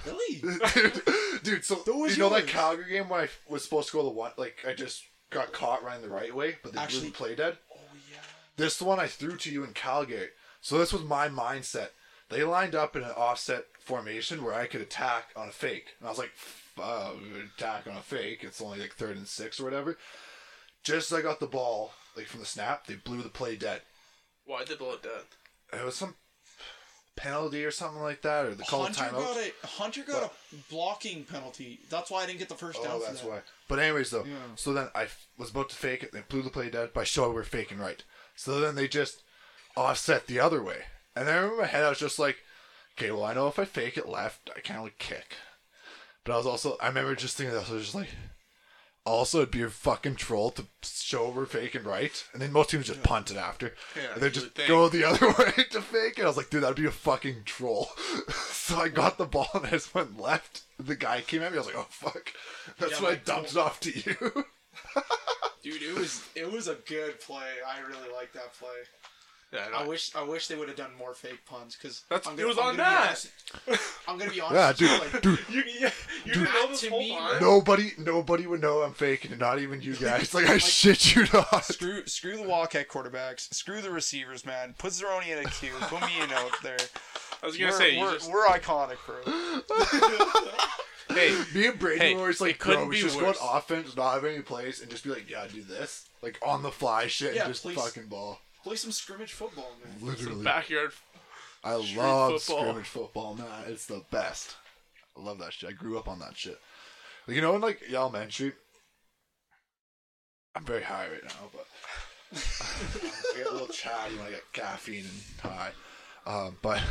[SPEAKER 2] Really?
[SPEAKER 1] dude, dude. So
[SPEAKER 2] That was
[SPEAKER 1] you know that
[SPEAKER 2] yours.
[SPEAKER 1] Calgary game where I was supposed to go the one, like I just got caught running the right way, but they
[SPEAKER 2] Actually-
[SPEAKER 1] blew the play dead.
[SPEAKER 2] Oh yeah.
[SPEAKER 1] This one I threw to you in Calgary. So this was my mindset. They lined up in an offset formation where I could attack on a fake, and I was like, "Fuck, attack on a fake." It's only like third and six or whatever. Just as I got the ball, like from the snap, they blew the play dead.
[SPEAKER 3] Why did they blow it dead?
[SPEAKER 1] It was some <sighs> penalty or something like that, or the call
[SPEAKER 2] Hunter
[SPEAKER 1] timeout.
[SPEAKER 2] got a Hunter got a blocking penalty. That's why I didn't get the first down.
[SPEAKER 1] Oh,
[SPEAKER 2] for
[SPEAKER 1] that's
[SPEAKER 2] that.
[SPEAKER 1] why. But anyways, though,
[SPEAKER 2] Yeah.
[SPEAKER 1] so then I f- was about to fake it. They blew the play dead by showing we're faking right. So then they just offset the other way. And then in my head, I was just like, okay, well, I know if I fake it left, I can't really kick. But I was also, I remember just thinking that I was just like, Also, it'd be a fucking troll to show we're faking right, and then most teams just punt it after.
[SPEAKER 3] Yeah,
[SPEAKER 1] and they
[SPEAKER 3] that's
[SPEAKER 1] just
[SPEAKER 3] the thing.
[SPEAKER 1] go the <laughs> other way to fake it. I was like, dude, that'd be a fucking troll. <laughs> so I got the ball and I just went left. The guy came at me. I was like, oh fuck. That's
[SPEAKER 2] Yeah,
[SPEAKER 1] when I
[SPEAKER 2] like,
[SPEAKER 1] dumped it off to you.
[SPEAKER 2] Dude, it was it was a good play. I really like that play.
[SPEAKER 3] Yeah,
[SPEAKER 2] I
[SPEAKER 3] no.
[SPEAKER 2] wish I wish they would have done more fake puns because
[SPEAKER 3] That's- it was
[SPEAKER 2] gonna be
[SPEAKER 3] on that.
[SPEAKER 2] honest- I'm gonna <laughs> be
[SPEAKER 1] <laughs>
[SPEAKER 2] honest.
[SPEAKER 1] yeah, dude,
[SPEAKER 2] with you, like,
[SPEAKER 1] dude.
[SPEAKER 3] you yeah, you didn't know this
[SPEAKER 2] to
[SPEAKER 3] whole
[SPEAKER 2] me,
[SPEAKER 3] time.
[SPEAKER 1] Nobody, nobody would know I'm faking it. Not even you guys. <laughs> Like I shit you not.
[SPEAKER 2] Screw screw the walkout quarterbacks. Screw the receivers, man. Put Zeroni in a queue. Put me in out <laughs> there.
[SPEAKER 3] I was
[SPEAKER 2] We're,
[SPEAKER 3] gonna say, you
[SPEAKER 2] we're,
[SPEAKER 3] just,
[SPEAKER 2] we're iconic, bro.
[SPEAKER 1] <laughs>
[SPEAKER 3] hey,
[SPEAKER 1] Me and Brady
[SPEAKER 3] Hey,
[SPEAKER 1] were always like,
[SPEAKER 3] it couldn't
[SPEAKER 1] bro, we
[SPEAKER 3] be
[SPEAKER 1] should just
[SPEAKER 3] worse.
[SPEAKER 1] go on offense, not have any plays, and just be like, yeah, do this. Like on the fly shit
[SPEAKER 2] Yeah,
[SPEAKER 1] and just
[SPEAKER 2] please.
[SPEAKER 1] fucking ball.
[SPEAKER 2] Play some scrimmage football, man.
[SPEAKER 1] Literally.
[SPEAKER 3] backyard.
[SPEAKER 1] I
[SPEAKER 3] street
[SPEAKER 1] love
[SPEAKER 3] football.
[SPEAKER 1] scrimmage football, man. It's the best. I love that shit. I grew up on that shit. Like, you know, in like elementary, I'm very high right now, but I get a little chatty when I get caffeine and high. Um, but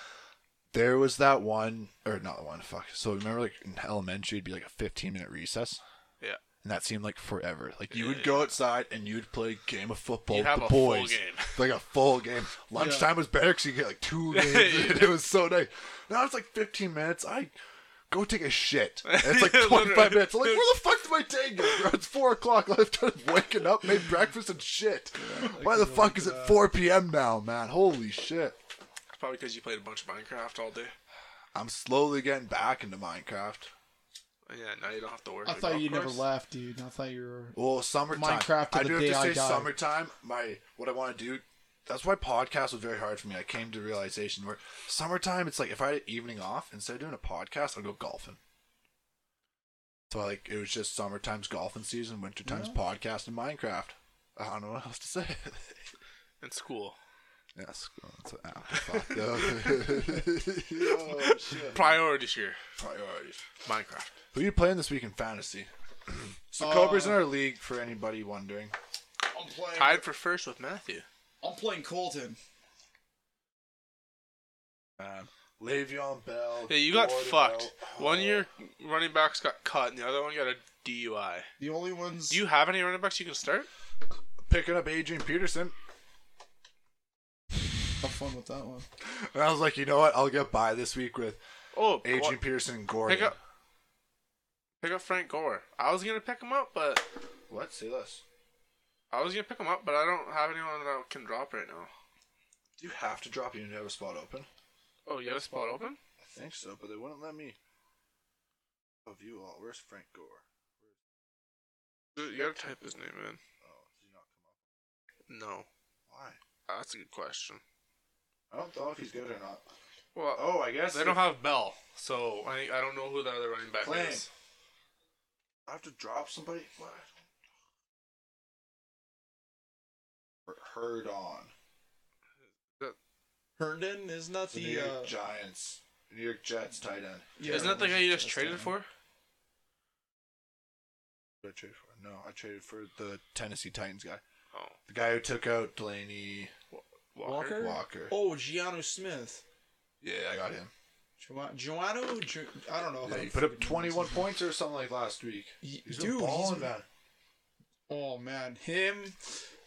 [SPEAKER 1] <laughs> there was that one, or not the one, fuck. So remember, like in elementary, it'd be like a 15 minute recess.
[SPEAKER 3] Yeah.
[SPEAKER 1] And that seemed like forever. Like you
[SPEAKER 3] Yeah,
[SPEAKER 1] would go outside and you'd play game of football
[SPEAKER 3] You'd
[SPEAKER 1] with
[SPEAKER 3] have
[SPEAKER 1] the
[SPEAKER 3] a full
[SPEAKER 1] boys.
[SPEAKER 3] game.
[SPEAKER 1] <laughs> Like a full game. Lunchtime was better because you get like
[SPEAKER 3] <laughs>
[SPEAKER 1] two games. in. It was so nice. Now it's like 15 minutes. I go take a
[SPEAKER 3] <laughs>
[SPEAKER 1] shit. And it's like
[SPEAKER 3] Yeah,
[SPEAKER 1] 25
[SPEAKER 3] literally.
[SPEAKER 1] minutes. I'm like, where the fuck did my day go? Bro? It's 4 o'clock. <laughs> I've done waking up, made breakfast and shit. Why the fuck is it 4 p.m. now, man? Holy shit.
[SPEAKER 3] It's probably because you played a bunch of Minecraft all day.
[SPEAKER 1] I'm slowly getting back into Minecraft.
[SPEAKER 3] Yeah, now you don't have to work.
[SPEAKER 2] I
[SPEAKER 3] at a
[SPEAKER 2] thought
[SPEAKER 3] golf
[SPEAKER 2] you never
[SPEAKER 3] course.
[SPEAKER 2] left, dude. I thought you were.
[SPEAKER 1] Well, summertime.
[SPEAKER 2] Minecraft to
[SPEAKER 1] I
[SPEAKER 2] the
[SPEAKER 1] do have
[SPEAKER 2] day
[SPEAKER 1] to say
[SPEAKER 2] I die.
[SPEAKER 1] summertime. My what I want to do. That's why podcast was very hard for me. I came to the realization where summertime. It's like if I had an evening off instead of doing a podcast, I'd go golfing. So like it was just summertime's golfing season, wintertime's podcast and Minecraft. I don't know what else to say. <laughs>
[SPEAKER 3] in school.
[SPEAKER 1] yes, that's an <laughs> afterthought. oh, shit.
[SPEAKER 3] Priorities here,
[SPEAKER 1] Priorities.
[SPEAKER 3] Minecraft.
[SPEAKER 1] Who are you playing this week in fantasy? <clears throat> so
[SPEAKER 2] Uh,
[SPEAKER 1] Cobra's in our league for anybody wondering.
[SPEAKER 2] I'm playing.
[SPEAKER 3] Tied for first with Matthew.
[SPEAKER 2] I'm playing Colton.
[SPEAKER 1] Um, Le'Veon Bell.
[SPEAKER 3] Hey, you got
[SPEAKER 1] Gordon
[SPEAKER 3] fucked.
[SPEAKER 1] Bell.
[SPEAKER 3] One year running backs got cut, and the other one got a DUI.
[SPEAKER 2] The only ones.
[SPEAKER 3] Do you have any running backs you can start?
[SPEAKER 1] Oh. picking up Adrian Peterson.
[SPEAKER 2] have fun with that one.
[SPEAKER 1] And I was like, you know what? I'll get by this week with
[SPEAKER 3] Oh,
[SPEAKER 1] Adrian
[SPEAKER 3] what-
[SPEAKER 1] Peterson and Gordon.
[SPEAKER 3] pick up, pick up Frank Gore. I was gonna pick him up, but
[SPEAKER 1] What? Say less.
[SPEAKER 3] I was gonna pick him up, but I don't have anyone that can drop right now.
[SPEAKER 1] Do you have to drop you to have a spot open?
[SPEAKER 3] Oh, you have a spot open?
[SPEAKER 1] I think so, but they wouldn't let me. Of you all, where's Frank Gore?
[SPEAKER 3] You gotta type his name in.
[SPEAKER 1] Oh, did he not come
[SPEAKER 3] No,
[SPEAKER 1] up?
[SPEAKER 3] that's a good question.
[SPEAKER 1] Why? I don't know if he's good or not.
[SPEAKER 3] Well,
[SPEAKER 1] Oh, I guess
[SPEAKER 3] they don't have Bell, so I I don't know who the other running back
[SPEAKER 1] Clang.
[SPEAKER 3] is.
[SPEAKER 1] I have to drop somebody. What? Heard on
[SPEAKER 2] Herndon isn't that
[SPEAKER 1] the
[SPEAKER 2] the?
[SPEAKER 1] New
[SPEAKER 2] uh,
[SPEAKER 1] York Giants, New York Jets tight end.
[SPEAKER 2] yeah,
[SPEAKER 3] Isn't that the guy you just
[SPEAKER 2] Justin.
[SPEAKER 3] traded for?
[SPEAKER 1] Did I trade for? No, I traded for the Tennessee Titans guy.
[SPEAKER 3] Oh,
[SPEAKER 1] The guy who took out Delaney
[SPEAKER 3] Walker.
[SPEAKER 2] Walker?
[SPEAKER 1] Walker.
[SPEAKER 2] Oh, Giano Smith.
[SPEAKER 1] Yeah, I got him.
[SPEAKER 2] Gio- Giano, Gi- I don't know. how
[SPEAKER 1] Yeah, he
[SPEAKER 2] to
[SPEAKER 1] put up
[SPEAKER 2] freaking pronounce
[SPEAKER 1] 21
[SPEAKER 2] his name.
[SPEAKER 1] points or something like last week.
[SPEAKER 2] He-
[SPEAKER 1] He's
[SPEAKER 2] dude,
[SPEAKER 1] been balling,
[SPEAKER 2] he's-
[SPEAKER 1] man.
[SPEAKER 2] Oh man, him.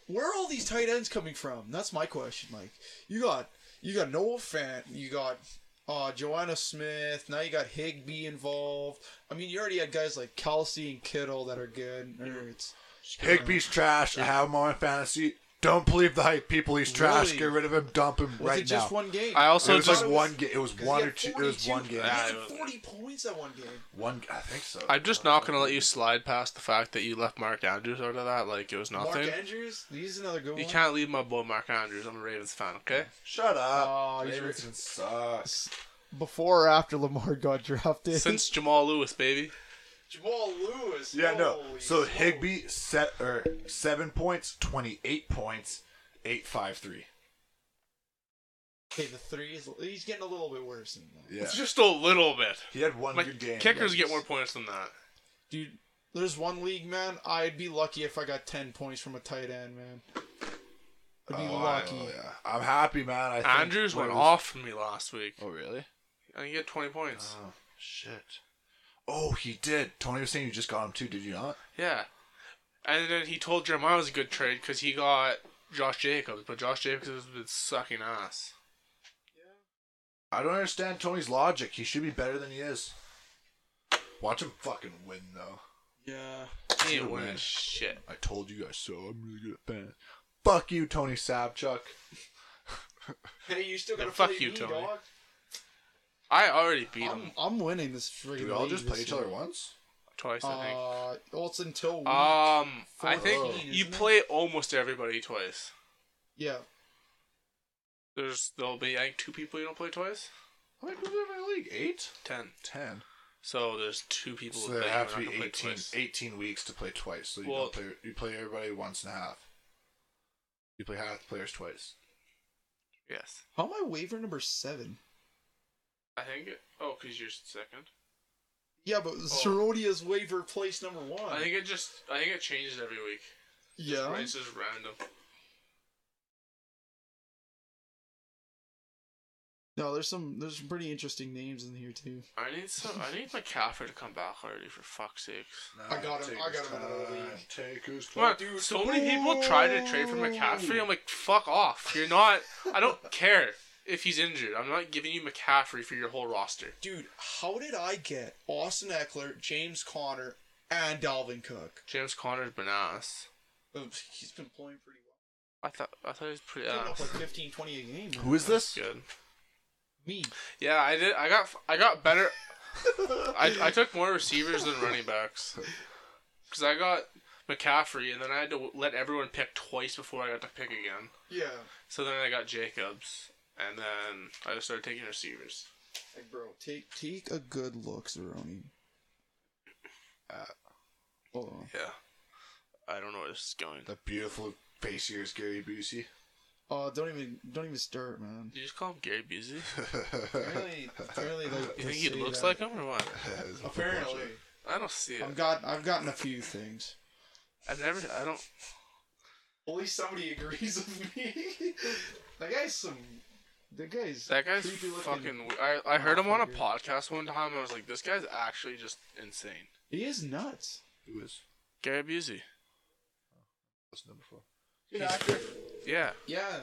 [SPEAKER 2] Where are all these tight ends coming from? That's my question. Like, you got you got Noah Fant, you got uh, Joanna Smith. Now you got Higby involved. I mean, you already had guys like Kelsey and Kittle that are good. Or it's
[SPEAKER 1] Higby's trash. I have him on my fantasy. Don't believe the hype, people. He's trash.
[SPEAKER 2] Really?
[SPEAKER 1] Get rid of him. Dump him
[SPEAKER 2] was
[SPEAKER 1] right
[SPEAKER 2] it just
[SPEAKER 1] now.
[SPEAKER 2] one game?
[SPEAKER 3] I
[SPEAKER 1] So
[SPEAKER 3] also
[SPEAKER 1] it was
[SPEAKER 3] just
[SPEAKER 1] like one game. It was
[SPEAKER 2] 'Cause he
[SPEAKER 1] one
[SPEAKER 2] had
[SPEAKER 1] or two. It was
[SPEAKER 2] 42
[SPEAKER 1] one game.
[SPEAKER 2] He
[SPEAKER 3] Yeah.
[SPEAKER 2] had forty points that one game.
[SPEAKER 1] One. I think so.
[SPEAKER 3] I'm just not gonna let you slide past the fact that you left Mark Andrews out of that like it was nothing.
[SPEAKER 2] Mark Andrews, he's another good
[SPEAKER 3] You
[SPEAKER 2] one.
[SPEAKER 3] can't leave my boy Mark Andrews. I'm a Ravens fan, okay?
[SPEAKER 1] Shut
[SPEAKER 2] Oh,
[SPEAKER 1] up.
[SPEAKER 2] he's-
[SPEAKER 1] Davidson sucks.
[SPEAKER 2] Before or after Lamar got drafted?
[SPEAKER 3] Since Jamal Lewis, baby.
[SPEAKER 2] <laughs> Jamal Lewis.
[SPEAKER 1] Yeah, no.
[SPEAKER 2] holy
[SPEAKER 1] So
[SPEAKER 2] smokes.
[SPEAKER 1] Higby set or seven points, 28 points, eight five three.
[SPEAKER 2] Okay, the three is he's getting a little bit worse. Than that.
[SPEAKER 1] Yeah.
[SPEAKER 3] It's just a little bit.
[SPEAKER 1] He had one
[SPEAKER 3] My
[SPEAKER 1] good game.
[SPEAKER 3] kickers
[SPEAKER 1] but-
[SPEAKER 3] get more points than that.
[SPEAKER 2] Dude, there's one league, man. I'd be lucky if I got 10 points from a tight end, man. I'd be
[SPEAKER 1] Oh, I-
[SPEAKER 2] lucky.
[SPEAKER 1] oh, yeah. I'm happy, man. I think
[SPEAKER 3] Andrews
[SPEAKER 1] what
[SPEAKER 3] went
[SPEAKER 1] it was-
[SPEAKER 3] off for me last week.
[SPEAKER 1] Oh, really?
[SPEAKER 3] I get 20 points.
[SPEAKER 1] shit. Oh, he did. Tony was saying you just got him too, did you not?
[SPEAKER 3] Yeah. And then he told Jeremiah it was a good trade because he got Josh Jacobs, but Josh Jacobs has been sucking ass.
[SPEAKER 1] I don't understand Tony's logic. He should be better than he is. Watch him fucking win, though.
[SPEAKER 2] Yeah.
[SPEAKER 3] He
[SPEAKER 1] Should've
[SPEAKER 3] ain't winning
[SPEAKER 1] won.
[SPEAKER 3] shit.
[SPEAKER 1] I told you guys so. I'm really good at fans. Fuck you, Tony Sabchuk.
[SPEAKER 2] Hey, you still
[SPEAKER 3] Yeah,
[SPEAKER 2] gotta
[SPEAKER 3] fuck
[SPEAKER 2] fight
[SPEAKER 3] you,
[SPEAKER 2] me,
[SPEAKER 3] Tony.
[SPEAKER 2] dog.
[SPEAKER 3] I already beat
[SPEAKER 2] I'm,
[SPEAKER 1] Um,
[SPEAKER 3] him
[SPEAKER 2] I'm winning this friggin'
[SPEAKER 1] Do we all
[SPEAKER 2] league
[SPEAKER 1] just
[SPEAKER 2] this
[SPEAKER 1] play each
[SPEAKER 2] year.
[SPEAKER 1] other once?
[SPEAKER 3] twice, I think.
[SPEAKER 2] Uh, well, it's until we,
[SPEAKER 3] Um, I
[SPEAKER 2] four-
[SPEAKER 3] think
[SPEAKER 1] Oh.
[SPEAKER 3] you
[SPEAKER 2] Isn't it?
[SPEAKER 3] play almost everybody twice.
[SPEAKER 2] yeah.
[SPEAKER 3] There's there'll be I think two people you don't play twice.
[SPEAKER 1] How many people are in my league? Eight?
[SPEAKER 3] Ten.
[SPEAKER 1] Ten.
[SPEAKER 3] So there's two people
[SPEAKER 1] So there
[SPEAKER 3] that
[SPEAKER 1] have to
[SPEAKER 3] you're
[SPEAKER 1] be
[SPEAKER 3] not gonna play
[SPEAKER 1] 18,
[SPEAKER 3] twice.
[SPEAKER 1] 18 weeks to play twice. So you
[SPEAKER 3] Well-
[SPEAKER 1] don't play you play everybody once and a half. You play half the players twice.
[SPEAKER 3] Yes,
[SPEAKER 2] How am I waiver number seven?
[SPEAKER 3] I think. It, oh, because you're second.
[SPEAKER 2] Yeah, but Sorodia's waiver place number one.
[SPEAKER 3] I think it just. I think it changes every week.
[SPEAKER 2] yeah.
[SPEAKER 3] Right, it's just random.
[SPEAKER 2] No, there's some there's some pretty interesting names in here too.
[SPEAKER 3] I need some. I need McCaffrey to come back already for fuck's sakes.
[SPEAKER 2] I got him. I got him in another
[SPEAKER 1] time.
[SPEAKER 2] league.
[SPEAKER 1] Take his
[SPEAKER 3] Look,
[SPEAKER 1] time.
[SPEAKER 3] so many people try to trade for McCaffrey. I'm like, fuck off. You're not. I <laughs> don't care if he's injured. I'm not giving you McCaffrey for your whole roster.
[SPEAKER 2] Dude, how did I get Austin Eckler, James Conner, and Dalvin Cook?
[SPEAKER 3] James Conner's bananas.
[SPEAKER 2] Um, He's been playing pretty well. Uh.
[SPEAKER 3] I thought. I thought he was pretty.
[SPEAKER 2] He's putting up
[SPEAKER 3] ass.
[SPEAKER 2] like 15, 20 a game. man.
[SPEAKER 1] Who is this?
[SPEAKER 3] Good.
[SPEAKER 2] Me.
[SPEAKER 3] Yeah, I did. I got. I
[SPEAKER 1] <laughs>
[SPEAKER 3] got better. I, I took more receivers than running backs because I got McCaffrey, and then I had to let everyone pick twice before I got to pick again.
[SPEAKER 2] Yeah.
[SPEAKER 3] So then I got Jacobs, and then I just started taking receivers.
[SPEAKER 2] Like, bro, take take a good look, Zeroni.
[SPEAKER 1] Uh,
[SPEAKER 2] Hold on.
[SPEAKER 3] Yeah, I don't know where this is going.
[SPEAKER 1] the beautiful face ears, Gary Busey. <laughs>
[SPEAKER 2] Oh, don't even don't even start, man.
[SPEAKER 3] Did you just call him Gary Busey?
[SPEAKER 2] Apparently, apparently, like <laughs>
[SPEAKER 3] You
[SPEAKER 2] they
[SPEAKER 3] think he
[SPEAKER 2] say
[SPEAKER 3] looks
[SPEAKER 2] that.
[SPEAKER 3] like him or what?
[SPEAKER 2] Apparently,
[SPEAKER 3] I don't see it.
[SPEAKER 2] I've got I've gotten a few things.
[SPEAKER 3] I never. I don't.
[SPEAKER 2] At least somebody agrees with me. <laughs> that guy's some. That guy's.
[SPEAKER 3] That guy's
[SPEAKER 2] creepy looking.
[SPEAKER 3] fucking. we- I I heard him on a
[SPEAKER 2] Motherfucker.
[SPEAKER 3] podcast one time. and I was like, this guy's actually just insane.
[SPEAKER 2] He is nuts.
[SPEAKER 1] Who is?
[SPEAKER 3] Gary Busey.
[SPEAKER 1] Wasn't there before?
[SPEAKER 2] Good actor.
[SPEAKER 3] Yeah.
[SPEAKER 2] Yeah.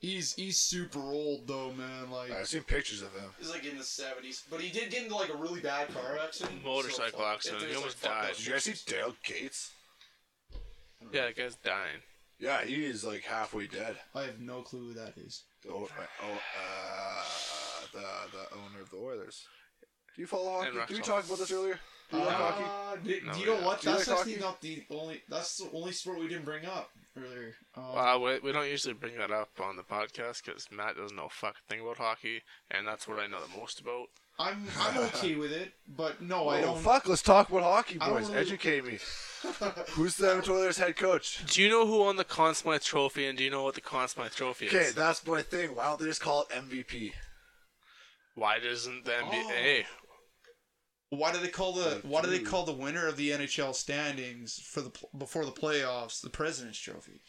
[SPEAKER 2] He's he's super old though, man. Like
[SPEAKER 1] I've seen pictures of him.
[SPEAKER 2] he's like in the seventies, but he did get into like a really bad car accident.
[SPEAKER 3] Motorcycle
[SPEAKER 2] fuck-
[SPEAKER 3] accident.
[SPEAKER 2] there's,
[SPEAKER 3] He almost
[SPEAKER 2] fucked up
[SPEAKER 3] died.
[SPEAKER 1] Did you guys see
[SPEAKER 2] pictures.
[SPEAKER 1] Dale Gates?
[SPEAKER 3] Yeah, that guy's dying.
[SPEAKER 1] Yeah, he is like halfway dead.
[SPEAKER 2] I have no clue who that is.
[SPEAKER 1] The, o- oh, uh, the, the owner of the Oilers. Do you follow hockey?
[SPEAKER 3] And
[SPEAKER 1] Did we
[SPEAKER 3] Rexall.
[SPEAKER 1] talk about this earlier? Do you like hockey?
[SPEAKER 2] Uh, d-
[SPEAKER 3] No,
[SPEAKER 2] do you
[SPEAKER 3] yeah.
[SPEAKER 2] know what?
[SPEAKER 1] Do you
[SPEAKER 2] That's
[SPEAKER 1] like
[SPEAKER 2] actually
[SPEAKER 1] hockey?
[SPEAKER 2] not the only. That's the only sport we didn't bring up earlier. Um,
[SPEAKER 3] Well, Uh, we, we don't usually bring that up on the podcast because Matt doesn't know a fucking thing about hockey, and that's what I know the most about.
[SPEAKER 2] I'm I'm okay with it, but no, I
[SPEAKER 1] oh,
[SPEAKER 2] don't.
[SPEAKER 1] fuck, let's talk about hockey,
[SPEAKER 2] I don't
[SPEAKER 1] boys.
[SPEAKER 2] really-
[SPEAKER 1] Educate
[SPEAKER 2] <laughs>
[SPEAKER 1] me. Who's the Edmonton Oilers head coach?
[SPEAKER 3] Do you know who won the Conn Smythe Trophy, and do you know what the Conn Smythe Trophy is?
[SPEAKER 1] Okay, that's my thing. Why don't they just call it MVP?
[SPEAKER 3] Why doesn't the NBA?
[SPEAKER 2] Oh.
[SPEAKER 3] Hey,
[SPEAKER 2] Why do they call the Why do they call the winner of the NHL standings for the pl- before the playoffs the President's Trophy?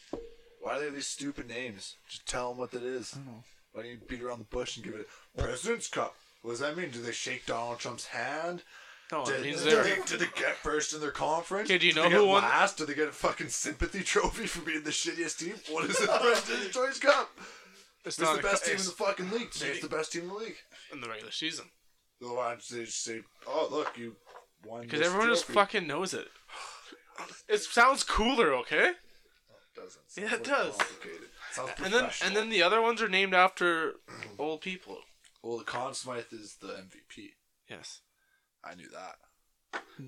[SPEAKER 1] Why are they these stupid names? Just tell them what it is.
[SPEAKER 2] don't know.
[SPEAKER 1] Why don't you beat around the bush and give it President's Cup? What does that mean? Do they shake Donald Trump's hand?
[SPEAKER 3] no, it
[SPEAKER 1] Did,
[SPEAKER 3] means
[SPEAKER 1] did, they,
[SPEAKER 3] they're.
[SPEAKER 1] did they get first in their conference?
[SPEAKER 3] Okay, do you know
[SPEAKER 1] did they
[SPEAKER 3] who
[SPEAKER 1] get
[SPEAKER 3] won-
[SPEAKER 1] last? Did they get a fucking sympathy <laughs> trophy for being the shittiest team? What
[SPEAKER 3] <laughs>
[SPEAKER 1] is the President's Choice Cup?
[SPEAKER 3] It's
[SPEAKER 1] It's
[SPEAKER 3] not
[SPEAKER 1] the best team in
[SPEAKER 3] it's
[SPEAKER 1] the fucking league. Say it's the best team in the league.
[SPEAKER 3] in the regular season
[SPEAKER 1] No, I just they just say, oh look, you won.
[SPEAKER 3] because
[SPEAKER 1] this
[SPEAKER 3] everyone just
[SPEAKER 1] trophy."
[SPEAKER 3] fucking knows it. It sounds cooler, okay?
[SPEAKER 1] Doesn't
[SPEAKER 3] Yeah,
[SPEAKER 1] sound
[SPEAKER 3] it does.
[SPEAKER 1] complicated. Sounds
[SPEAKER 3] And then and then the other ones are named after old people.
[SPEAKER 1] well, the Conn Smythe is the MVP.
[SPEAKER 3] Yes.
[SPEAKER 1] I knew that.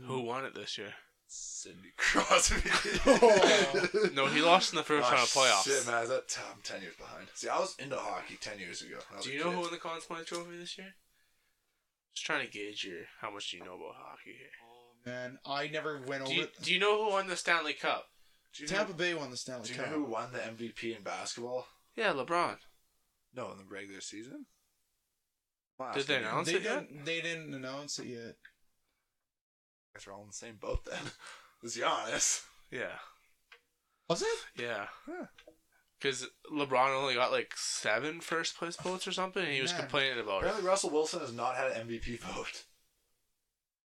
[SPEAKER 3] Who won it this year?
[SPEAKER 1] Cindy <laughs>
[SPEAKER 3] <laughs>
[SPEAKER 1] Crosby.
[SPEAKER 3] No, he lost in the
[SPEAKER 1] <laughs>
[SPEAKER 3] first
[SPEAKER 1] Ah,
[SPEAKER 3] round of playoffs.
[SPEAKER 1] Shit, man, that I'm ten years behind. See, I was into hockey ten years ago. I was
[SPEAKER 3] Do
[SPEAKER 1] a
[SPEAKER 3] you know
[SPEAKER 1] kid.
[SPEAKER 3] who won the Conn Smythe Trophy this year? Just trying to gauge your how much you know about hockey here.
[SPEAKER 2] Man, I never went
[SPEAKER 3] Do
[SPEAKER 2] over.
[SPEAKER 3] you,
[SPEAKER 2] it.
[SPEAKER 3] do you know who won the Stanley Cup?
[SPEAKER 1] Do you know,
[SPEAKER 2] Tampa Bay won the Stanley
[SPEAKER 1] do you know
[SPEAKER 2] Cup.
[SPEAKER 1] who won the MVP in basketball?
[SPEAKER 3] Yeah, LeBron.
[SPEAKER 1] No, in the regular season.
[SPEAKER 3] Did they announce
[SPEAKER 2] they
[SPEAKER 3] it yet?
[SPEAKER 2] didn't. They didn't announce it yet.
[SPEAKER 1] Guess we're all in the same boat then. <laughs> Let's be honest.
[SPEAKER 3] Yeah.
[SPEAKER 2] Was it?
[SPEAKER 3] Yeah.
[SPEAKER 1] Huh.
[SPEAKER 3] Because LeBron only got like seven first place votes or something, and he was
[SPEAKER 2] Man.
[SPEAKER 3] complaining about
[SPEAKER 1] <laughs>
[SPEAKER 3] it.
[SPEAKER 1] Apparently, Russell Wilson has not had an MVP vote.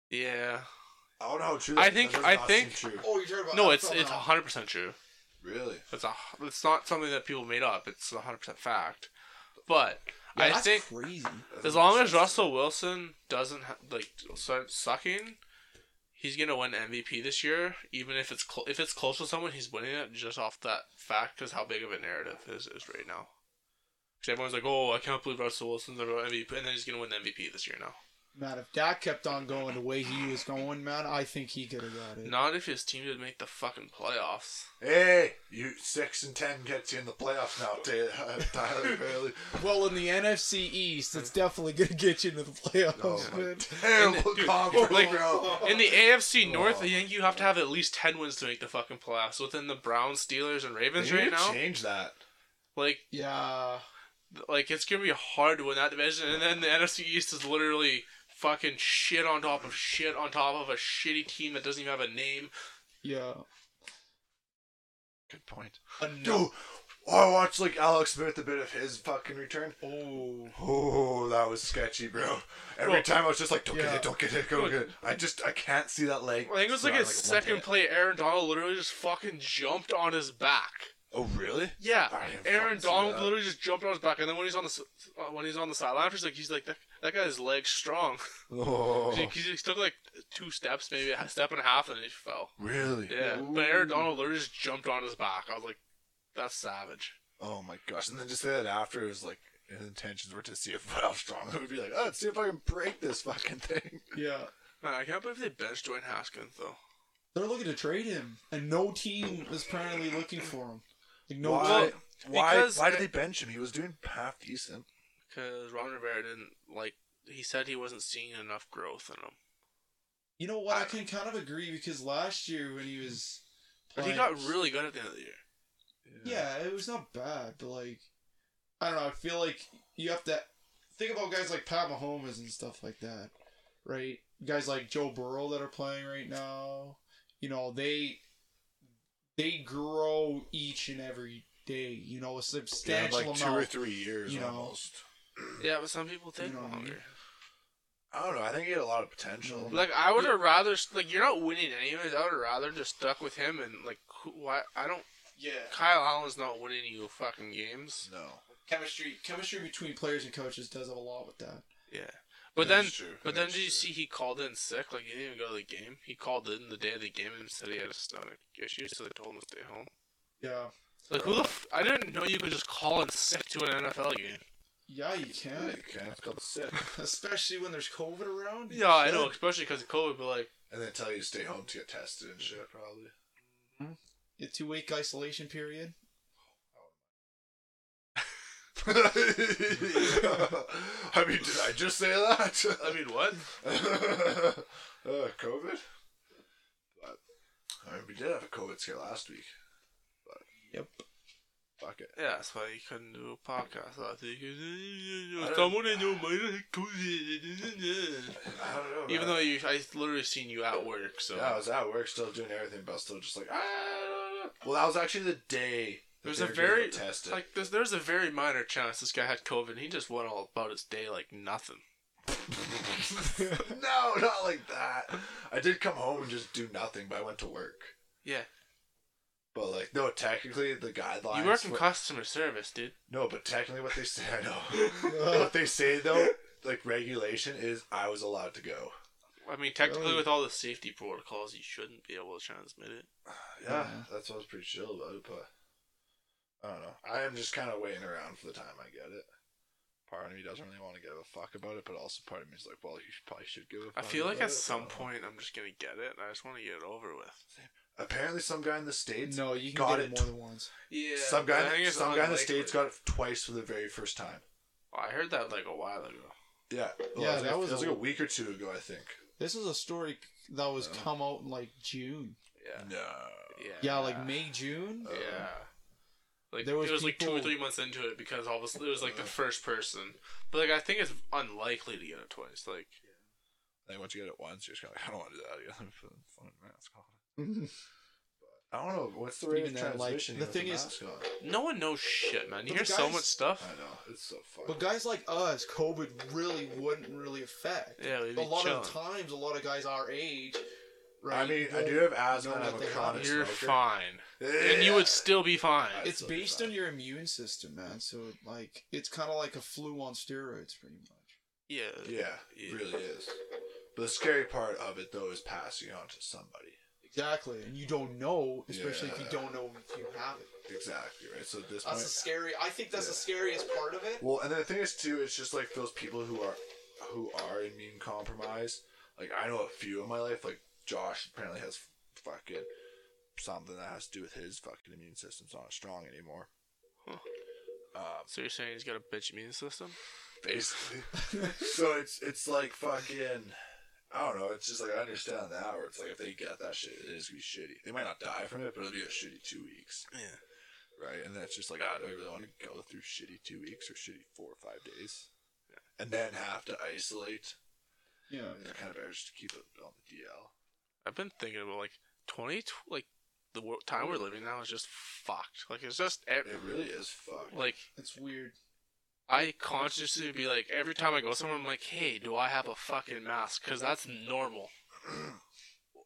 [SPEAKER 3] Yeah.
[SPEAKER 1] I don't know how true.
[SPEAKER 3] I
[SPEAKER 1] that-
[SPEAKER 3] think-
[SPEAKER 1] that does
[SPEAKER 3] I
[SPEAKER 1] not
[SPEAKER 3] think-
[SPEAKER 1] seem true.
[SPEAKER 2] Oh, you're talking about
[SPEAKER 3] No,
[SPEAKER 2] that
[SPEAKER 3] it's it's
[SPEAKER 2] somehow.
[SPEAKER 3] 100% true.
[SPEAKER 1] Really,
[SPEAKER 3] It's a it's not something that people made up. It's 100% fact. But
[SPEAKER 2] Yeah,
[SPEAKER 3] I
[SPEAKER 2] that's
[SPEAKER 3] think
[SPEAKER 2] crazy.
[SPEAKER 3] as long as Russell Wilson doesn't ha- like start sucking, he's gonna win MVP this year. Even if it's cl- if it's close to someone, he's winning it just off that fact because how big of a narrative is is right now. 'Cause everyone's like, "Oh, I can't believe Russell Wilson's gonna win MVP," and then he's gonna win MVP this year now.
[SPEAKER 2] Matt, if Dak kept on going the way he was going, man, I think he could have got it.
[SPEAKER 3] Not if his team did make the fucking playoffs.
[SPEAKER 1] hey, you six and ten gets you in the playoffs now, Taylor, <laughs>
[SPEAKER 3] <laughs>
[SPEAKER 1] Tyler Bailey.
[SPEAKER 2] Well, in the NFC East, it's definitely gonna get you into the playoffs,
[SPEAKER 1] No.
[SPEAKER 2] man.
[SPEAKER 1] Terrible
[SPEAKER 3] dude,
[SPEAKER 1] combo,
[SPEAKER 3] like-
[SPEAKER 1] bro.
[SPEAKER 3] In the AFC North,
[SPEAKER 1] Oh.
[SPEAKER 3] I think you have to have at least ten wins to make the fucking playoffs. Within the Browns, Steelers, and
[SPEAKER 1] They
[SPEAKER 3] Ravens
[SPEAKER 1] need
[SPEAKER 3] right
[SPEAKER 1] to
[SPEAKER 3] now,
[SPEAKER 1] change that.
[SPEAKER 3] like
[SPEAKER 2] Yeah,
[SPEAKER 3] like it's gonna be hard to win that division, and then the NFC East is literally fucking shit on top of shit on top of a shitty team that doesn't even have a name.
[SPEAKER 2] yeah.
[SPEAKER 3] Good point.
[SPEAKER 1] Dude, I watched like Alex Smith a bit of his fucking return.
[SPEAKER 2] Oh,
[SPEAKER 1] Oh, that was sketchy, bro. Every
[SPEAKER 3] Well,
[SPEAKER 1] time I was just like, don't get
[SPEAKER 2] yeah.
[SPEAKER 1] it, don't get it, don't
[SPEAKER 3] Look.
[SPEAKER 1] get it. I just, I can't see that leg.
[SPEAKER 3] I think it was like
[SPEAKER 1] throughout,
[SPEAKER 3] his
[SPEAKER 1] one
[SPEAKER 3] second
[SPEAKER 1] day.
[SPEAKER 3] play. Aaron Donald literally just fucking jumped on his back.
[SPEAKER 1] Oh, really?
[SPEAKER 3] Yeah,
[SPEAKER 1] I didn't
[SPEAKER 3] Aaron
[SPEAKER 1] fucking see
[SPEAKER 3] Donald
[SPEAKER 1] that.
[SPEAKER 3] literally just jumped on his back, and then when he's on the s- uh, when he's on the sideline, he's like he's like that, that guy's legs strong. <laughs>
[SPEAKER 1] Oh,
[SPEAKER 3] He, he just took like two steps, maybe a step and a half, and then he fell.
[SPEAKER 1] really?
[SPEAKER 3] Yeah, but Aaron Donald literally just jumped on his back. I was like, that's savage.
[SPEAKER 1] Oh my gosh! And then just say that after it was like his intentions were to see if <laughs> how strong it would be. Like, oh, let's see if I can break this fucking thing.
[SPEAKER 2] yeah.
[SPEAKER 3] Man, I can't believe they benched Dwayne Haskins though.
[SPEAKER 2] They're looking to trade him, and no team is apparently looking for him. Like, no
[SPEAKER 1] why?
[SPEAKER 2] team-
[SPEAKER 1] Why?
[SPEAKER 3] because
[SPEAKER 1] why
[SPEAKER 3] I-
[SPEAKER 1] did they bench him? He was doing half decent.
[SPEAKER 3] Because Ron Rivera didn't like. He said he wasn't seeing enough growth in him.
[SPEAKER 2] You know what? I can kind of agree because last year when he was,
[SPEAKER 3] But he
[SPEAKER 2] playing-
[SPEAKER 3] got really good at the end of the year.
[SPEAKER 2] Yeah, it was not bad, but like, I don't know. I feel like you have to think about guys like Pat Mahomes and stuff like that, right? Guys like Joe Burrow that are playing right now. You know they they grow each and every day. You know a
[SPEAKER 1] They had,
[SPEAKER 2] substantial
[SPEAKER 1] like two
[SPEAKER 2] amount.
[SPEAKER 1] or three years
[SPEAKER 2] you know.
[SPEAKER 1] almost.
[SPEAKER 3] Yeah, but some people take
[SPEAKER 2] You know what I
[SPEAKER 3] longer.
[SPEAKER 1] I don't know. I think he had a lot of potential.
[SPEAKER 2] No.
[SPEAKER 3] Like I would have rather like you're not winning anyways. I would have rather just stuck with him and like who- why I don't.
[SPEAKER 2] Yeah,
[SPEAKER 3] Kyle Allen's not winning you fucking games.
[SPEAKER 1] No,
[SPEAKER 2] chemistry chemistry between players and coaches does have a lot with that.
[SPEAKER 3] Yeah, but
[SPEAKER 1] That
[SPEAKER 3] then.
[SPEAKER 1] is true.
[SPEAKER 3] But
[SPEAKER 1] That
[SPEAKER 3] then,
[SPEAKER 1] is
[SPEAKER 3] did you
[SPEAKER 1] true.
[SPEAKER 3] see he called in sick? Like he didn't even go to the game. He called in the day of the game and said he had a stomach issue, so they told him to stay home.
[SPEAKER 2] Yeah,
[SPEAKER 3] Like who the? F- I didn't know you could just call in sick to an NFL game.
[SPEAKER 2] yeah, you
[SPEAKER 1] Yeah,
[SPEAKER 2] can, <laughs>
[SPEAKER 1] you can. It's called sick.
[SPEAKER 2] especially when there's COVID around.
[SPEAKER 3] Yeah, I know, especially because of COVID. But like,
[SPEAKER 1] And then tell you to stay home to get tested and shit, probably.
[SPEAKER 2] A two week isolation
[SPEAKER 3] <laughs>
[SPEAKER 2] period.
[SPEAKER 1] <laughs> I mean, did I just say that?
[SPEAKER 3] <laughs> I mean, what?
[SPEAKER 1] <laughs> uh, COVID. But I mean, we did have a COVID scare last week.
[SPEAKER 2] Yep.
[SPEAKER 1] But fuck it.
[SPEAKER 3] Yeah, that's why you couldn't do a podcast. I think
[SPEAKER 1] I don't-
[SPEAKER 3] someone in your mind had COVID.
[SPEAKER 1] I don't know. man.
[SPEAKER 3] Even though you, I literally seen you at work. So
[SPEAKER 1] yeah, I was at work, still doing everything, but I was still just like, "Ah, I don't know. Well, that was actually the day. that
[SPEAKER 3] there's
[SPEAKER 1] they
[SPEAKER 3] a
[SPEAKER 1] were gonna
[SPEAKER 3] very
[SPEAKER 1] go test it.
[SPEAKER 3] like there's there's a very minor chance this guy had COVID. and He just went all about his day like nothing.
[SPEAKER 1] <laughs> no, not like that. I did come home and just do nothing, but I went to work.
[SPEAKER 3] Yeah,
[SPEAKER 1] But like, no, technically the guidelines.
[SPEAKER 3] you work in
[SPEAKER 1] for-
[SPEAKER 3] customer service, dude.
[SPEAKER 1] No, but technically, what they say, I know. <laughs> what they say though, like regulation is, I was allowed to go.
[SPEAKER 3] I mean, technically,
[SPEAKER 2] Really?
[SPEAKER 3] with all the safety protocols, you shouldn't be able to transmit it.
[SPEAKER 1] Yeah,
[SPEAKER 2] Yeah.
[SPEAKER 1] that's what I was pretty chill about it, but I don't know. I am just kind of waiting around for the time I get it. Part of me doesn't really want to give a fuck about it, but also part of me is like, well, you should- probably should give a
[SPEAKER 3] I
[SPEAKER 1] fuck.
[SPEAKER 3] feel like
[SPEAKER 1] about
[SPEAKER 3] at
[SPEAKER 1] it.
[SPEAKER 3] some
[SPEAKER 1] Uh,
[SPEAKER 3] point I'm just gonna get it, and I just want to get it over with.
[SPEAKER 1] apparently some guy in the states,
[SPEAKER 2] No, you can
[SPEAKER 1] got
[SPEAKER 2] get it
[SPEAKER 1] it.
[SPEAKER 2] more than once.
[SPEAKER 3] Yeah,
[SPEAKER 1] some
[SPEAKER 3] but I
[SPEAKER 1] guy,
[SPEAKER 3] think it's
[SPEAKER 1] some guy in the
[SPEAKER 3] unlikely.
[SPEAKER 1] states got it twice for the very first time.
[SPEAKER 3] I heard that like a while ago.
[SPEAKER 1] Yeah,
[SPEAKER 2] Yeah,
[SPEAKER 1] it
[SPEAKER 2] that
[SPEAKER 1] like,
[SPEAKER 2] was
[SPEAKER 1] it was
[SPEAKER 2] a-
[SPEAKER 1] like a week or two ago, I think.
[SPEAKER 2] This was a story that was
[SPEAKER 3] Uh-huh.
[SPEAKER 1] Yeah.
[SPEAKER 2] come out in like June.
[SPEAKER 3] Yeah,
[SPEAKER 1] No,
[SPEAKER 3] yeah,
[SPEAKER 2] Yeah, like
[SPEAKER 3] Ah.
[SPEAKER 2] May, June.
[SPEAKER 1] Uh,
[SPEAKER 3] yeah. Like
[SPEAKER 2] There was
[SPEAKER 3] it was like two or
[SPEAKER 2] people-
[SPEAKER 3] three months into it because obviously it was like the first person, but like I think it's unlikely to get it twice. Like
[SPEAKER 1] like once you get it once, you're just kind of like, I don't want to do that again. Put the fucking mask on. I don't know what's the rate
[SPEAKER 2] Even
[SPEAKER 1] of
[SPEAKER 2] that, like,
[SPEAKER 1] transmission.
[SPEAKER 2] the
[SPEAKER 1] with
[SPEAKER 2] thing is-
[SPEAKER 1] mascot?
[SPEAKER 3] No one knows shit, man. You
[SPEAKER 2] But
[SPEAKER 3] hear
[SPEAKER 2] the
[SPEAKER 3] so
[SPEAKER 2] guys-
[SPEAKER 3] much
[SPEAKER 1] I
[SPEAKER 3] stuff.
[SPEAKER 1] know it's so funny.
[SPEAKER 2] But guys like us, COVID really wouldn't really affect.
[SPEAKER 3] Yeah, we'd
[SPEAKER 2] a
[SPEAKER 3] be
[SPEAKER 2] lot of
[SPEAKER 3] chilling.
[SPEAKER 2] times, a lot of guys our age. Right,
[SPEAKER 1] I mean, I
[SPEAKER 2] don't-
[SPEAKER 1] do have asthma
[SPEAKER 2] don't
[SPEAKER 1] and
[SPEAKER 2] let
[SPEAKER 1] I'm a
[SPEAKER 2] they
[SPEAKER 1] chronic
[SPEAKER 2] happen.
[SPEAKER 3] You're
[SPEAKER 1] smoker.
[SPEAKER 3] fine, and you would still be fine.
[SPEAKER 1] I-
[SPEAKER 2] It's
[SPEAKER 1] That's what
[SPEAKER 2] based
[SPEAKER 1] I
[SPEAKER 2] on your immune system, man. So like, it's kind of like a flu on steroids, pretty much.
[SPEAKER 3] Yeah.
[SPEAKER 1] Yeah, it really is. But the scary part of it though is passing it on to somebody.
[SPEAKER 2] Exactly, and you don't know, especially if you
[SPEAKER 1] Yeah.
[SPEAKER 2] don't know if you have it.
[SPEAKER 1] Exactly right. So at this
[SPEAKER 2] That's the
[SPEAKER 1] point,
[SPEAKER 2] scary. I think that's the scariest part of it.
[SPEAKER 1] well, and then the thing is too, it's just like those people who are who are immune compromised. Like I know a few in my life. Like Josh apparently has fucking something that has to do with his fucking immune system's not as strong anymore.
[SPEAKER 3] Huh.
[SPEAKER 1] Um,
[SPEAKER 3] So you're saying he's got a bitch immune system?
[SPEAKER 1] basically. so it's it's like fucking. I don't know. It's just like I understand that. Where it's like if they get that shit, it is gonna be shitty. They might not die from it, but it'll be a shitty two weeks,
[SPEAKER 3] Yeah.
[SPEAKER 1] right? And that's just like I don't really want to go through shitty two weeks or shitty four or five days, and then have to isolate.
[SPEAKER 2] Yeah.
[SPEAKER 1] It's kind of better just to keep it on the DL.
[SPEAKER 3] I've been thinking about like 20, tw- like the wor- time we're living now is just fucked. Like it's just ev-
[SPEAKER 1] It really is fucked.
[SPEAKER 3] like
[SPEAKER 2] It's weird.
[SPEAKER 3] I consciously be like every time I go somewhere, I'm like, hey, do I have a fucking mask? Because that's normal.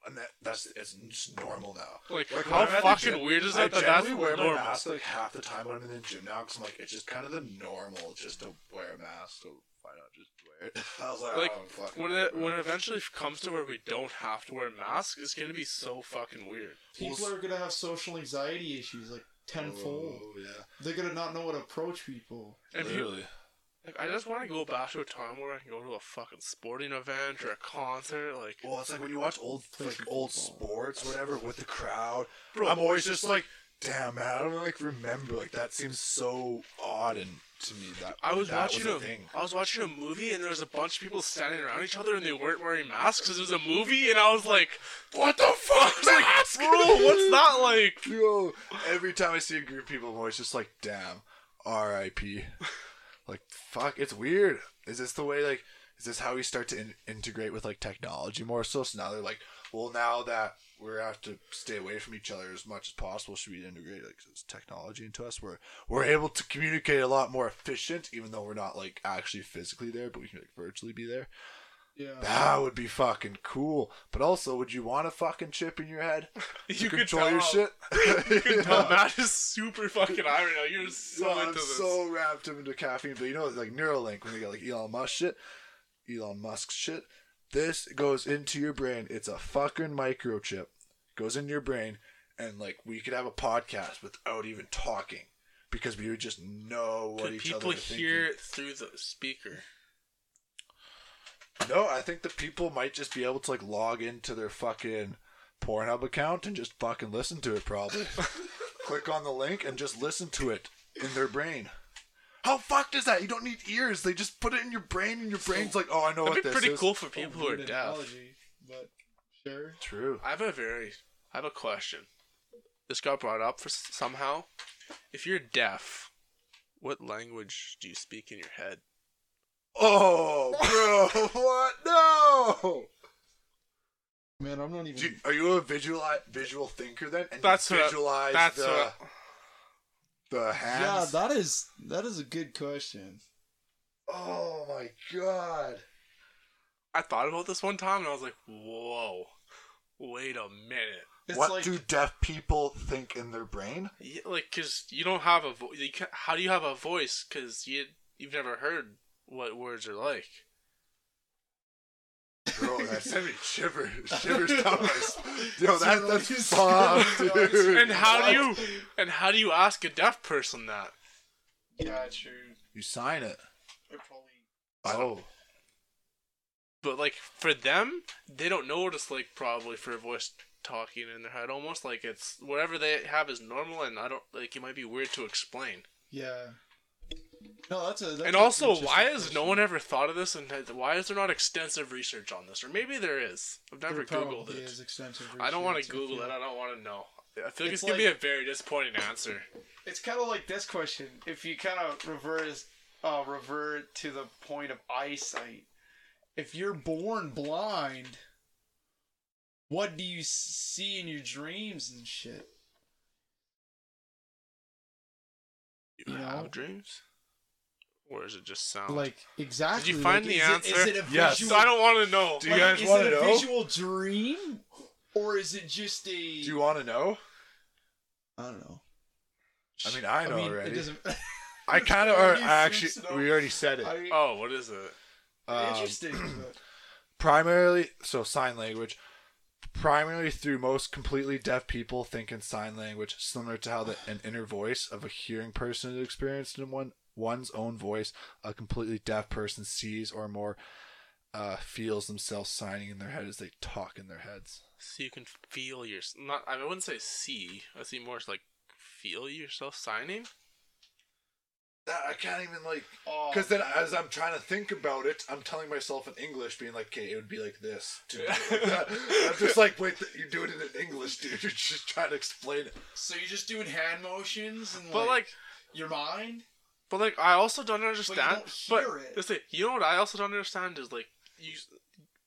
[SPEAKER 1] and that that's it's just normal now.
[SPEAKER 3] Like,
[SPEAKER 1] Like,
[SPEAKER 3] how
[SPEAKER 1] when I'm at the
[SPEAKER 3] fucking
[SPEAKER 1] gym,
[SPEAKER 3] weird is
[SPEAKER 1] I
[SPEAKER 3] that? That that's
[SPEAKER 1] generally wear
[SPEAKER 3] normal.
[SPEAKER 1] my mask like half the time when I'm in the gym now because I'm like, it's just kind of the normal just to wear a mask. So why not just wear it? <laughs> I was like,
[SPEAKER 3] Like,
[SPEAKER 1] oh, fucking
[SPEAKER 3] When
[SPEAKER 1] wear
[SPEAKER 3] it when it eventually comes to where we don't have to wear masks, it's gonna be so fucking weird.
[SPEAKER 2] People are gonna have social anxiety issues, like tenfold.
[SPEAKER 1] Oh, yeah,
[SPEAKER 2] They're gonna not know how to approach people.
[SPEAKER 3] And people,
[SPEAKER 1] literally.
[SPEAKER 3] like, I just want to go back to a time where I can go to a fucking sporting event or a concert. Like,
[SPEAKER 1] Well, it's like when you watch old like old
[SPEAKER 2] Football.
[SPEAKER 1] sports, whatever, with the crowd. I'm always just like, damn man, I don't like remember. Like that seems so odd and to me that
[SPEAKER 3] I was
[SPEAKER 1] that
[SPEAKER 3] watching
[SPEAKER 1] was
[SPEAKER 3] a,
[SPEAKER 1] a thing.
[SPEAKER 3] I was watching a movie and there was a bunch of people standing around each other and they weren't wearing masks because it was a movie and I was like,
[SPEAKER 1] What the fuck?
[SPEAKER 3] I was like, bro, what's that <laughs> like?
[SPEAKER 1] Yo, every time I see a group of people, I'm always just like, damn, R.I.P. like, fuck, it's weird. Is this the way, like, is this how we start to in- integrate with, like, technology more so? So now they're like, well, now that we are have to stay away from each other as much as possible, should we integrate, like, this technology into us? We're, we're able to communicate a lot more efficient, even though we're not, like, actually physically there, but we can, like, virtually be there.
[SPEAKER 2] Yeah.
[SPEAKER 1] That would be fucking cool. But also, would you want a fucking chip in your head? to
[SPEAKER 3] You could
[SPEAKER 1] control
[SPEAKER 3] tell.
[SPEAKER 1] your shit.
[SPEAKER 3] <laughs> You
[SPEAKER 1] <laughs>
[SPEAKER 3] can tell Matt is super fucking high right now. You're so
[SPEAKER 1] Oh,
[SPEAKER 3] into
[SPEAKER 1] I'm
[SPEAKER 3] this.
[SPEAKER 1] so wrapped up into caffeine, but you know, like Neuralink, when they got like Elon Musk shit, Elon Musk shit, this goes into your brain. It's a fucking microchip. Goes into your brain, and like we could have a podcast without even talking because we would just know what
[SPEAKER 3] Could
[SPEAKER 1] each
[SPEAKER 3] people
[SPEAKER 1] other are
[SPEAKER 3] hear it through the speaker?
[SPEAKER 1] thinking. No, I think the people might just be able to like log into their fucking Pornhub account and just fucking listen to it. Probably
[SPEAKER 3] <laughs>
[SPEAKER 1] click on the link and just listen to it in their brain. How fucked is that? You don't need ears. They just put it in your brain, and your brain's like, oh, I know
[SPEAKER 3] That'd
[SPEAKER 1] what
[SPEAKER 3] be
[SPEAKER 1] this
[SPEAKER 3] pretty
[SPEAKER 1] is.
[SPEAKER 3] cool for people who are
[SPEAKER 2] Weird
[SPEAKER 3] deaf.
[SPEAKER 2] analogy, But sure.
[SPEAKER 1] True.
[SPEAKER 3] I have a very, I have a question. This got brought up for s- somehow. If you're deaf, what language do you speak in your head?
[SPEAKER 1] Oh, bro, <laughs> what? No.
[SPEAKER 2] Man, I'm not even.
[SPEAKER 1] Do you- are you a visual visual thinker then? And you
[SPEAKER 3] That's what-
[SPEAKER 1] visualize
[SPEAKER 3] that's
[SPEAKER 1] the
[SPEAKER 3] what-
[SPEAKER 1] the
[SPEAKER 2] yeah,
[SPEAKER 1] hands.
[SPEAKER 2] that is that is a good question.
[SPEAKER 1] oh my god.
[SPEAKER 3] I thought about this one time and I was like, whoa, wait a minute.
[SPEAKER 2] It's
[SPEAKER 1] what
[SPEAKER 2] like
[SPEAKER 1] do deaf people think in their brain?
[SPEAKER 3] Yeah, like, cause you don't have a voice. How do you have a voice? Cause you you've never heard what words are like.
[SPEAKER 1] Bro, <laughs> that sent me shivers, shivers down my <laughs> spine. Yo, that,
[SPEAKER 2] So
[SPEAKER 1] that's
[SPEAKER 2] you-
[SPEAKER 1] <laughs> fucked, dude.
[SPEAKER 3] And how do you and how do you ask a deaf person that?
[SPEAKER 2] yeah, true.
[SPEAKER 1] You sign it.
[SPEAKER 2] It probably
[SPEAKER 1] Oh.
[SPEAKER 3] But like for them, they don't know what it's like probably for a voice talking in their head. Almost like it's whatever they have is normal, and I don't like it might be weird to explain.
[SPEAKER 2] Yeah. No, that's a. That's
[SPEAKER 3] and
[SPEAKER 2] a
[SPEAKER 3] also,
[SPEAKER 2] interesting
[SPEAKER 3] why has no
[SPEAKER 2] question.
[SPEAKER 3] one ever thought of this? And had- why is there not extensive research on this? Or maybe there is. I've never
[SPEAKER 2] There
[SPEAKER 3] googled
[SPEAKER 2] probably
[SPEAKER 3] it.
[SPEAKER 2] is extensive
[SPEAKER 3] I don't want
[SPEAKER 2] research,
[SPEAKER 3] to Google
[SPEAKER 2] feel.
[SPEAKER 3] it. I don't want to know. I feel like
[SPEAKER 2] It's
[SPEAKER 3] it's, gonna be a
[SPEAKER 2] like-
[SPEAKER 3] very disappointing answer.
[SPEAKER 2] It's kind of like this question. If you kind of reverse, uh, revert to the point of eyesight, if you're born blind, what do you see in your dreams and shit?
[SPEAKER 3] You
[SPEAKER 2] You
[SPEAKER 3] have
[SPEAKER 2] know?
[SPEAKER 3] dreams, or is it just sound?
[SPEAKER 2] Like exactly.
[SPEAKER 3] Oh. find
[SPEAKER 2] like,
[SPEAKER 3] the
[SPEAKER 2] is It,
[SPEAKER 3] answer?
[SPEAKER 2] is it a
[SPEAKER 1] Yes.
[SPEAKER 3] so
[SPEAKER 2] visual?
[SPEAKER 3] I don't want to know.
[SPEAKER 1] Do you guys
[SPEAKER 2] is
[SPEAKER 1] wanna
[SPEAKER 2] it a
[SPEAKER 1] know?
[SPEAKER 2] visual dream, or is it just a?
[SPEAKER 1] Do you want to know?
[SPEAKER 2] I don't know.
[SPEAKER 1] I mean, I know
[SPEAKER 2] mean, It
[SPEAKER 1] already.
[SPEAKER 2] doesn't. <laughs>
[SPEAKER 1] I kind of
[SPEAKER 2] Why
[SPEAKER 1] are.
[SPEAKER 2] do you
[SPEAKER 1] I
[SPEAKER 2] think
[SPEAKER 1] actually,
[SPEAKER 2] so?
[SPEAKER 1] we already said it.
[SPEAKER 2] I-
[SPEAKER 3] oh, what is it? Oh,
[SPEAKER 1] Um,
[SPEAKER 2] interesting. but-
[SPEAKER 1] primarily so sign language primarily through most completely deaf people think in sign language similar to how the, an inner voice of a hearing person is experienced in one one's own voice a completely deaf person sees or more uh, feels themselves signing in their head as they talk in their heads
[SPEAKER 3] So you can feel your not. I wouldn't say see. I see more as like feel yourself signing.
[SPEAKER 1] that i can't even like <clears throat>
[SPEAKER 2] Oh,
[SPEAKER 1] because then as i'm trying to think about it i'm telling myself in english being like okay it would be like this to
[SPEAKER 3] <laughs>
[SPEAKER 1] like that. i'm just like wait th- you do it in english dude <laughs> you're just trying to explain it
[SPEAKER 2] so you're just doing hand motions and
[SPEAKER 3] But like,
[SPEAKER 2] your mind.
[SPEAKER 3] but like, I also don't understand.
[SPEAKER 2] don't
[SPEAKER 3] But,
[SPEAKER 2] hear it.
[SPEAKER 3] listen, you know what I also don't understand is like you s-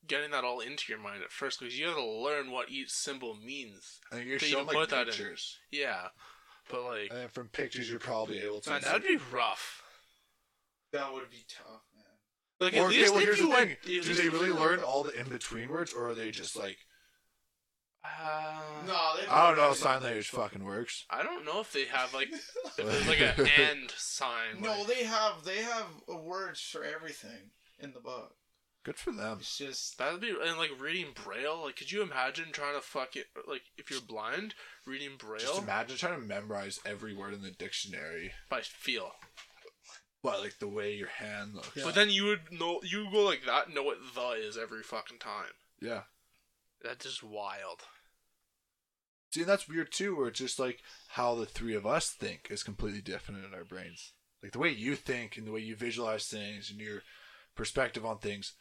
[SPEAKER 3] getting that all into your mind at first because you got to learn what each symbol means.
[SPEAKER 1] and you're
[SPEAKER 3] So you
[SPEAKER 1] showing
[SPEAKER 3] can
[SPEAKER 1] like
[SPEAKER 3] put that in.
[SPEAKER 1] pictures
[SPEAKER 3] Yeah, but like,
[SPEAKER 1] And then Uh, from pictures, you're probably able to.
[SPEAKER 3] man, that'd be rough.
[SPEAKER 2] That would be tough, man.
[SPEAKER 3] Like
[SPEAKER 1] Or,
[SPEAKER 3] at
[SPEAKER 1] okay,
[SPEAKER 3] least
[SPEAKER 1] well,
[SPEAKER 3] if
[SPEAKER 1] here's
[SPEAKER 3] you
[SPEAKER 1] the thing.
[SPEAKER 3] went,
[SPEAKER 1] Do
[SPEAKER 3] if
[SPEAKER 1] they
[SPEAKER 3] you-
[SPEAKER 1] really learn all the in between words, or are they just like,
[SPEAKER 3] <laughs> Uh,
[SPEAKER 2] No, they
[SPEAKER 1] I don't know how sign language fucking works?
[SPEAKER 3] I don't know if they
[SPEAKER 2] <laughs>
[SPEAKER 3] have like if there's
[SPEAKER 1] <laughs>
[SPEAKER 3] like an and sign.
[SPEAKER 2] No,
[SPEAKER 3] like-
[SPEAKER 2] they have they have words for everything in the book.
[SPEAKER 1] Good for them.
[SPEAKER 2] It's just
[SPEAKER 3] That'd be and like reading braille. Like, could you imagine trying to fuck it? Like, if you're blind, reading braille
[SPEAKER 1] Just imagine trying to memorize every word in the dictionary
[SPEAKER 3] by feel.
[SPEAKER 1] by like the way your hand looks.
[SPEAKER 2] Yeah.
[SPEAKER 3] But then you would know you go like that, know what the is every fucking time.
[SPEAKER 1] Yeah.
[SPEAKER 3] That's just wild.
[SPEAKER 1] See, that's weird too, where it's just like how the three of us think is completely different in our brains. Like the way you think and the way you visualize things and your perspective on things,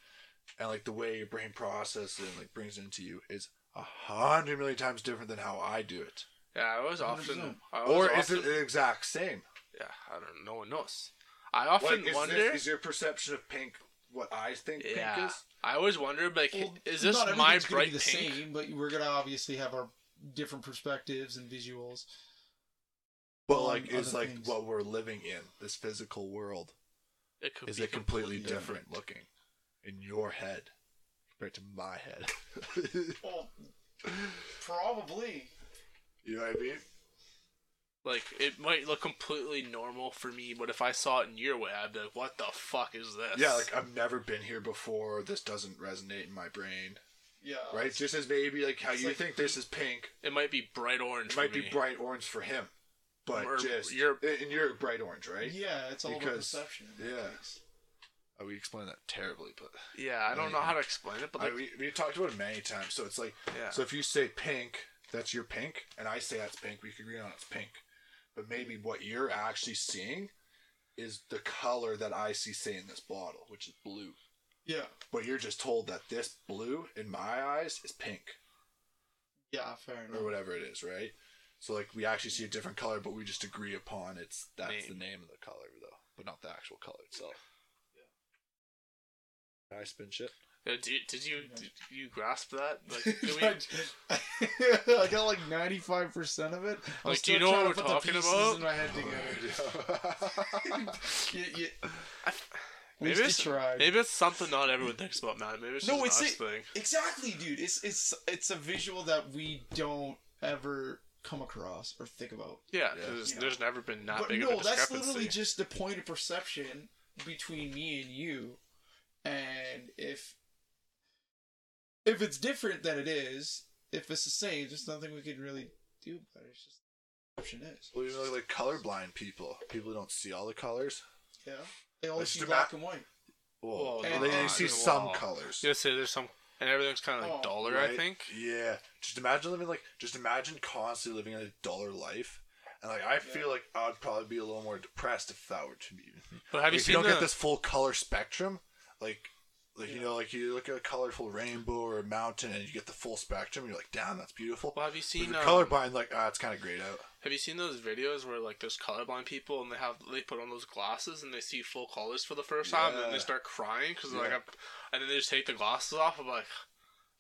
[SPEAKER 1] and like the way your brain processes and like brings it into you is a hundred million times different than how I do it.
[SPEAKER 3] Yeah, I was often.
[SPEAKER 2] 100%.
[SPEAKER 3] I was
[SPEAKER 1] Or is
[SPEAKER 3] often,
[SPEAKER 1] it the exact same?
[SPEAKER 3] Yeah, I don't. No one knows. I often
[SPEAKER 1] Like, is,
[SPEAKER 3] wonder.
[SPEAKER 1] this- is your perception of pink what I think
[SPEAKER 3] yeah,
[SPEAKER 1] pink is?
[SPEAKER 3] I always wonder. Like,
[SPEAKER 2] well,
[SPEAKER 3] is this
[SPEAKER 2] not
[SPEAKER 3] my
[SPEAKER 2] everything's gonna
[SPEAKER 3] bright
[SPEAKER 2] be the
[SPEAKER 3] pink?
[SPEAKER 2] same, but we're gonna obviously have our different perspectives and visuals.
[SPEAKER 1] But
[SPEAKER 2] Well,
[SPEAKER 1] like,
[SPEAKER 2] and
[SPEAKER 1] is
[SPEAKER 2] other
[SPEAKER 1] like
[SPEAKER 2] things.
[SPEAKER 1] what we're living in this physical world?
[SPEAKER 3] It could
[SPEAKER 1] Is
[SPEAKER 3] be
[SPEAKER 1] it completely
[SPEAKER 2] completely
[SPEAKER 1] different looking in your head compared to my head?
[SPEAKER 2] Well, probably.
[SPEAKER 1] <laughs> you know what I mean?
[SPEAKER 3] Like it might look completely normal for me, but if I saw it in your way, I'd be like, "What the fuck is this?"
[SPEAKER 1] Yeah, like I've never been here before. This doesn't resonate in my brain,
[SPEAKER 2] Yeah.
[SPEAKER 1] right? Just as maybe like how
[SPEAKER 2] It's
[SPEAKER 1] you
[SPEAKER 2] like-
[SPEAKER 1] think this is pink,
[SPEAKER 3] it might be bright orange.
[SPEAKER 1] it might
[SPEAKER 3] for me.
[SPEAKER 1] be bright orange for him, but
[SPEAKER 3] Or
[SPEAKER 1] just
[SPEAKER 3] you're-
[SPEAKER 1] and you're bright orange, right?
[SPEAKER 2] Yeah, it's all about
[SPEAKER 1] Because-
[SPEAKER 2] perception.
[SPEAKER 1] yeah. Uh, We explained that terribly, but
[SPEAKER 3] Yeah, I don't know how to explain it, but like,
[SPEAKER 1] I, we, we talked about it many times. So it's like,
[SPEAKER 3] Yeah.
[SPEAKER 1] so if you say pink, that's your pink, and I say that's pink, we can agree on it's pink. But maybe what you're actually seeing is the color that I see, say, in this bottle, which is blue.
[SPEAKER 2] Yeah.
[SPEAKER 1] But you're just told that this blue, in my eyes, is pink
[SPEAKER 2] Yeah. Fair enough.
[SPEAKER 1] or whatever it is, right? So like we actually see a different color, but we just agree upon it's that's
[SPEAKER 3] Name.
[SPEAKER 1] the name of the color though, but not the actual color itself. Can I spin shit.
[SPEAKER 3] uh, did, did you did you grasp that?
[SPEAKER 2] <laughs>
[SPEAKER 3] Like, did we,
[SPEAKER 2] I got like <laughs> ninety five percent of it. I'm
[SPEAKER 3] Like, do you
[SPEAKER 2] still
[SPEAKER 3] know
[SPEAKER 2] trying
[SPEAKER 3] what
[SPEAKER 2] to
[SPEAKER 3] we're
[SPEAKER 2] put the
[SPEAKER 3] talking
[SPEAKER 2] pieces
[SPEAKER 3] about?
[SPEAKER 2] In my head together. You- you-
[SPEAKER 3] maybe
[SPEAKER 2] least
[SPEAKER 3] it's
[SPEAKER 2] you tried.
[SPEAKER 3] maybe it's something not everyone thinks about, man. Maybe it's just
[SPEAKER 2] No,
[SPEAKER 3] no,
[SPEAKER 2] it's
[SPEAKER 3] us
[SPEAKER 2] it-
[SPEAKER 3] thing.
[SPEAKER 2] Exactly, dude. It's it's it's a visual that we don't ever come across or think about.
[SPEAKER 3] Yeah,
[SPEAKER 1] Yeah.
[SPEAKER 3] 'cause
[SPEAKER 2] Yeah.
[SPEAKER 3] there's never been that
[SPEAKER 2] but
[SPEAKER 3] big
[SPEAKER 2] no,
[SPEAKER 3] of a
[SPEAKER 2] that's
[SPEAKER 3] discrepancy.
[SPEAKER 2] literally just a point of perception between me and you. And if if it's different than it is, if it's the same, there's nothing we can really do about it. It's just perception is.
[SPEAKER 1] <laughs> Well, you know, like colorblind people, people who don't see all the colors.
[SPEAKER 2] Yeah. They only
[SPEAKER 1] It's
[SPEAKER 2] see
[SPEAKER 1] just
[SPEAKER 2] black
[SPEAKER 1] about-
[SPEAKER 2] and white.
[SPEAKER 1] Well,
[SPEAKER 3] Well,
[SPEAKER 1] they,
[SPEAKER 2] not
[SPEAKER 1] they
[SPEAKER 2] on
[SPEAKER 1] see
[SPEAKER 3] the
[SPEAKER 1] some
[SPEAKER 3] wall.
[SPEAKER 1] colors.
[SPEAKER 3] yeah, say there's some, and everything's kind of like
[SPEAKER 2] Oh,
[SPEAKER 3] duller. I
[SPEAKER 1] right?
[SPEAKER 3] think.
[SPEAKER 1] Yeah. Just imagine living like, just imagine constantly living a dollar life. And like, I feel like I'd probably be a little more depressed if that were to be.
[SPEAKER 3] But have
[SPEAKER 1] if
[SPEAKER 3] you seen
[SPEAKER 1] don't
[SPEAKER 3] the,
[SPEAKER 1] get this full color spectrum, like, like you know, like you look at a colorful rainbow or a mountain, and you get the full spectrum. You're like, damn, that's beautiful.
[SPEAKER 3] Well, have you
[SPEAKER 1] But if
[SPEAKER 3] seen
[SPEAKER 1] you're
[SPEAKER 3] um,
[SPEAKER 1] colorblind, like, ah, it's kind of grayed out.
[SPEAKER 3] Have you seen those videos where like there's colorblind people and they have they put on those glasses and they see full colors for the first time and then
[SPEAKER 1] Yeah.
[SPEAKER 3] they start crying because like
[SPEAKER 1] Yeah.
[SPEAKER 3] I'm, and then they just take the glasses off. I'm like,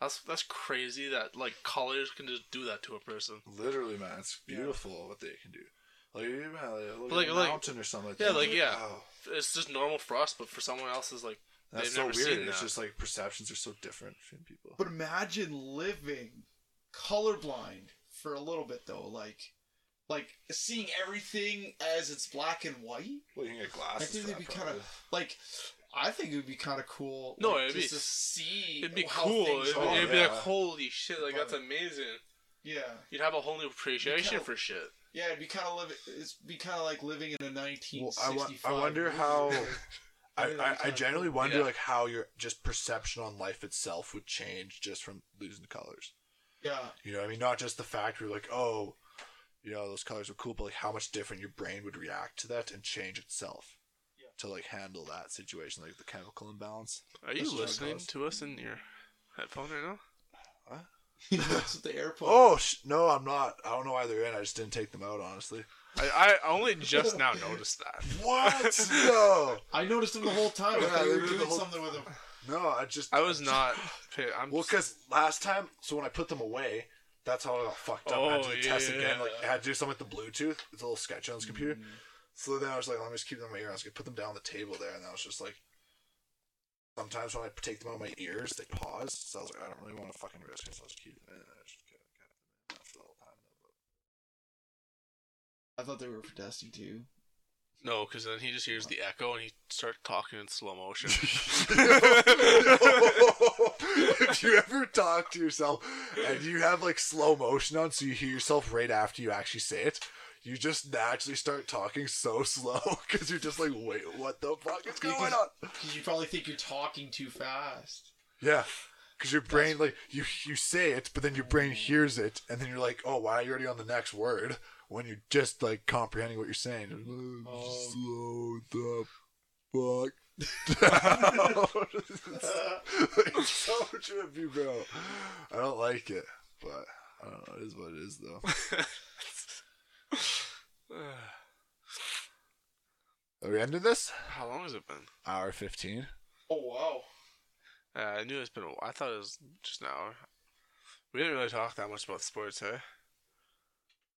[SPEAKER 3] that's that's crazy that like colors can just do that to a person.
[SPEAKER 1] Literally, man, it's beautiful what they can do. Like, yeah, like,
[SPEAKER 3] Like-
[SPEAKER 1] a
[SPEAKER 3] like-
[SPEAKER 1] mountain or something. Like
[SPEAKER 3] yeah,
[SPEAKER 1] that. Oh.
[SPEAKER 3] like, yeah.
[SPEAKER 1] Wow.
[SPEAKER 3] It's just normal for us, but for someone else is like
[SPEAKER 1] That's
[SPEAKER 3] They've
[SPEAKER 1] so
[SPEAKER 3] never
[SPEAKER 1] weird.
[SPEAKER 3] seen
[SPEAKER 1] It's
[SPEAKER 3] that.
[SPEAKER 1] just like perceptions are so different between people.
[SPEAKER 2] But imagine living colorblind for a little bit though, like like seeing everything as it's black and white.
[SPEAKER 1] Well, you can get
[SPEAKER 2] I
[SPEAKER 1] glasses.
[SPEAKER 2] think
[SPEAKER 1] for
[SPEAKER 2] it'd
[SPEAKER 1] that
[SPEAKER 2] be kind
[SPEAKER 1] probably.
[SPEAKER 2] of like I think it would be kind of cool.
[SPEAKER 3] No,
[SPEAKER 2] like,
[SPEAKER 3] it'd
[SPEAKER 2] just
[SPEAKER 3] be-
[SPEAKER 2] to see.
[SPEAKER 3] it'd be
[SPEAKER 2] how
[SPEAKER 3] cool.
[SPEAKER 2] things
[SPEAKER 3] It'd,
[SPEAKER 1] are,
[SPEAKER 3] it'd be
[SPEAKER 1] yeah.
[SPEAKER 3] like holy shit, like that's
[SPEAKER 2] But-
[SPEAKER 3] amazing.
[SPEAKER 2] yeah,
[SPEAKER 3] You'd have a whole new appreciation
[SPEAKER 2] kinda-
[SPEAKER 3] for shit.
[SPEAKER 2] yeah. It'd be kind of living. It'd be kind of like living in a
[SPEAKER 1] Well,
[SPEAKER 2] 1965.
[SPEAKER 1] I, wa- I wonder <laughs> how. I,
[SPEAKER 2] That'd be
[SPEAKER 1] I, I
[SPEAKER 2] kinda
[SPEAKER 1] generally wonder
[SPEAKER 3] Yeah.
[SPEAKER 1] like how your just perception on life itself would change just from losing the colors.
[SPEAKER 2] Yeah,
[SPEAKER 1] <laughs> You know, what I mean, not just the fact we're like, oh, you know, those colors are cool, but like how much different your brain would react to that and change itself
[SPEAKER 2] Yeah.
[SPEAKER 1] to like handle that situation, like the chemical imbalance.
[SPEAKER 3] Are you
[SPEAKER 1] That's what it
[SPEAKER 3] listening
[SPEAKER 1] costs.
[SPEAKER 3] to us in your headphone right now? <laughs>
[SPEAKER 2] that's what the AirPods.
[SPEAKER 1] Oh sh- no, I'm not. I don't know why they're in. I just didn't take them out, honestly.
[SPEAKER 3] I, I only just now noticed that.
[SPEAKER 1] What? <laughs> no,
[SPEAKER 2] I noticed them the whole time. I
[SPEAKER 1] Yeah,
[SPEAKER 2] thought you
[SPEAKER 1] they were
[SPEAKER 2] were
[SPEAKER 1] the
[SPEAKER 2] doing
[SPEAKER 1] whole-
[SPEAKER 2] something with them.
[SPEAKER 1] no, I just
[SPEAKER 3] I was not. pay- I'm
[SPEAKER 1] Well, because last time, so when I put them away, that's how I got fucked up. I had to
[SPEAKER 3] Oh,
[SPEAKER 1] do the test
[SPEAKER 3] yeah. Mm.
[SPEAKER 1] again. Like I had to do something with the Bluetooth. It's a little sketchy on this computer. So then I was like, let me just keep them in my ear. I was gonna put them down on the table there, and I was just like, sometimes when I take them out of my ears, they pause. So I was like, I don't really want to fucking risk it. So I just keep them in. And I just kept, kept them in after the whole time.
[SPEAKER 2] I thought they were for testing too.
[SPEAKER 3] no, because then he just hears the echo and he starts talking in
[SPEAKER 1] <laughs>
[SPEAKER 3] slow motion. <laughs>
[SPEAKER 1] if you ever talk to yourself and you have like slow motion on, so you hear yourself right after you actually say it, you just naturally start talking so slow <laughs> because you're just like, wait, what the fuck is going on?
[SPEAKER 2] Because you probably think you're talking too fast.
[SPEAKER 1] Yeah. Because your brain, like, you, you say it, but then your brain hears it, and then you're like, oh, why are you already on the next word when you're just, like, comprehending what you're saying? <laughs>
[SPEAKER 2] Oh.
[SPEAKER 1] Slow the fuck down. <laughs> Like, so trippy, bro. I don't like it, but I don't know. It is what it is, though. Are we ending this?
[SPEAKER 3] How long has it been?
[SPEAKER 1] Hour 15.
[SPEAKER 2] oh wow.
[SPEAKER 3] Uh, I knew it's been. A, I thought it was just an hour. We didn't really talk that much about sports, eh? hey?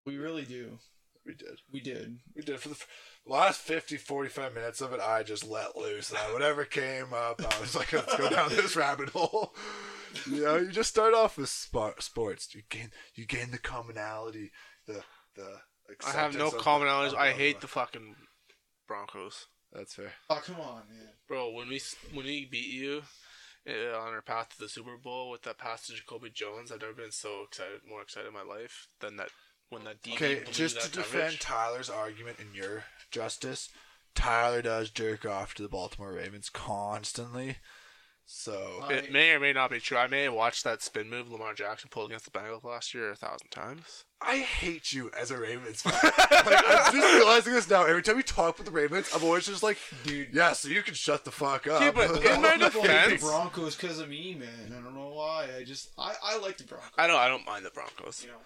[SPEAKER 2] We really do.
[SPEAKER 1] We did.
[SPEAKER 2] We did.
[SPEAKER 1] We did. For the f- last 50, 45 minutes of it, I just let loose. And I, whatever came up, I was like, let's go down this rabbit hole. You know, you just start off with spa- sports. You gain, you gain the commonality, the, the.
[SPEAKER 3] I have
[SPEAKER 1] acceptance
[SPEAKER 3] no
[SPEAKER 1] of the-
[SPEAKER 3] commonalities.
[SPEAKER 1] of
[SPEAKER 3] I hate the fucking Broncos,
[SPEAKER 1] That's fair.
[SPEAKER 2] Oh come on, man.
[SPEAKER 3] bro. When we s- when we beat you uh, on our path to the Super Bowl with that pass to Jacoby Jones, I've never been so excited, more excited in my life than that when that DB
[SPEAKER 1] Okay,
[SPEAKER 3] blew
[SPEAKER 1] just
[SPEAKER 3] that
[SPEAKER 1] to defend
[SPEAKER 3] coverage.
[SPEAKER 1] Tyler's argument and your justice, Tyler does jerk off to the Baltimore Ravens constantly. So
[SPEAKER 2] I-
[SPEAKER 3] It may or may not be true. I may have watched that spin move Lamar Jackson pulled against the Bengals last year a thousand times.
[SPEAKER 1] I hate you as a Ravens fan. like, I'm just realizing this now. Every time we talk with the Ravens, I'm always just like,
[SPEAKER 2] Dude.
[SPEAKER 1] yeah, so you can shut the fuck up.
[SPEAKER 3] Yeah, but in my
[SPEAKER 2] People hate the
[SPEAKER 3] defense-
[SPEAKER 2] Broncos because of me, man. I don't know why. I just I, I like the Broncos.
[SPEAKER 3] I know I don't mind the Broncos,
[SPEAKER 2] You know,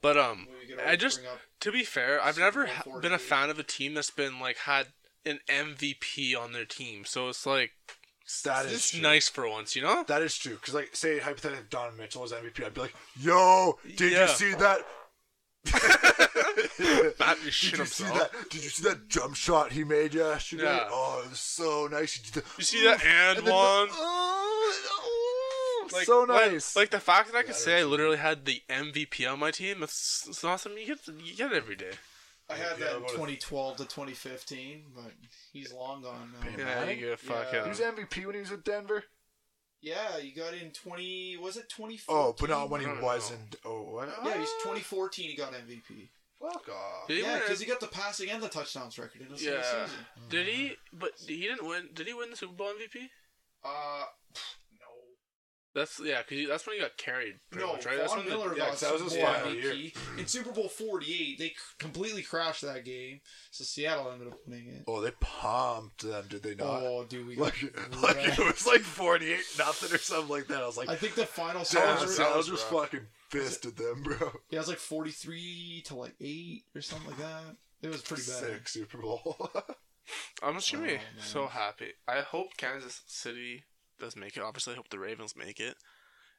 [SPEAKER 3] but um,
[SPEAKER 2] we could
[SPEAKER 3] I
[SPEAKER 2] always
[SPEAKER 3] just
[SPEAKER 2] bring up-
[SPEAKER 3] to be fair, I've
[SPEAKER 2] Super
[SPEAKER 3] never
[SPEAKER 2] Bowl
[SPEAKER 3] ha-
[SPEAKER 2] 48.
[SPEAKER 3] been a fan of a team that's been like had an MVP on their team. So it's like
[SPEAKER 1] <laughs> that is
[SPEAKER 3] it's
[SPEAKER 1] true.
[SPEAKER 3] nice for once,
[SPEAKER 1] <laughs>
[SPEAKER 3] you know?
[SPEAKER 1] That is true. Because, like, say, hypothetically, Don Mitchell was MVP, I'd be like, yo, did
[SPEAKER 3] Yeah.
[SPEAKER 1] you see that?
[SPEAKER 3] <laughs> Bat your
[SPEAKER 1] Did
[SPEAKER 3] shit
[SPEAKER 1] you see
[SPEAKER 3] himself.
[SPEAKER 1] that? Did you see that jump shot he made yesterday?
[SPEAKER 3] Yeah.
[SPEAKER 1] Oh, it was so nice. He did the-
[SPEAKER 3] You see that and,
[SPEAKER 1] then the-
[SPEAKER 3] one?
[SPEAKER 1] oh, oh,
[SPEAKER 3] Like,
[SPEAKER 1] so
[SPEAKER 3] like-
[SPEAKER 1] nice.
[SPEAKER 3] Like, the fact that I could
[SPEAKER 1] Yeah,
[SPEAKER 3] say I literally had the MVP on my team, it's, it's not something you get, you get every day.
[SPEAKER 2] I had
[SPEAKER 1] Yeah,
[SPEAKER 2] that in
[SPEAKER 1] what if-
[SPEAKER 2] 2012 to 2015, but he's long gone now.
[SPEAKER 1] Yeah.
[SPEAKER 2] Yeah,
[SPEAKER 3] Yeah,
[SPEAKER 1] Right?
[SPEAKER 3] you get fucking.
[SPEAKER 1] he was MVP when he was with Denver.
[SPEAKER 2] you got in 20. Was it 2014?
[SPEAKER 1] Oh, but not when he
[SPEAKER 3] No, no,
[SPEAKER 1] was
[SPEAKER 3] no.
[SPEAKER 1] in. Oh, what?
[SPEAKER 2] Yeah, he's 2014. He got MVP.
[SPEAKER 1] Fuck off.
[SPEAKER 3] Did he
[SPEAKER 2] yeah,
[SPEAKER 3] win
[SPEAKER 2] because
[SPEAKER 3] it?
[SPEAKER 2] he got the passing and the touchdowns record in a single
[SPEAKER 3] Yeah.
[SPEAKER 2] season.
[SPEAKER 3] Did he? But he didn't win. Did he win the Super Bowl MVP?
[SPEAKER 2] Uh, pff, no.
[SPEAKER 3] That's yeah, because that's when he got carried. Pretty
[SPEAKER 2] No,
[SPEAKER 3] much, right? that's
[SPEAKER 2] Von
[SPEAKER 3] when the-
[SPEAKER 2] Miller
[SPEAKER 1] yeah,
[SPEAKER 2] got
[SPEAKER 1] 'cause that was
[SPEAKER 2] Super
[SPEAKER 1] his
[SPEAKER 2] Bowl
[SPEAKER 1] final
[SPEAKER 2] MVP. In Super Bowl 48, they c- completely crashed that game, so Seattle ended up winning it.
[SPEAKER 1] Oh, they pumped them, did they not?
[SPEAKER 2] Oh, dude,
[SPEAKER 1] <laughs>
[SPEAKER 2] we
[SPEAKER 1] Like, <laughs>
[SPEAKER 2] got
[SPEAKER 1] like
[SPEAKER 2] wrecked.
[SPEAKER 1] it was like forty-eight nothing or something like that. I was like,
[SPEAKER 2] I think the final score
[SPEAKER 1] damn,
[SPEAKER 2] was,
[SPEAKER 1] was,
[SPEAKER 3] that
[SPEAKER 1] I
[SPEAKER 3] was
[SPEAKER 1] was just
[SPEAKER 3] rough.
[SPEAKER 1] fucking pissed at them, bro.
[SPEAKER 2] yeah, it was like 43 to like 8 or something like that. It was pretty bad.
[SPEAKER 1] Sick Super Bowl. <laughs>
[SPEAKER 3] I'm just gonna be
[SPEAKER 2] Oh,
[SPEAKER 3] so
[SPEAKER 2] man.
[SPEAKER 3] happy. I hope Kansas City does make it. Obviously, I hope the Ravens make it.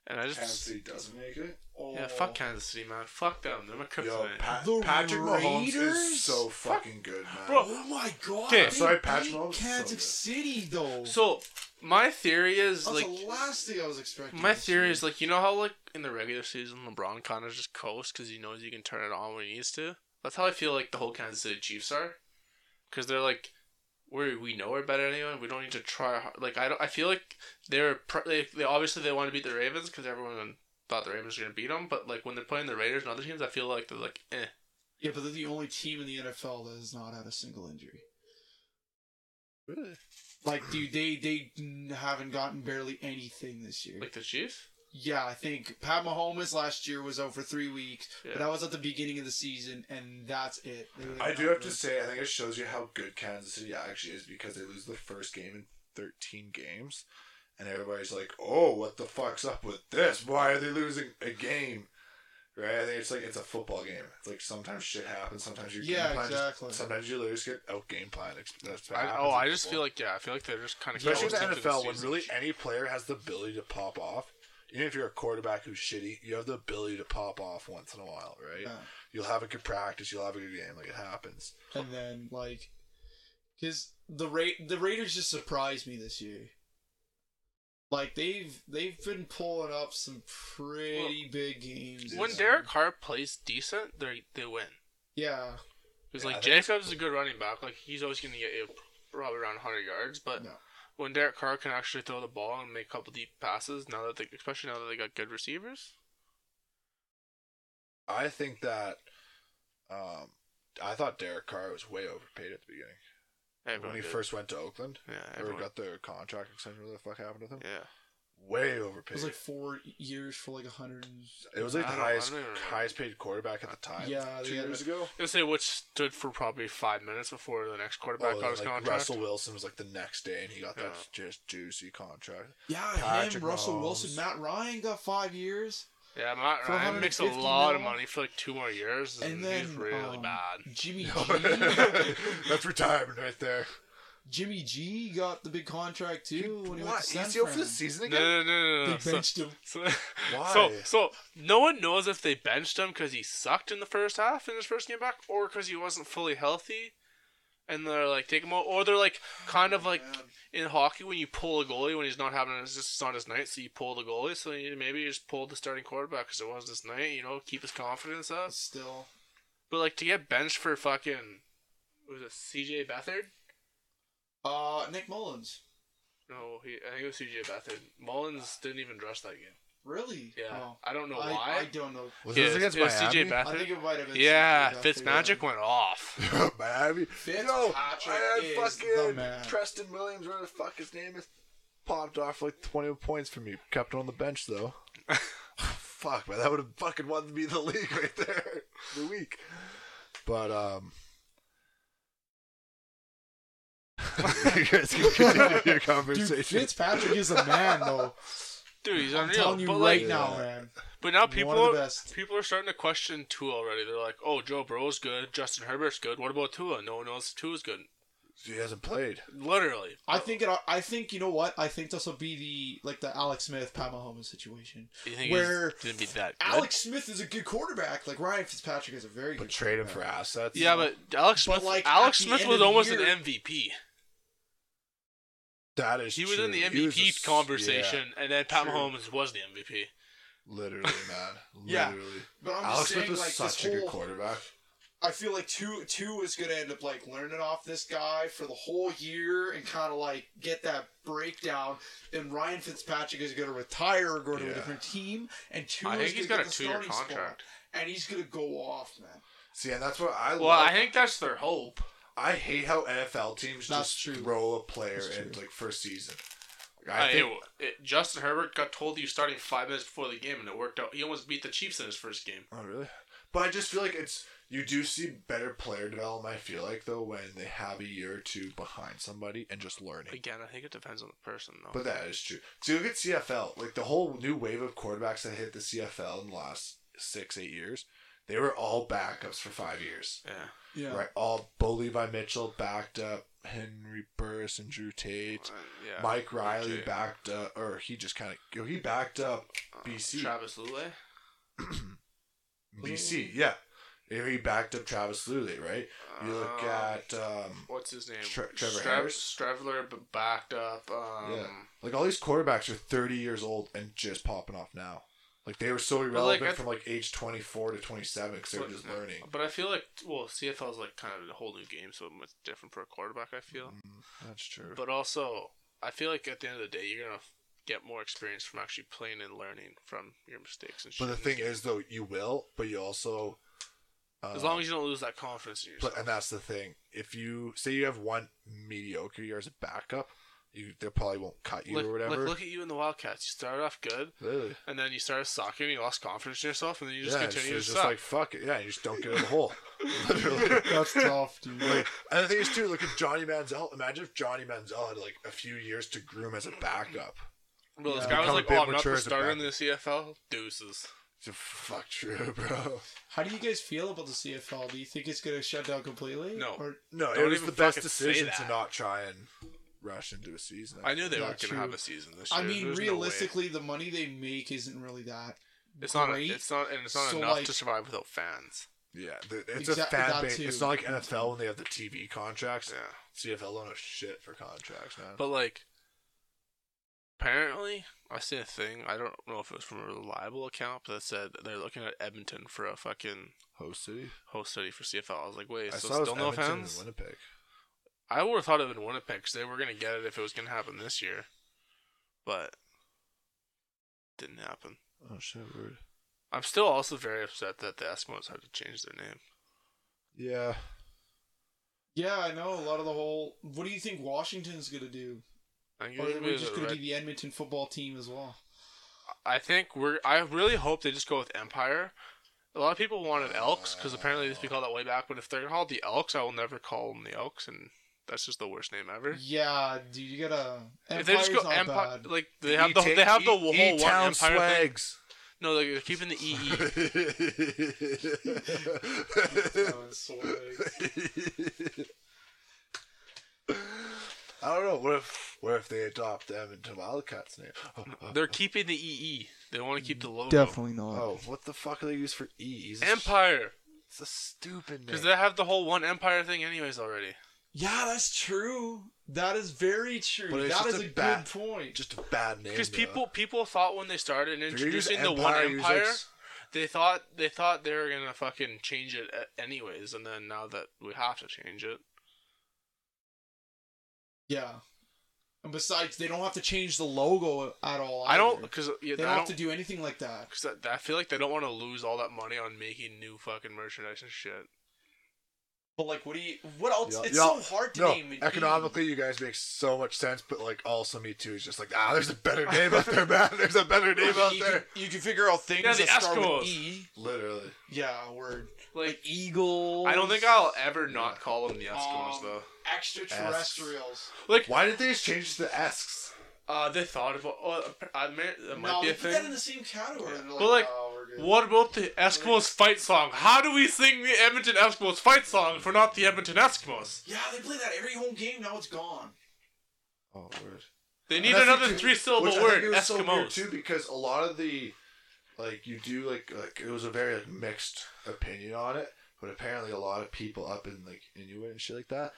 [SPEAKER 3] And I
[SPEAKER 1] Kansas
[SPEAKER 3] just
[SPEAKER 1] City doesn't make it.
[SPEAKER 2] Oh.
[SPEAKER 3] yeah, fuck Kansas City, man. Fuck them. They're my
[SPEAKER 1] Yo,
[SPEAKER 3] kryptonite.
[SPEAKER 1] Pat-
[SPEAKER 2] The
[SPEAKER 1] Patrick Mahomes
[SPEAKER 2] Raiders?
[SPEAKER 1] is so fucking good, man.
[SPEAKER 3] Bro,
[SPEAKER 2] Oh my god!
[SPEAKER 3] Okay.
[SPEAKER 2] they
[SPEAKER 1] Sorry,
[SPEAKER 2] beat
[SPEAKER 1] Patrick Mahomes is so good.
[SPEAKER 2] Kansas City though.
[SPEAKER 3] so my theory is
[SPEAKER 2] That's
[SPEAKER 3] like
[SPEAKER 2] the last thing I was expecting.
[SPEAKER 3] my
[SPEAKER 2] this
[SPEAKER 3] theory
[SPEAKER 2] year.
[SPEAKER 3] is like you know how like in the regular season LeBron kind of just coasts because he knows he can turn it on when he needs to. That's how I feel like the whole Kansas City Chiefs are, because they're like we we know we're better than anyone. We don't need to try hard. Like I don't. I feel like they're pr- they, they obviously they want to beat the Ravens because everyone thought the Ravens were gonna beat them. But like when they're playing the Raiders and other teams, I feel like they're like eh.
[SPEAKER 2] yeah, but they're the only team in the NFL that has not had a single injury.
[SPEAKER 3] Really?
[SPEAKER 2] Like, dude, they they haven't gotten barely anything this year.
[SPEAKER 3] Like the Chiefs?
[SPEAKER 2] yeah, I think Pat Mahomes last year was out for three weeks,
[SPEAKER 3] Yeah.
[SPEAKER 2] but that was at the beginning of the season, and that's it. They were
[SPEAKER 1] I
[SPEAKER 2] not
[SPEAKER 1] do have to
[SPEAKER 2] good.
[SPEAKER 1] say, I think it shows you how good Kansas City actually is because they lose the first game in 13 games, and everybody's like, "Oh, what the fuck's up with this? Why are they losing a game?" Right? I think it's like it's a football game. It's like sometimes shit happens. Sometimes you
[SPEAKER 2] Yeah,
[SPEAKER 1] plan,
[SPEAKER 2] exactly.
[SPEAKER 1] Just, sometimes you literally just get out game plan. That's what
[SPEAKER 3] I,
[SPEAKER 1] happens
[SPEAKER 3] oh,
[SPEAKER 1] in
[SPEAKER 3] I just
[SPEAKER 1] football.
[SPEAKER 3] feel like yeah. I feel like they're just kind of
[SPEAKER 1] especially in the NFL when really any player has the ability to pop off. Even if you're a quarterback who's shitty, you have the ability to pop off once in a while, right?
[SPEAKER 2] Yeah.
[SPEAKER 1] You'll have a good practice. You'll have a good game. Like it happens.
[SPEAKER 2] and then like, because the Ra- the Raiders just surprised me this year. Like they've they've been pulling up some pretty big games.
[SPEAKER 3] when
[SPEAKER 2] this
[SPEAKER 3] Derek
[SPEAKER 2] year.
[SPEAKER 3] Hart plays decent, they they win.
[SPEAKER 2] yeah,
[SPEAKER 3] Because
[SPEAKER 1] Yeah, I
[SPEAKER 3] like
[SPEAKER 1] think-
[SPEAKER 3] Jacobs is a good running back. Like he's always going to get you probably around 100 yards. But
[SPEAKER 2] No.
[SPEAKER 3] when Derek Carr can actually throw the ball and make a couple deep passes, now that they, especially now that they got good receivers,
[SPEAKER 1] I think that um, I thought Derek Carr was way overpaid at the beginning
[SPEAKER 3] everyone
[SPEAKER 1] when he
[SPEAKER 3] did.
[SPEAKER 1] first went to Oakland.
[SPEAKER 3] yeah,
[SPEAKER 1] Or
[SPEAKER 3] everyone,
[SPEAKER 1] got the contract extension. What the fuck happened with him?
[SPEAKER 3] yeah.
[SPEAKER 1] Way
[SPEAKER 2] it
[SPEAKER 1] overpaid.
[SPEAKER 2] was like four years for like a hundred. and-
[SPEAKER 1] It was like
[SPEAKER 3] I
[SPEAKER 1] the
[SPEAKER 3] don't- I
[SPEAKER 1] highest
[SPEAKER 3] don't even remember.
[SPEAKER 1] highest paid quarterback at the time.
[SPEAKER 2] Yeah,
[SPEAKER 1] two
[SPEAKER 2] they had
[SPEAKER 1] years
[SPEAKER 2] a-
[SPEAKER 1] ago.
[SPEAKER 3] I was gonna say which stood for probably five minutes before the next quarterback
[SPEAKER 1] Oh,
[SPEAKER 3] got his
[SPEAKER 1] like
[SPEAKER 3] contract.
[SPEAKER 1] Russell Wilson was like the next day, and he got that
[SPEAKER 3] Yeah.
[SPEAKER 1] just juicy contract.
[SPEAKER 2] Yeah,
[SPEAKER 1] Patrick
[SPEAKER 2] him, Russell
[SPEAKER 1] Mahomes.
[SPEAKER 2] Wilson, Matt Ryan got five years.
[SPEAKER 3] Yeah, Matt
[SPEAKER 2] For
[SPEAKER 3] Ryan makes a
[SPEAKER 2] 150
[SPEAKER 3] lot of
[SPEAKER 2] mil.
[SPEAKER 3] money for like two more years, and,
[SPEAKER 2] And
[SPEAKER 3] he's
[SPEAKER 2] then
[SPEAKER 3] really
[SPEAKER 2] um,
[SPEAKER 3] bad.
[SPEAKER 2] Jimmy
[SPEAKER 3] <laughs>
[SPEAKER 2] G.
[SPEAKER 1] <laughs> That's retirement right there.
[SPEAKER 2] Jimmy G got the big contract too when he went to San
[SPEAKER 1] He's out for the
[SPEAKER 2] Fran.
[SPEAKER 1] season
[SPEAKER 3] No,
[SPEAKER 1] again.
[SPEAKER 3] no, no, no, no.
[SPEAKER 2] They
[SPEAKER 3] no. So-
[SPEAKER 2] benched him.
[SPEAKER 3] So, <laughs>
[SPEAKER 1] Why?
[SPEAKER 3] so, so no one knows if they benched him because he sucked in the first half in his first game back, or because he wasn't fully healthy, and they're like take him out, or they're like kind of like in hockey when you pull a goalie when he's not having it's just not his night, so you pull the goalie. So you, maybe you just pulled the starting quarterback because it wasn't his night. You know, keep his confidence up.
[SPEAKER 2] Still,
[SPEAKER 3] But like to get benched for fucking what was it C.J. Beathard?
[SPEAKER 2] uh, Nick Mullins.
[SPEAKER 3] No, he, I think it was C.J. Beathard. Mullins didn't even dress that game.
[SPEAKER 2] Really?
[SPEAKER 3] Yeah,
[SPEAKER 2] Oh.
[SPEAKER 3] I don't know
[SPEAKER 2] I,
[SPEAKER 3] why.
[SPEAKER 2] I don't know.
[SPEAKER 1] Was
[SPEAKER 3] Yeah,
[SPEAKER 1] this against
[SPEAKER 3] it was C.J.
[SPEAKER 1] Miami?
[SPEAKER 2] I
[SPEAKER 3] Beathard.
[SPEAKER 2] think it might have been.
[SPEAKER 3] Yeah,
[SPEAKER 2] something about
[SPEAKER 3] Fitzmagic
[SPEAKER 2] the-
[SPEAKER 3] went off.
[SPEAKER 1] <laughs> Miami. Yo,
[SPEAKER 2] Fitzpatrick
[SPEAKER 1] I had
[SPEAKER 2] is the man.
[SPEAKER 1] fucking Preston Williams, whatever the fuck his name is, popped off for like 20 points for me. Kept on the bench
[SPEAKER 3] <laughs>
[SPEAKER 1] though. fuck, man, that would have fucking won me the league right there, <laughs> the week. But
[SPEAKER 3] <laughs>
[SPEAKER 1] um. <laughs> you guys can continue your conversation.
[SPEAKER 2] Dude, Fitzpatrick is a man though.
[SPEAKER 3] <laughs> Dude, <laughs> he's
[SPEAKER 2] I'm
[SPEAKER 3] unreal.
[SPEAKER 2] telling you
[SPEAKER 3] But
[SPEAKER 2] right
[SPEAKER 3] like,
[SPEAKER 2] now,
[SPEAKER 1] Yeah.
[SPEAKER 2] man.
[SPEAKER 3] but now
[SPEAKER 2] One of
[SPEAKER 3] people
[SPEAKER 2] the best.
[SPEAKER 3] people are starting to question Tua already. They're like, "Oh, Joe Burrow's good. Justin Herbert's good. What about Tua? No one knows if Tua's good."
[SPEAKER 1] he hasn't played.
[SPEAKER 3] Literally,
[SPEAKER 2] I think it. I think you know what. I think this will be the like the Alex Smith, Pat Mahomes situation.
[SPEAKER 3] you
[SPEAKER 2] think he's Where
[SPEAKER 3] gonna be that
[SPEAKER 2] Alex Smith is a good quarterback. Like Ryan Fitzpatrick is a very
[SPEAKER 1] But
[SPEAKER 2] good
[SPEAKER 1] trade him for
[SPEAKER 2] quarterback.
[SPEAKER 1] assets.
[SPEAKER 3] Yeah, but Alex
[SPEAKER 2] But,
[SPEAKER 3] Smith.
[SPEAKER 2] like,
[SPEAKER 3] Alex
[SPEAKER 2] at the
[SPEAKER 3] Smith
[SPEAKER 2] end
[SPEAKER 3] was
[SPEAKER 2] of the
[SPEAKER 3] almost
[SPEAKER 2] year-
[SPEAKER 3] an MVP.
[SPEAKER 1] that is
[SPEAKER 3] He was
[SPEAKER 1] true.
[SPEAKER 3] in the
[SPEAKER 1] He was
[SPEAKER 3] MVP
[SPEAKER 1] a-
[SPEAKER 3] conversation, and then Pat
[SPEAKER 2] True.
[SPEAKER 3] Mahomes was the MVP.
[SPEAKER 1] yeah, literally,
[SPEAKER 3] <laughs>
[SPEAKER 1] man.
[SPEAKER 2] Yeah.
[SPEAKER 1] Literally.
[SPEAKER 2] But I'm
[SPEAKER 1] Alex
[SPEAKER 2] just saying,
[SPEAKER 1] Smith was
[SPEAKER 2] like
[SPEAKER 1] such a
[SPEAKER 2] this
[SPEAKER 1] good
[SPEAKER 2] whole,
[SPEAKER 1] quarterback.
[SPEAKER 2] I feel like two two is gonna end up like learning off this guy for the whole year and kind of like get that breakdown. And Ryan Fitzpatrick is gonna retire or go to
[SPEAKER 1] Yeah.
[SPEAKER 2] a different team. And two
[SPEAKER 3] I
[SPEAKER 2] is
[SPEAKER 3] think he's
[SPEAKER 2] gonna
[SPEAKER 3] got
[SPEAKER 2] get
[SPEAKER 3] a
[SPEAKER 2] the
[SPEAKER 3] two-year
[SPEAKER 2] starting spot.
[SPEAKER 3] contract.
[SPEAKER 2] and he's gonna go off, man.
[SPEAKER 1] See, and that's what I
[SPEAKER 3] Well,
[SPEAKER 1] love.
[SPEAKER 3] I think that's their hope.
[SPEAKER 1] I hate how NFL teams
[SPEAKER 2] That's
[SPEAKER 1] just
[SPEAKER 2] true.
[SPEAKER 1] throw a player
[SPEAKER 2] That's
[SPEAKER 1] in
[SPEAKER 2] true.
[SPEAKER 1] like first season. Like,
[SPEAKER 3] I
[SPEAKER 1] I think
[SPEAKER 3] it, Justin Herbert got told he was starting five minutes before the game, and it worked out. He almost beat the Chiefs in his first game.
[SPEAKER 1] Oh really? But I just feel like it's you do see better player development. I feel like though when they have a year or two behind somebody and just learning.
[SPEAKER 3] Again, I think it depends on the person, though.
[SPEAKER 1] But that is true. So look at CFL. Like the whole new wave of quarterbacks that hit the CFL in the last six eight years, they were all backups for five years.
[SPEAKER 3] yeah.
[SPEAKER 2] Yeah.
[SPEAKER 1] Right, all Bo Levi Mitchell backed up. Henry Burris and Drew Tate.
[SPEAKER 3] Uh, yeah.
[SPEAKER 1] Mike Riley
[SPEAKER 3] Okay.
[SPEAKER 1] backed up, or he just kind of he backed up
[SPEAKER 3] Uh,
[SPEAKER 1] BC.
[SPEAKER 3] Travis Lule.
[SPEAKER 1] BC. Yeah, he backed up Travis Lule, right? You look
[SPEAKER 3] Um,
[SPEAKER 1] at um,
[SPEAKER 3] what's his name?
[SPEAKER 1] Tre- Trevor
[SPEAKER 3] Strav-
[SPEAKER 1] Harris?
[SPEAKER 3] Stravler b- backed up. Um,
[SPEAKER 1] Yeah. like all these quarterbacks are 30 years old and just popping off now. Like they were so
[SPEAKER 3] like,
[SPEAKER 1] irrelevant
[SPEAKER 3] I th-
[SPEAKER 1] from like age 24 to 27 because they were just learning.
[SPEAKER 3] But I feel like well, CFL is like kind of a whole new game, so much different for a quarterback. I feel,
[SPEAKER 1] Mm, that's true.
[SPEAKER 3] but also I feel like at the end of the day, you're gonna f- get more experience from actually playing and learning from your mistakes and shit.
[SPEAKER 1] But the
[SPEAKER 3] in
[SPEAKER 1] thing
[SPEAKER 3] game.
[SPEAKER 1] is, though, you will, but you also. Uh,
[SPEAKER 3] as long as you don't lose that confidence in
[SPEAKER 1] But, uh,
[SPEAKER 3] yourself,
[SPEAKER 1] and that's the thing. If you say you have one mediocre year as a backup, you they probably won't cut you
[SPEAKER 3] look,
[SPEAKER 1] or
[SPEAKER 3] look-
[SPEAKER 1] whatever.
[SPEAKER 3] look at you in the Wildcats. You started off good,
[SPEAKER 1] Really?
[SPEAKER 3] and then you started sucking, you lost confidence in yourself, and then you just
[SPEAKER 1] yeah, it's,
[SPEAKER 3] continue
[SPEAKER 1] it's
[SPEAKER 3] to
[SPEAKER 1] just
[SPEAKER 3] suck.
[SPEAKER 1] like fuck it. Yeah, you just don't get in the
[SPEAKER 3] <laughs>
[SPEAKER 1] hole. Literally.
[SPEAKER 2] <laughs> That's tough, dude.
[SPEAKER 1] Like, and the thing is too, look at Johnny Manziel. Imagine if Johnny Manziel had like a few years to groom as a backup.
[SPEAKER 3] Well, this
[SPEAKER 2] Yeah.
[SPEAKER 3] guy was
[SPEAKER 1] Become a
[SPEAKER 3] like,
[SPEAKER 1] bit
[SPEAKER 3] "Oh, I'm not
[SPEAKER 1] mature
[SPEAKER 3] the
[SPEAKER 1] as a
[SPEAKER 3] starter in the
[SPEAKER 1] back-
[SPEAKER 3] CFL." Deuces.
[SPEAKER 1] It's a fuck true, <laughs> bro.
[SPEAKER 2] How do you guys feel about the CFL? Do you think it's gonna shut down completely?
[SPEAKER 3] No.
[SPEAKER 2] Or
[SPEAKER 1] No, it
[SPEAKER 3] Don't
[SPEAKER 1] was
[SPEAKER 3] even
[SPEAKER 1] the best
[SPEAKER 3] fucking say
[SPEAKER 1] decision
[SPEAKER 3] that.
[SPEAKER 1] to not try and rush into a season.
[SPEAKER 3] I knew they
[SPEAKER 2] Not
[SPEAKER 3] weren't going to
[SPEAKER 2] true.
[SPEAKER 3] have a season this year.
[SPEAKER 2] I mean,
[SPEAKER 3] There's no way.
[SPEAKER 2] realistically, the money they make isn't really that.
[SPEAKER 3] it's not.
[SPEAKER 2] great.
[SPEAKER 3] It's not, and it's not
[SPEAKER 2] So,
[SPEAKER 3] enough
[SPEAKER 2] like-
[SPEAKER 3] to survive without fans.
[SPEAKER 1] Yeah, the, it's a
[SPEAKER 2] Exactly
[SPEAKER 1] fan
[SPEAKER 2] that
[SPEAKER 1] base.
[SPEAKER 2] too.
[SPEAKER 1] It's not like NFL when they have the TV contracts.
[SPEAKER 3] Yeah,
[SPEAKER 1] CFL don't know shit for contracts, man.
[SPEAKER 3] but like, apparently, I seen a thing. I don't know if it was from a reliable account, but that said they're looking at Edmonton for a fucking
[SPEAKER 1] Host city.
[SPEAKER 3] host city for CFL. I was like, wait,
[SPEAKER 1] I
[SPEAKER 3] so
[SPEAKER 1] saw it was
[SPEAKER 3] still no
[SPEAKER 1] Edmonton and
[SPEAKER 3] fans?
[SPEAKER 1] Winnipeg.
[SPEAKER 3] I would have thought of it in Winnipeg because they were going to get it if it was going to happen this year, but didn't happen.
[SPEAKER 1] Oh shit, weird.
[SPEAKER 3] I'm still also very upset that the Eskimos had to change their name.
[SPEAKER 1] Yeah,
[SPEAKER 2] Yeah, I know a lot of the whole. What do you think Washington's gonna do?
[SPEAKER 3] I think
[SPEAKER 2] Or
[SPEAKER 3] it's
[SPEAKER 2] are
[SPEAKER 3] gonna be
[SPEAKER 2] we just
[SPEAKER 3] the
[SPEAKER 2] gonna
[SPEAKER 3] Red
[SPEAKER 2] do the Edmonton football team as well?
[SPEAKER 3] I think we're. I really hope they just go with Empire. A lot of people wanted Elks because apparently they used to be called that way back. But if they're called the Elks, I will never call them the Elks, and that's just the worst name ever.
[SPEAKER 2] Yeah, dude, you gotta.
[SPEAKER 3] if they just go
[SPEAKER 2] not
[SPEAKER 3] Empire, <laughs>
[SPEAKER 2] bad.
[SPEAKER 3] like they have the they have the whole
[SPEAKER 1] E-
[SPEAKER 3] one
[SPEAKER 1] town
[SPEAKER 3] Empire thing. E.
[SPEAKER 1] swags.
[SPEAKER 3] No, they're keeping the
[SPEAKER 1] <laughs>
[SPEAKER 3] EE.
[SPEAKER 2] Oh,
[SPEAKER 1] <laughs>
[SPEAKER 2] it's so big.
[SPEAKER 1] I don't know. What if what if they adopt them into Wildcats name? Oh, oh,
[SPEAKER 3] they're keeping the EE. They want to keep the logo.
[SPEAKER 2] Definitely not.
[SPEAKER 1] oh, what the fuck do they use for E? It's a-
[SPEAKER 3] Empire
[SPEAKER 1] It's a stupid name.
[SPEAKER 3] because they have the whole one Empire thing anyways already.
[SPEAKER 2] Yeah, that's true. That is very
[SPEAKER 1] But
[SPEAKER 2] true.
[SPEAKER 1] it's
[SPEAKER 2] That
[SPEAKER 1] just
[SPEAKER 2] is
[SPEAKER 1] a
[SPEAKER 2] a,
[SPEAKER 1] bad-
[SPEAKER 2] good point.
[SPEAKER 1] Just a bad name.
[SPEAKER 3] Because
[SPEAKER 1] though.
[SPEAKER 3] people people thought when they started
[SPEAKER 1] If you're gonna use
[SPEAKER 3] introducing the one
[SPEAKER 1] Empire, use, like,
[SPEAKER 3] Empire.
[SPEAKER 1] s-
[SPEAKER 3] They thought they thought they were gonna fucking change it a- anyways, and then now that we have to change it,
[SPEAKER 2] yeah. And besides, they don't have to change the logo at all.
[SPEAKER 3] I don't
[SPEAKER 2] either.
[SPEAKER 3] because yeah,
[SPEAKER 2] They don't
[SPEAKER 3] I
[SPEAKER 2] have
[SPEAKER 3] don't
[SPEAKER 2] to do anything like that.
[SPEAKER 3] because I, I feel like they don't want to lose all that money on making new fucking merchandise and shit.
[SPEAKER 2] But like, what do you? What else?
[SPEAKER 1] Yeah.
[SPEAKER 2] It's
[SPEAKER 1] Yeah.
[SPEAKER 2] so hard to
[SPEAKER 1] no,
[SPEAKER 2] name. E. it.
[SPEAKER 1] economically, you guys make so much sense, but like also me too is just like ah, there's a better name out there, man. <laughs> There's a better name out
[SPEAKER 2] you, <laughs>
[SPEAKER 1] there.
[SPEAKER 2] Can, you can figure out things
[SPEAKER 3] Yeah, the
[SPEAKER 2] that start
[SPEAKER 3] Eskimos.
[SPEAKER 2] with E.
[SPEAKER 1] Literally,
[SPEAKER 2] Yeah, word. Like
[SPEAKER 3] Like
[SPEAKER 2] eagles.
[SPEAKER 3] I don't think I'll ever not call them the Eskimos
[SPEAKER 2] Um,
[SPEAKER 3] though.
[SPEAKER 2] extraterrestrials.
[SPEAKER 3] Like
[SPEAKER 1] why did they just change to the Esks?
[SPEAKER 3] uh, they thought about oh, I mean, that might
[SPEAKER 2] no,
[SPEAKER 3] be
[SPEAKER 2] they
[SPEAKER 3] a
[SPEAKER 2] put that in
[SPEAKER 3] thing.
[SPEAKER 2] the same category. They're
[SPEAKER 3] But, like,
[SPEAKER 2] oh, we're good.
[SPEAKER 3] What about the Eskimos fight song? How do we sing the Edmonton Eskimos fight song if we're not the Edmonton Eskimos?
[SPEAKER 2] Yeah, they play that every home game. Now it's gone.
[SPEAKER 1] Oh word.
[SPEAKER 3] They need
[SPEAKER 1] That's
[SPEAKER 3] another
[SPEAKER 1] the thing,
[SPEAKER 3] three
[SPEAKER 1] which I
[SPEAKER 3] syllable
[SPEAKER 1] think
[SPEAKER 3] word.
[SPEAKER 1] it was so weird,
[SPEAKER 3] Eskimos.
[SPEAKER 1] too because a lot of the like you do like like it was a very like, mixed opinion on it, but apparently a lot of people up in like Inuit and shit like that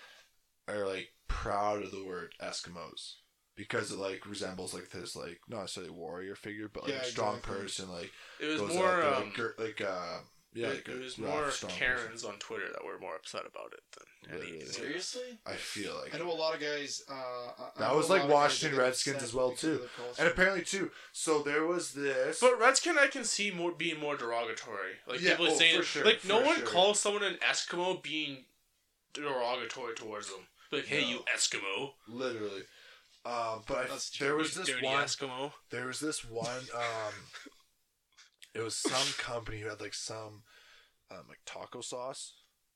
[SPEAKER 1] are like proud of the word Eskimos because it like resembles like this like not necessarily warrior figure but like
[SPEAKER 2] Yeah,
[SPEAKER 1] a strong
[SPEAKER 2] exactly.
[SPEAKER 1] person like
[SPEAKER 3] it was
[SPEAKER 1] goes out
[SPEAKER 3] more.
[SPEAKER 1] there,
[SPEAKER 3] Um,
[SPEAKER 1] like, gir- like uh yeah
[SPEAKER 3] it,
[SPEAKER 1] like
[SPEAKER 3] it
[SPEAKER 1] a
[SPEAKER 3] was
[SPEAKER 1] rough,
[SPEAKER 3] more
[SPEAKER 1] strong person.
[SPEAKER 3] Karens on Twitter that were more upset about it than any.
[SPEAKER 1] Literally.
[SPEAKER 2] Seriously?
[SPEAKER 1] I feel like
[SPEAKER 2] I know a lot of guys. Uh, I- I
[SPEAKER 1] That
[SPEAKER 2] know
[SPEAKER 1] was
[SPEAKER 2] a lot
[SPEAKER 1] like
[SPEAKER 2] of guys
[SPEAKER 1] Washington
[SPEAKER 2] that get
[SPEAKER 1] Redskins
[SPEAKER 2] upset
[SPEAKER 1] as well,
[SPEAKER 2] because of
[SPEAKER 1] too.
[SPEAKER 2] the culture.
[SPEAKER 1] and apparently too so there was this
[SPEAKER 3] But Redskin, I can see more being more derogatory. Like
[SPEAKER 1] Yeah,
[SPEAKER 3] people
[SPEAKER 1] oh,
[SPEAKER 3] saying,
[SPEAKER 1] for sure,
[SPEAKER 3] like no
[SPEAKER 1] for
[SPEAKER 3] one
[SPEAKER 1] sure.
[SPEAKER 3] calls someone an Eskimo being derogatory towards them. Like, hey,
[SPEAKER 1] No.
[SPEAKER 3] you Eskimo,
[SPEAKER 1] literally um but I,
[SPEAKER 2] That's true.
[SPEAKER 1] there was
[SPEAKER 3] you
[SPEAKER 1] this
[SPEAKER 3] dirty
[SPEAKER 1] one
[SPEAKER 3] Eskimo.
[SPEAKER 1] there was this one um it was some company who had like some um like taco sauce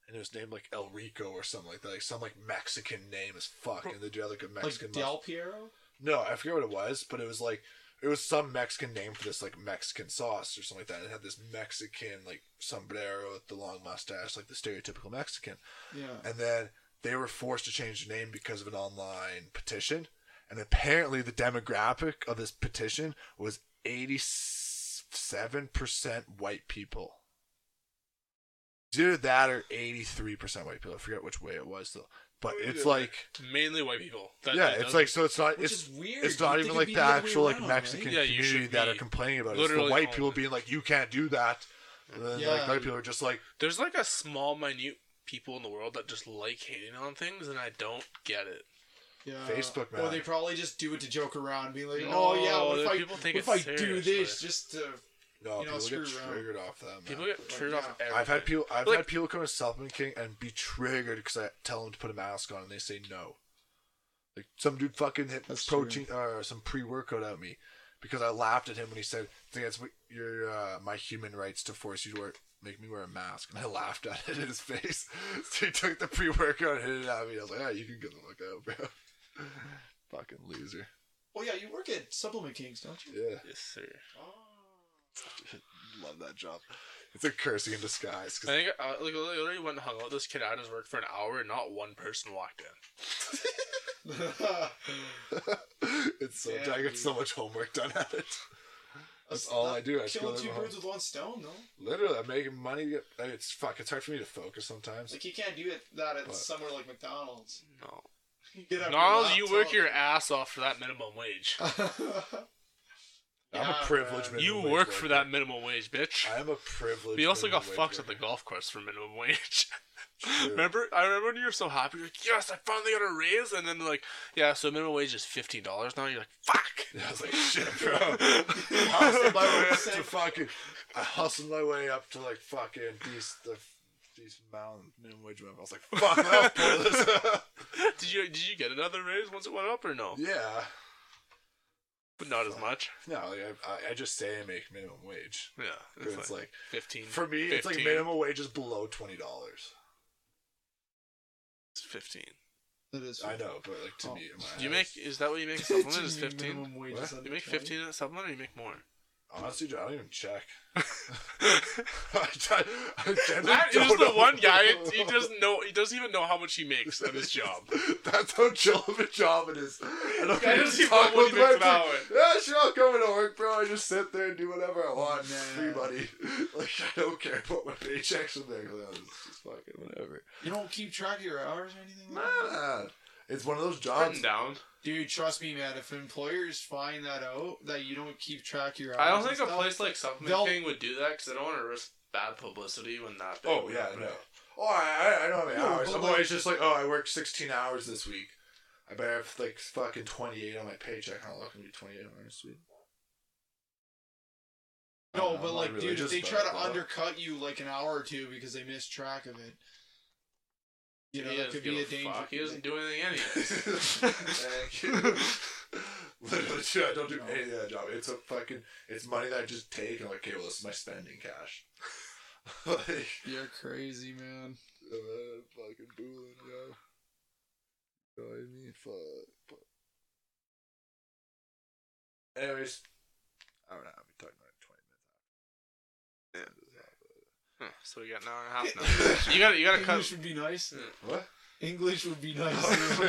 [SPEAKER 1] and it was named like El Rico or something like that, like some like Mexican name as fuck, and they do have like a Mexican.
[SPEAKER 2] like
[SPEAKER 1] mustard.
[SPEAKER 2] Del Piero.
[SPEAKER 1] No, I forget what it was, but it was like it was some Mexican name for this like Mexican sauce or something like that. And it had this Mexican like sombrero with the long mustache, like the stereotypical Mexican.
[SPEAKER 2] Yeah.
[SPEAKER 1] And then they were forced to change their name because of an online petition. And apparently, the demographic of this petition was 87% white people. It's Either that or 83% white people. I forget which way it was, though. But it's like,
[SPEAKER 3] Mainly white people. That-
[SPEAKER 1] yeah,
[SPEAKER 3] that
[SPEAKER 1] it's
[SPEAKER 3] does
[SPEAKER 1] like, so it's not,
[SPEAKER 2] Which
[SPEAKER 1] it's,
[SPEAKER 2] is weird.
[SPEAKER 1] it's not
[SPEAKER 2] You'd
[SPEAKER 1] even
[SPEAKER 2] think
[SPEAKER 1] like
[SPEAKER 2] it'd be
[SPEAKER 1] the
[SPEAKER 2] other way
[SPEAKER 1] actual, like,
[SPEAKER 2] around,
[SPEAKER 1] Mexican
[SPEAKER 2] right?
[SPEAKER 3] Yeah, you
[SPEAKER 1] community
[SPEAKER 3] should
[SPEAKER 1] that
[SPEAKER 3] be
[SPEAKER 1] are complaining about it. It's the
[SPEAKER 3] literally
[SPEAKER 1] white
[SPEAKER 3] all
[SPEAKER 1] people
[SPEAKER 3] of it.
[SPEAKER 1] being like, you can't do that. And then,
[SPEAKER 2] Yeah.
[SPEAKER 1] like, white people are just like,
[SPEAKER 3] There's like a small, minute people in the world that just like hating on things, and I don't get it.
[SPEAKER 2] Yeah.
[SPEAKER 1] Facebook,
[SPEAKER 2] Or
[SPEAKER 1] man.
[SPEAKER 2] they probably just do it to joke around, be like,
[SPEAKER 3] No,
[SPEAKER 2] "Oh yeah, what if
[SPEAKER 3] the
[SPEAKER 2] I,
[SPEAKER 3] people think
[SPEAKER 2] what if I
[SPEAKER 3] it's
[SPEAKER 2] do this
[SPEAKER 3] serious,
[SPEAKER 2] just to?"
[SPEAKER 1] no,
[SPEAKER 2] You know,
[SPEAKER 1] people get
[SPEAKER 2] screw around.
[SPEAKER 1] triggered off that, man.
[SPEAKER 3] People get turned off.
[SPEAKER 2] yeah.
[SPEAKER 3] Everything.
[SPEAKER 1] I've had people. I've
[SPEAKER 3] Like-
[SPEAKER 1] had people come to Supplement King and be triggered because I tell them to put a mask on and they say no. Like some dude fucking hit
[SPEAKER 2] That's
[SPEAKER 1] protein or some pre workout at me because I laughed at him when he said, "I think it's your uh, my human rights to force you to wear make me wear a mask," and I laughed at it in his face. <laughs> so he took the pre workout and hit it at me. I was like, "Yeah, you can go the fuck out, bro." <laughs> fucking loser.
[SPEAKER 2] Oh yeah, you work at Supplement Kings, don't you?
[SPEAKER 1] Yeah,
[SPEAKER 3] Yes, sir.
[SPEAKER 2] <laughs> Oh.
[SPEAKER 1] love that job. It's a cursing in disguise. 'cause
[SPEAKER 3] I think I, like, I literally went and hung out with this kid at his work for an hour, and not one person walked in.
[SPEAKER 1] <laughs> it's so
[SPEAKER 2] Yeah,
[SPEAKER 1] I get
[SPEAKER 2] dude.
[SPEAKER 1] so much homework done at it. That's all I do. I just go
[SPEAKER 2] Killing
[SPEAKER 1] to
[SPEAKER 2] two
[SPEAKER 1] my home.
[SPEAKER 2] birds with one stone, though.
[SPEAKER 1] Literally, I'm making money. I mean, It's fuck. It's hard for me to focus sometimes.
[SPEAKER 2] Like you can't do it that at
[SPEAKER 1] But-
[SPEAKER 2] somewhere like McDonald's. <laughs>
[SPEAKER 3] No.
[SPEAKER 2] You get up
[SPEAKER 3] Gnarls,
[SPEAKER 2] your
[SPEAKER 3] you work
[SPEAKER 2] laptop.
[SPEAKER 3] your ass off for that minimum wage.
[SPEAKER 1] I'm a
[SPEAKER 2] Yeah,
[SPEAKER 1] privileged
[SPEAKER 2] man.
[SPEAKER 1] man.
[SPEAKER 3] You
[SPEAKER 1] Minimum wage
[SPEAKER 3] work for
[SPEAKER 1] worker.
[SPEAKER 3] that minimum wage, bitch.
[SPEAKER 1] I am a privileged.
[SPEAKER 3] We also got
[SPEAKER 1] minimum wage
[SPEAKER 3] fucked at the
[SPEAKER 1] worker.
[SPEAKER 3] golf course for minimum wage.
[SPEAKER 1] True.
[SPEAKER 3] <laughs> remember? I remember when you were so happy. You're like, yes, I finally got a raise. And then, like, yeah, so minimum wage is $15 now. You're like, fuck.
[SPEAKER 1] <laughs> I was like, shit, bro.
[SPEAKER 3] <laughs>
[SPEAKER 1] I hustled my way up to fucking. I hustled my way up to like fucking these the these mountain minimum wage. I was like, fuck off,
[SPEAKER 3] <laughs>
[SPEAKER 1] boys.
[SPEAKER 3] Did you did you get another raise once it went up or no?
[SPEAKER 1] yeah.
[SPEAKER 3] But not as much.
[SPEAKER 1] No, like, I- I, I just say I make minimum wage.
[SPEAKER 3] Yeah,
[SPEAKER 1] 'Cause It's like
[SPEAKER 3] fifteen.
[SPEAKER 1] For me, it's like
[SPEAKER 3] 15.
[SPEAKER 1] minimum wage is below twenty dollars.
[SPEAKER 3] It's fifteen.
[SPEAKER 2] <laughs> That is.
[SPEAKER 1] I
[SPEAKER 2] <laughs>
[SPEAKER 1] know, but like to
[SPEAKER 2] Oh.
[SPEAKER 1] me, in my
[SPEAKER 3] Do you
[SPEAKER 1] eyes-
[SPEAKER 3] make is that what you make?
[SPEAKER 2] Do you
[SPEAKER 3] Supplement is
[SPEAKER 2] mean
[SPEAKER 3] fifteen.
[SPEAKER 2] minimum wage
[SPEAKER 1] What?
[SPEAKER 2] is under
[SPEAKER 3] You make
[SPEAKER 2] 20?
[SPEAKER 3] fifteen at supplement, or you make more?
[SPEAKER 1] honestly, dude, I don't even
[SPEAKER 3] <laughs>
[SPEAKER 1] check. <laughs> I, I- I generally
[SPEAKER 3] That is
[SPEAKER 1] don't
[SPEAKER 3] the
[SPEAKER 1] know. <laughs>
[SPEAKER 3] one guy. He doesn't know. He doesn't even know how much he makes at his job.
[SPEAKER 1] That's how chill of a job it is. I
[SPEAKER 3] <laughs>
[SPEAKER 1] don't
[SPEAKER 3] Guy
[SPEAKER 1] even
[SPEAKER 3] doesn't even
[SPEAKER 1] talk
[SPEAKER 3] know what
[SPEAKER 1] with
[SPEAKER 3] he makes
[SPEAKER 1] my-
[SPEAKER 3] an hour.
[SPEAKER 1] Yeah, sure, I'll come into work, bro. I just sit there and do whatever I want.
[SPEAKER 2] Nah.
[SPEAKER 1] Free money. <laughs> Like I don't care about my paychecks in there. It's just fucking whatever.
[SPEAKER 2] You don't keep track of your hours or anything. like that?
[SPEAKER 1] Man, it's one of those jobs.
[SPEAKER 3] Written down.
[SPEAKER 2] Dude, trust me, man. If employers find that out that you don't keep track of your hours,
[SPEAKER 3] I don't
[SPEAKER 2] and
[SPEAKER 3] think a
[SPEAKER 2] stuff,
[SPEAKER 3] place like Supplement
[SPEAKER 2] They'll-
[SPEAKER 3] King would do that because they don't want to risk bad publicity when that. Big
[SPEAKER 1] Oh
[SPEAKER 3] would
[SPEAKER 1] yeah,
[SPEAKER 3] happen.
[SPEAKER 1] no. Oh, I, I- I don't have any
[SPEAKER 2] No,
[SPEAKER 1] hours.
[SPEAKER 2] but
[SPEAKER 1] I'm
[SPEAKER 2] like-
[SPEAKER 1] always just like, oh, I worked 16 hours this week. I better have like fucking 28 on my paycheck. How long can you 28 hours this week?
[SPEAKER 2] No,
[SPEAKER 1] I'm
[SPEAKER 2] but
[SPEAKER 1] Uh, not
[SPEAKER 2] like, dude, if
[SPEAKER 1] religious
[SPEAKER 2] they try
[SPEAKER 1] about
[SPEAKER 2] to
[SPEAKER 1] it, though.
[SPEAKER 2] undercut you like an hour or two because they miss track of it, you know,
[SPEAKER 3] He
[SPEAKER 2] that
[SPEAKER 3] doesn't
[SPEAKER 2] could be a
[SPEAKER 3] give
[SPEAKER 2] danger.
[SPEAKER 3] fuck. He
[SPEAKER 2] <laughs>
[SPEAKER 3] doesn't do anything
[SPEAKER 1] <laughs>
[SPEAKER 3] anyway.
[SPEAKER 1] Thank you. Literally, dude, I don't do any of that job. It's a fucking, it's money that I just take. And I'm like, okay, well, this is my spending cash. <laughs> like, uh,
[SPEAKER 2] You're crazy, man.
[SPEAKER 1] fucking booling, yo. You know what I mean? Fuck. But... Anyways, I don't know. I'll be talking about it in 20 minutes.
[SPEAKER 3] Huh, so we got an hour and a half
[SPEAKER 2] <laughs>
[SPEAKER 3] now. you gotta you gotta
[SPEAKER 2] English
[SPEAKER 3] cut.
[SPEAKER 2] would be nice.
[SPEAKER 1] What?
[SPEAKER 2] English would
[SPEAKER 3] <laughs>
[SPEAKER 2] be
[SPEAKER 3] Oh,
[SPEAKER 2] <laughs> nice.
[SPEAKER 1] <laughs>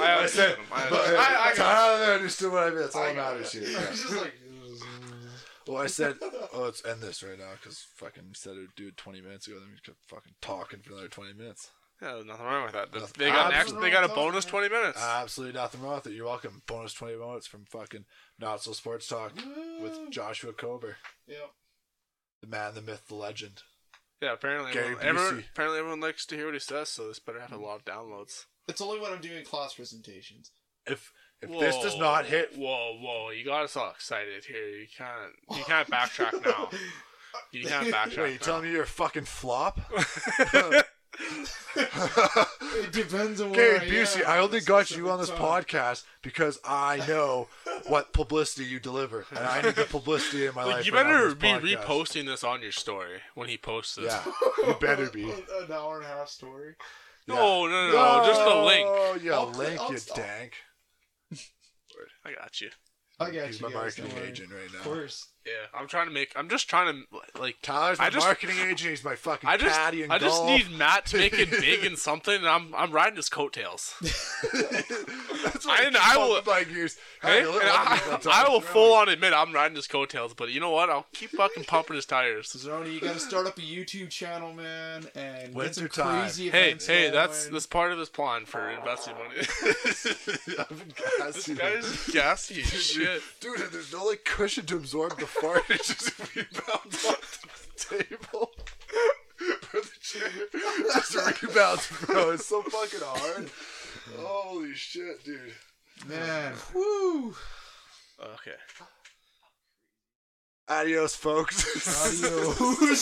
[SPEAKER 1] I understand.
[SPEAKER 3] understand him. I
[SPEAKER 1] I,
[SPEAKER 3] understand. I- I
[SPEAKER 1] Tyler understood what I meant. That's all
[SPEAKER 2] I
[SPEAKER 1] that
[SPEAKER 2] got
[SPEAKER 1] matters
[SPEAKER 2] it.
[SPEAKER 1] here.
[SPEAKER 2] <laughs> I was
[SPEAKER 1] Yeah.
[SPEAKER 2] just like,
[SPEAKER 1] Well, I
[SPEAKER 2] <laughs>
[SPEAKER 1] said, oh, let's end this right now because fucking we said it would do it 20 minutes ago. Then we kept fucking talking for another 20 minutes.
[SPEAKER 3] Yeah, there's nothing wrong with that. They-
[SPEAKER 1] Nothing- Ah,
[SPEAKER 3] They got an
[SPEAKER 1] Absolutely
[SPEAKER 3] ex- they got a
[SPEAKER 2] nothing.
[SPEAKER 3] bonus twenty minutes.
[SPEAKER 1] Absolutely nothing wrong with it. You're welcome. Bonus 20 minutes from fucking Not So Sports Talk with Joshua Kober,
[SPEAKER 2] Yep.
[SPEAKER 1] the man, the myth, the legend.
[SPEAKER 3] Yeah, apparently
[SPEAKER 1] Gary
[SPEAKER 3] everyone, everyone-
[SPEAKER 1] Busey.
[SPEAKER 3] apparently everyone likes to hear what he says, so this better have a lot of downloads.
[SPEAKER 2] It's only when I'm doing class presentations.
[SPEAKER 1] If if this does not hit,
[SPEAKER 3] whoa, whoa! You got us all excited here. You can't, you can't
[SPEAKER 2] <laughs>
[SPEAKER 3] backtrack now. You can't
[SPEAKER 1] <laughs>
[SPEAKER 3] backtrack.
[SPEAKER 1] wait, you telling me you're a fucking
[SPEAKER 3] <laughs>
[SPEAKER 1] flop? <laughs>
[SPEAKER 3] now.
[SPEAKER 2] It depends on where
[SPEAKER 1] Gary Busey, I only got you on this podcast because I know what publicity you deliver, and I need the publicity in my
[SPEAKER 3] like,
[SPEAKER 1] life.
[SPEAKER 3] you
[SPEAKER 1] right now
[SPEAKER 3] better
[SPEAKER 1] on
[SPEAKER 3] be
[SPEAKER 1] this podcast.
[SPEAKER 3] reposting this on your story when he posts this.
[SPEAKER 1] Yeah, you better
[SPEAKER 3] <laughs>
[SPEAKER 1] be.
[SPEAKER 2] <laughs> An hour and a half story.
[SPEAKER 3] No, no, no, no, just the link.
[SPEAKER 1] Oh, yeah,
[SPEAKER 2] I'll-
[SPEAKER 1] link,
[SPEAKER 2] I'll
[SPEAKER 1] you
[SPEAKER 2] stop.
[SPEAKER 1] dank.
[SPEAKER 3] I got you.
[SPEAKER 2] I got
[SPEAKER 1] He's
[SPEAKER 2] you
[SPEAKER 1] my
[SPEAKER 2] guys, don't
[SPEAKER 1] marketing
[SPEAKER 2] worry.
[SPEAKER 1] agent right
[SPEAKER 2] Of
[SPEAKER 1] now.
[SPEAKER 2] course.
[SPEAKER 3] Yeah, I'm trying to make. I'm just trying to like.
[SPEAKER 1] Tyler's my
[SPEAKER 3] I just-
[SPEAKER 1] marketing agent. He's my fucking
[SPEAKER 3] I just.
[SPEAKER 1] caddy and
[SPEAKER 3] I just
[SPEAKER 1] golf.
[SPEAKER 3] need Matt to make
[SPEAKER 1] <laughs>
[SPEAKER 3] it big in something, and I'm I'm riding his coattails.
[SPEAKER 1] That's
[SPEAKER 3] I-
[SPEAKER 1] what I,
[SPEAKER 3] and I
[SPEAKER 1] I
[SPEAKER 3] will-
[SPEAKER 1] will. Like years.
[SPEAKER 3] Hey, and I, <laughs> I will full on admit I'm riding his coattails, but you know what? I'll keep fucking pumping his tires.
[SPEAKER 2] Zony, you gotta start up a YouTube channel, man, and get some
[SPEAKER 1] Wintertime.
[SPEAKER 2] crazy
[SPEAKER 3] Hey,
[SPEAKER 2] events
[SPEAKER 3] hey, that's
[SPEAKER 2] going.
[SPEAKER 3] that's part of his plan for investing
[SPEAKER 1] <laughs>
[SPEAKER 3] <laughs> money. this guy's gassy as shit.
[SPEAKER 1] Dude, and there's no like cushion to absorb the fart. It just <laughs> rebounds off the table. Or the chair. just rebounds, bro. It's so fucking hard. Holy shit, dude.
[SPEAKER 2] man. Woo!
[SPEAKER 3] Okay.
[SPEAKER 1] Adios, folks.
[SPEAKER 2] <laughs> Adios.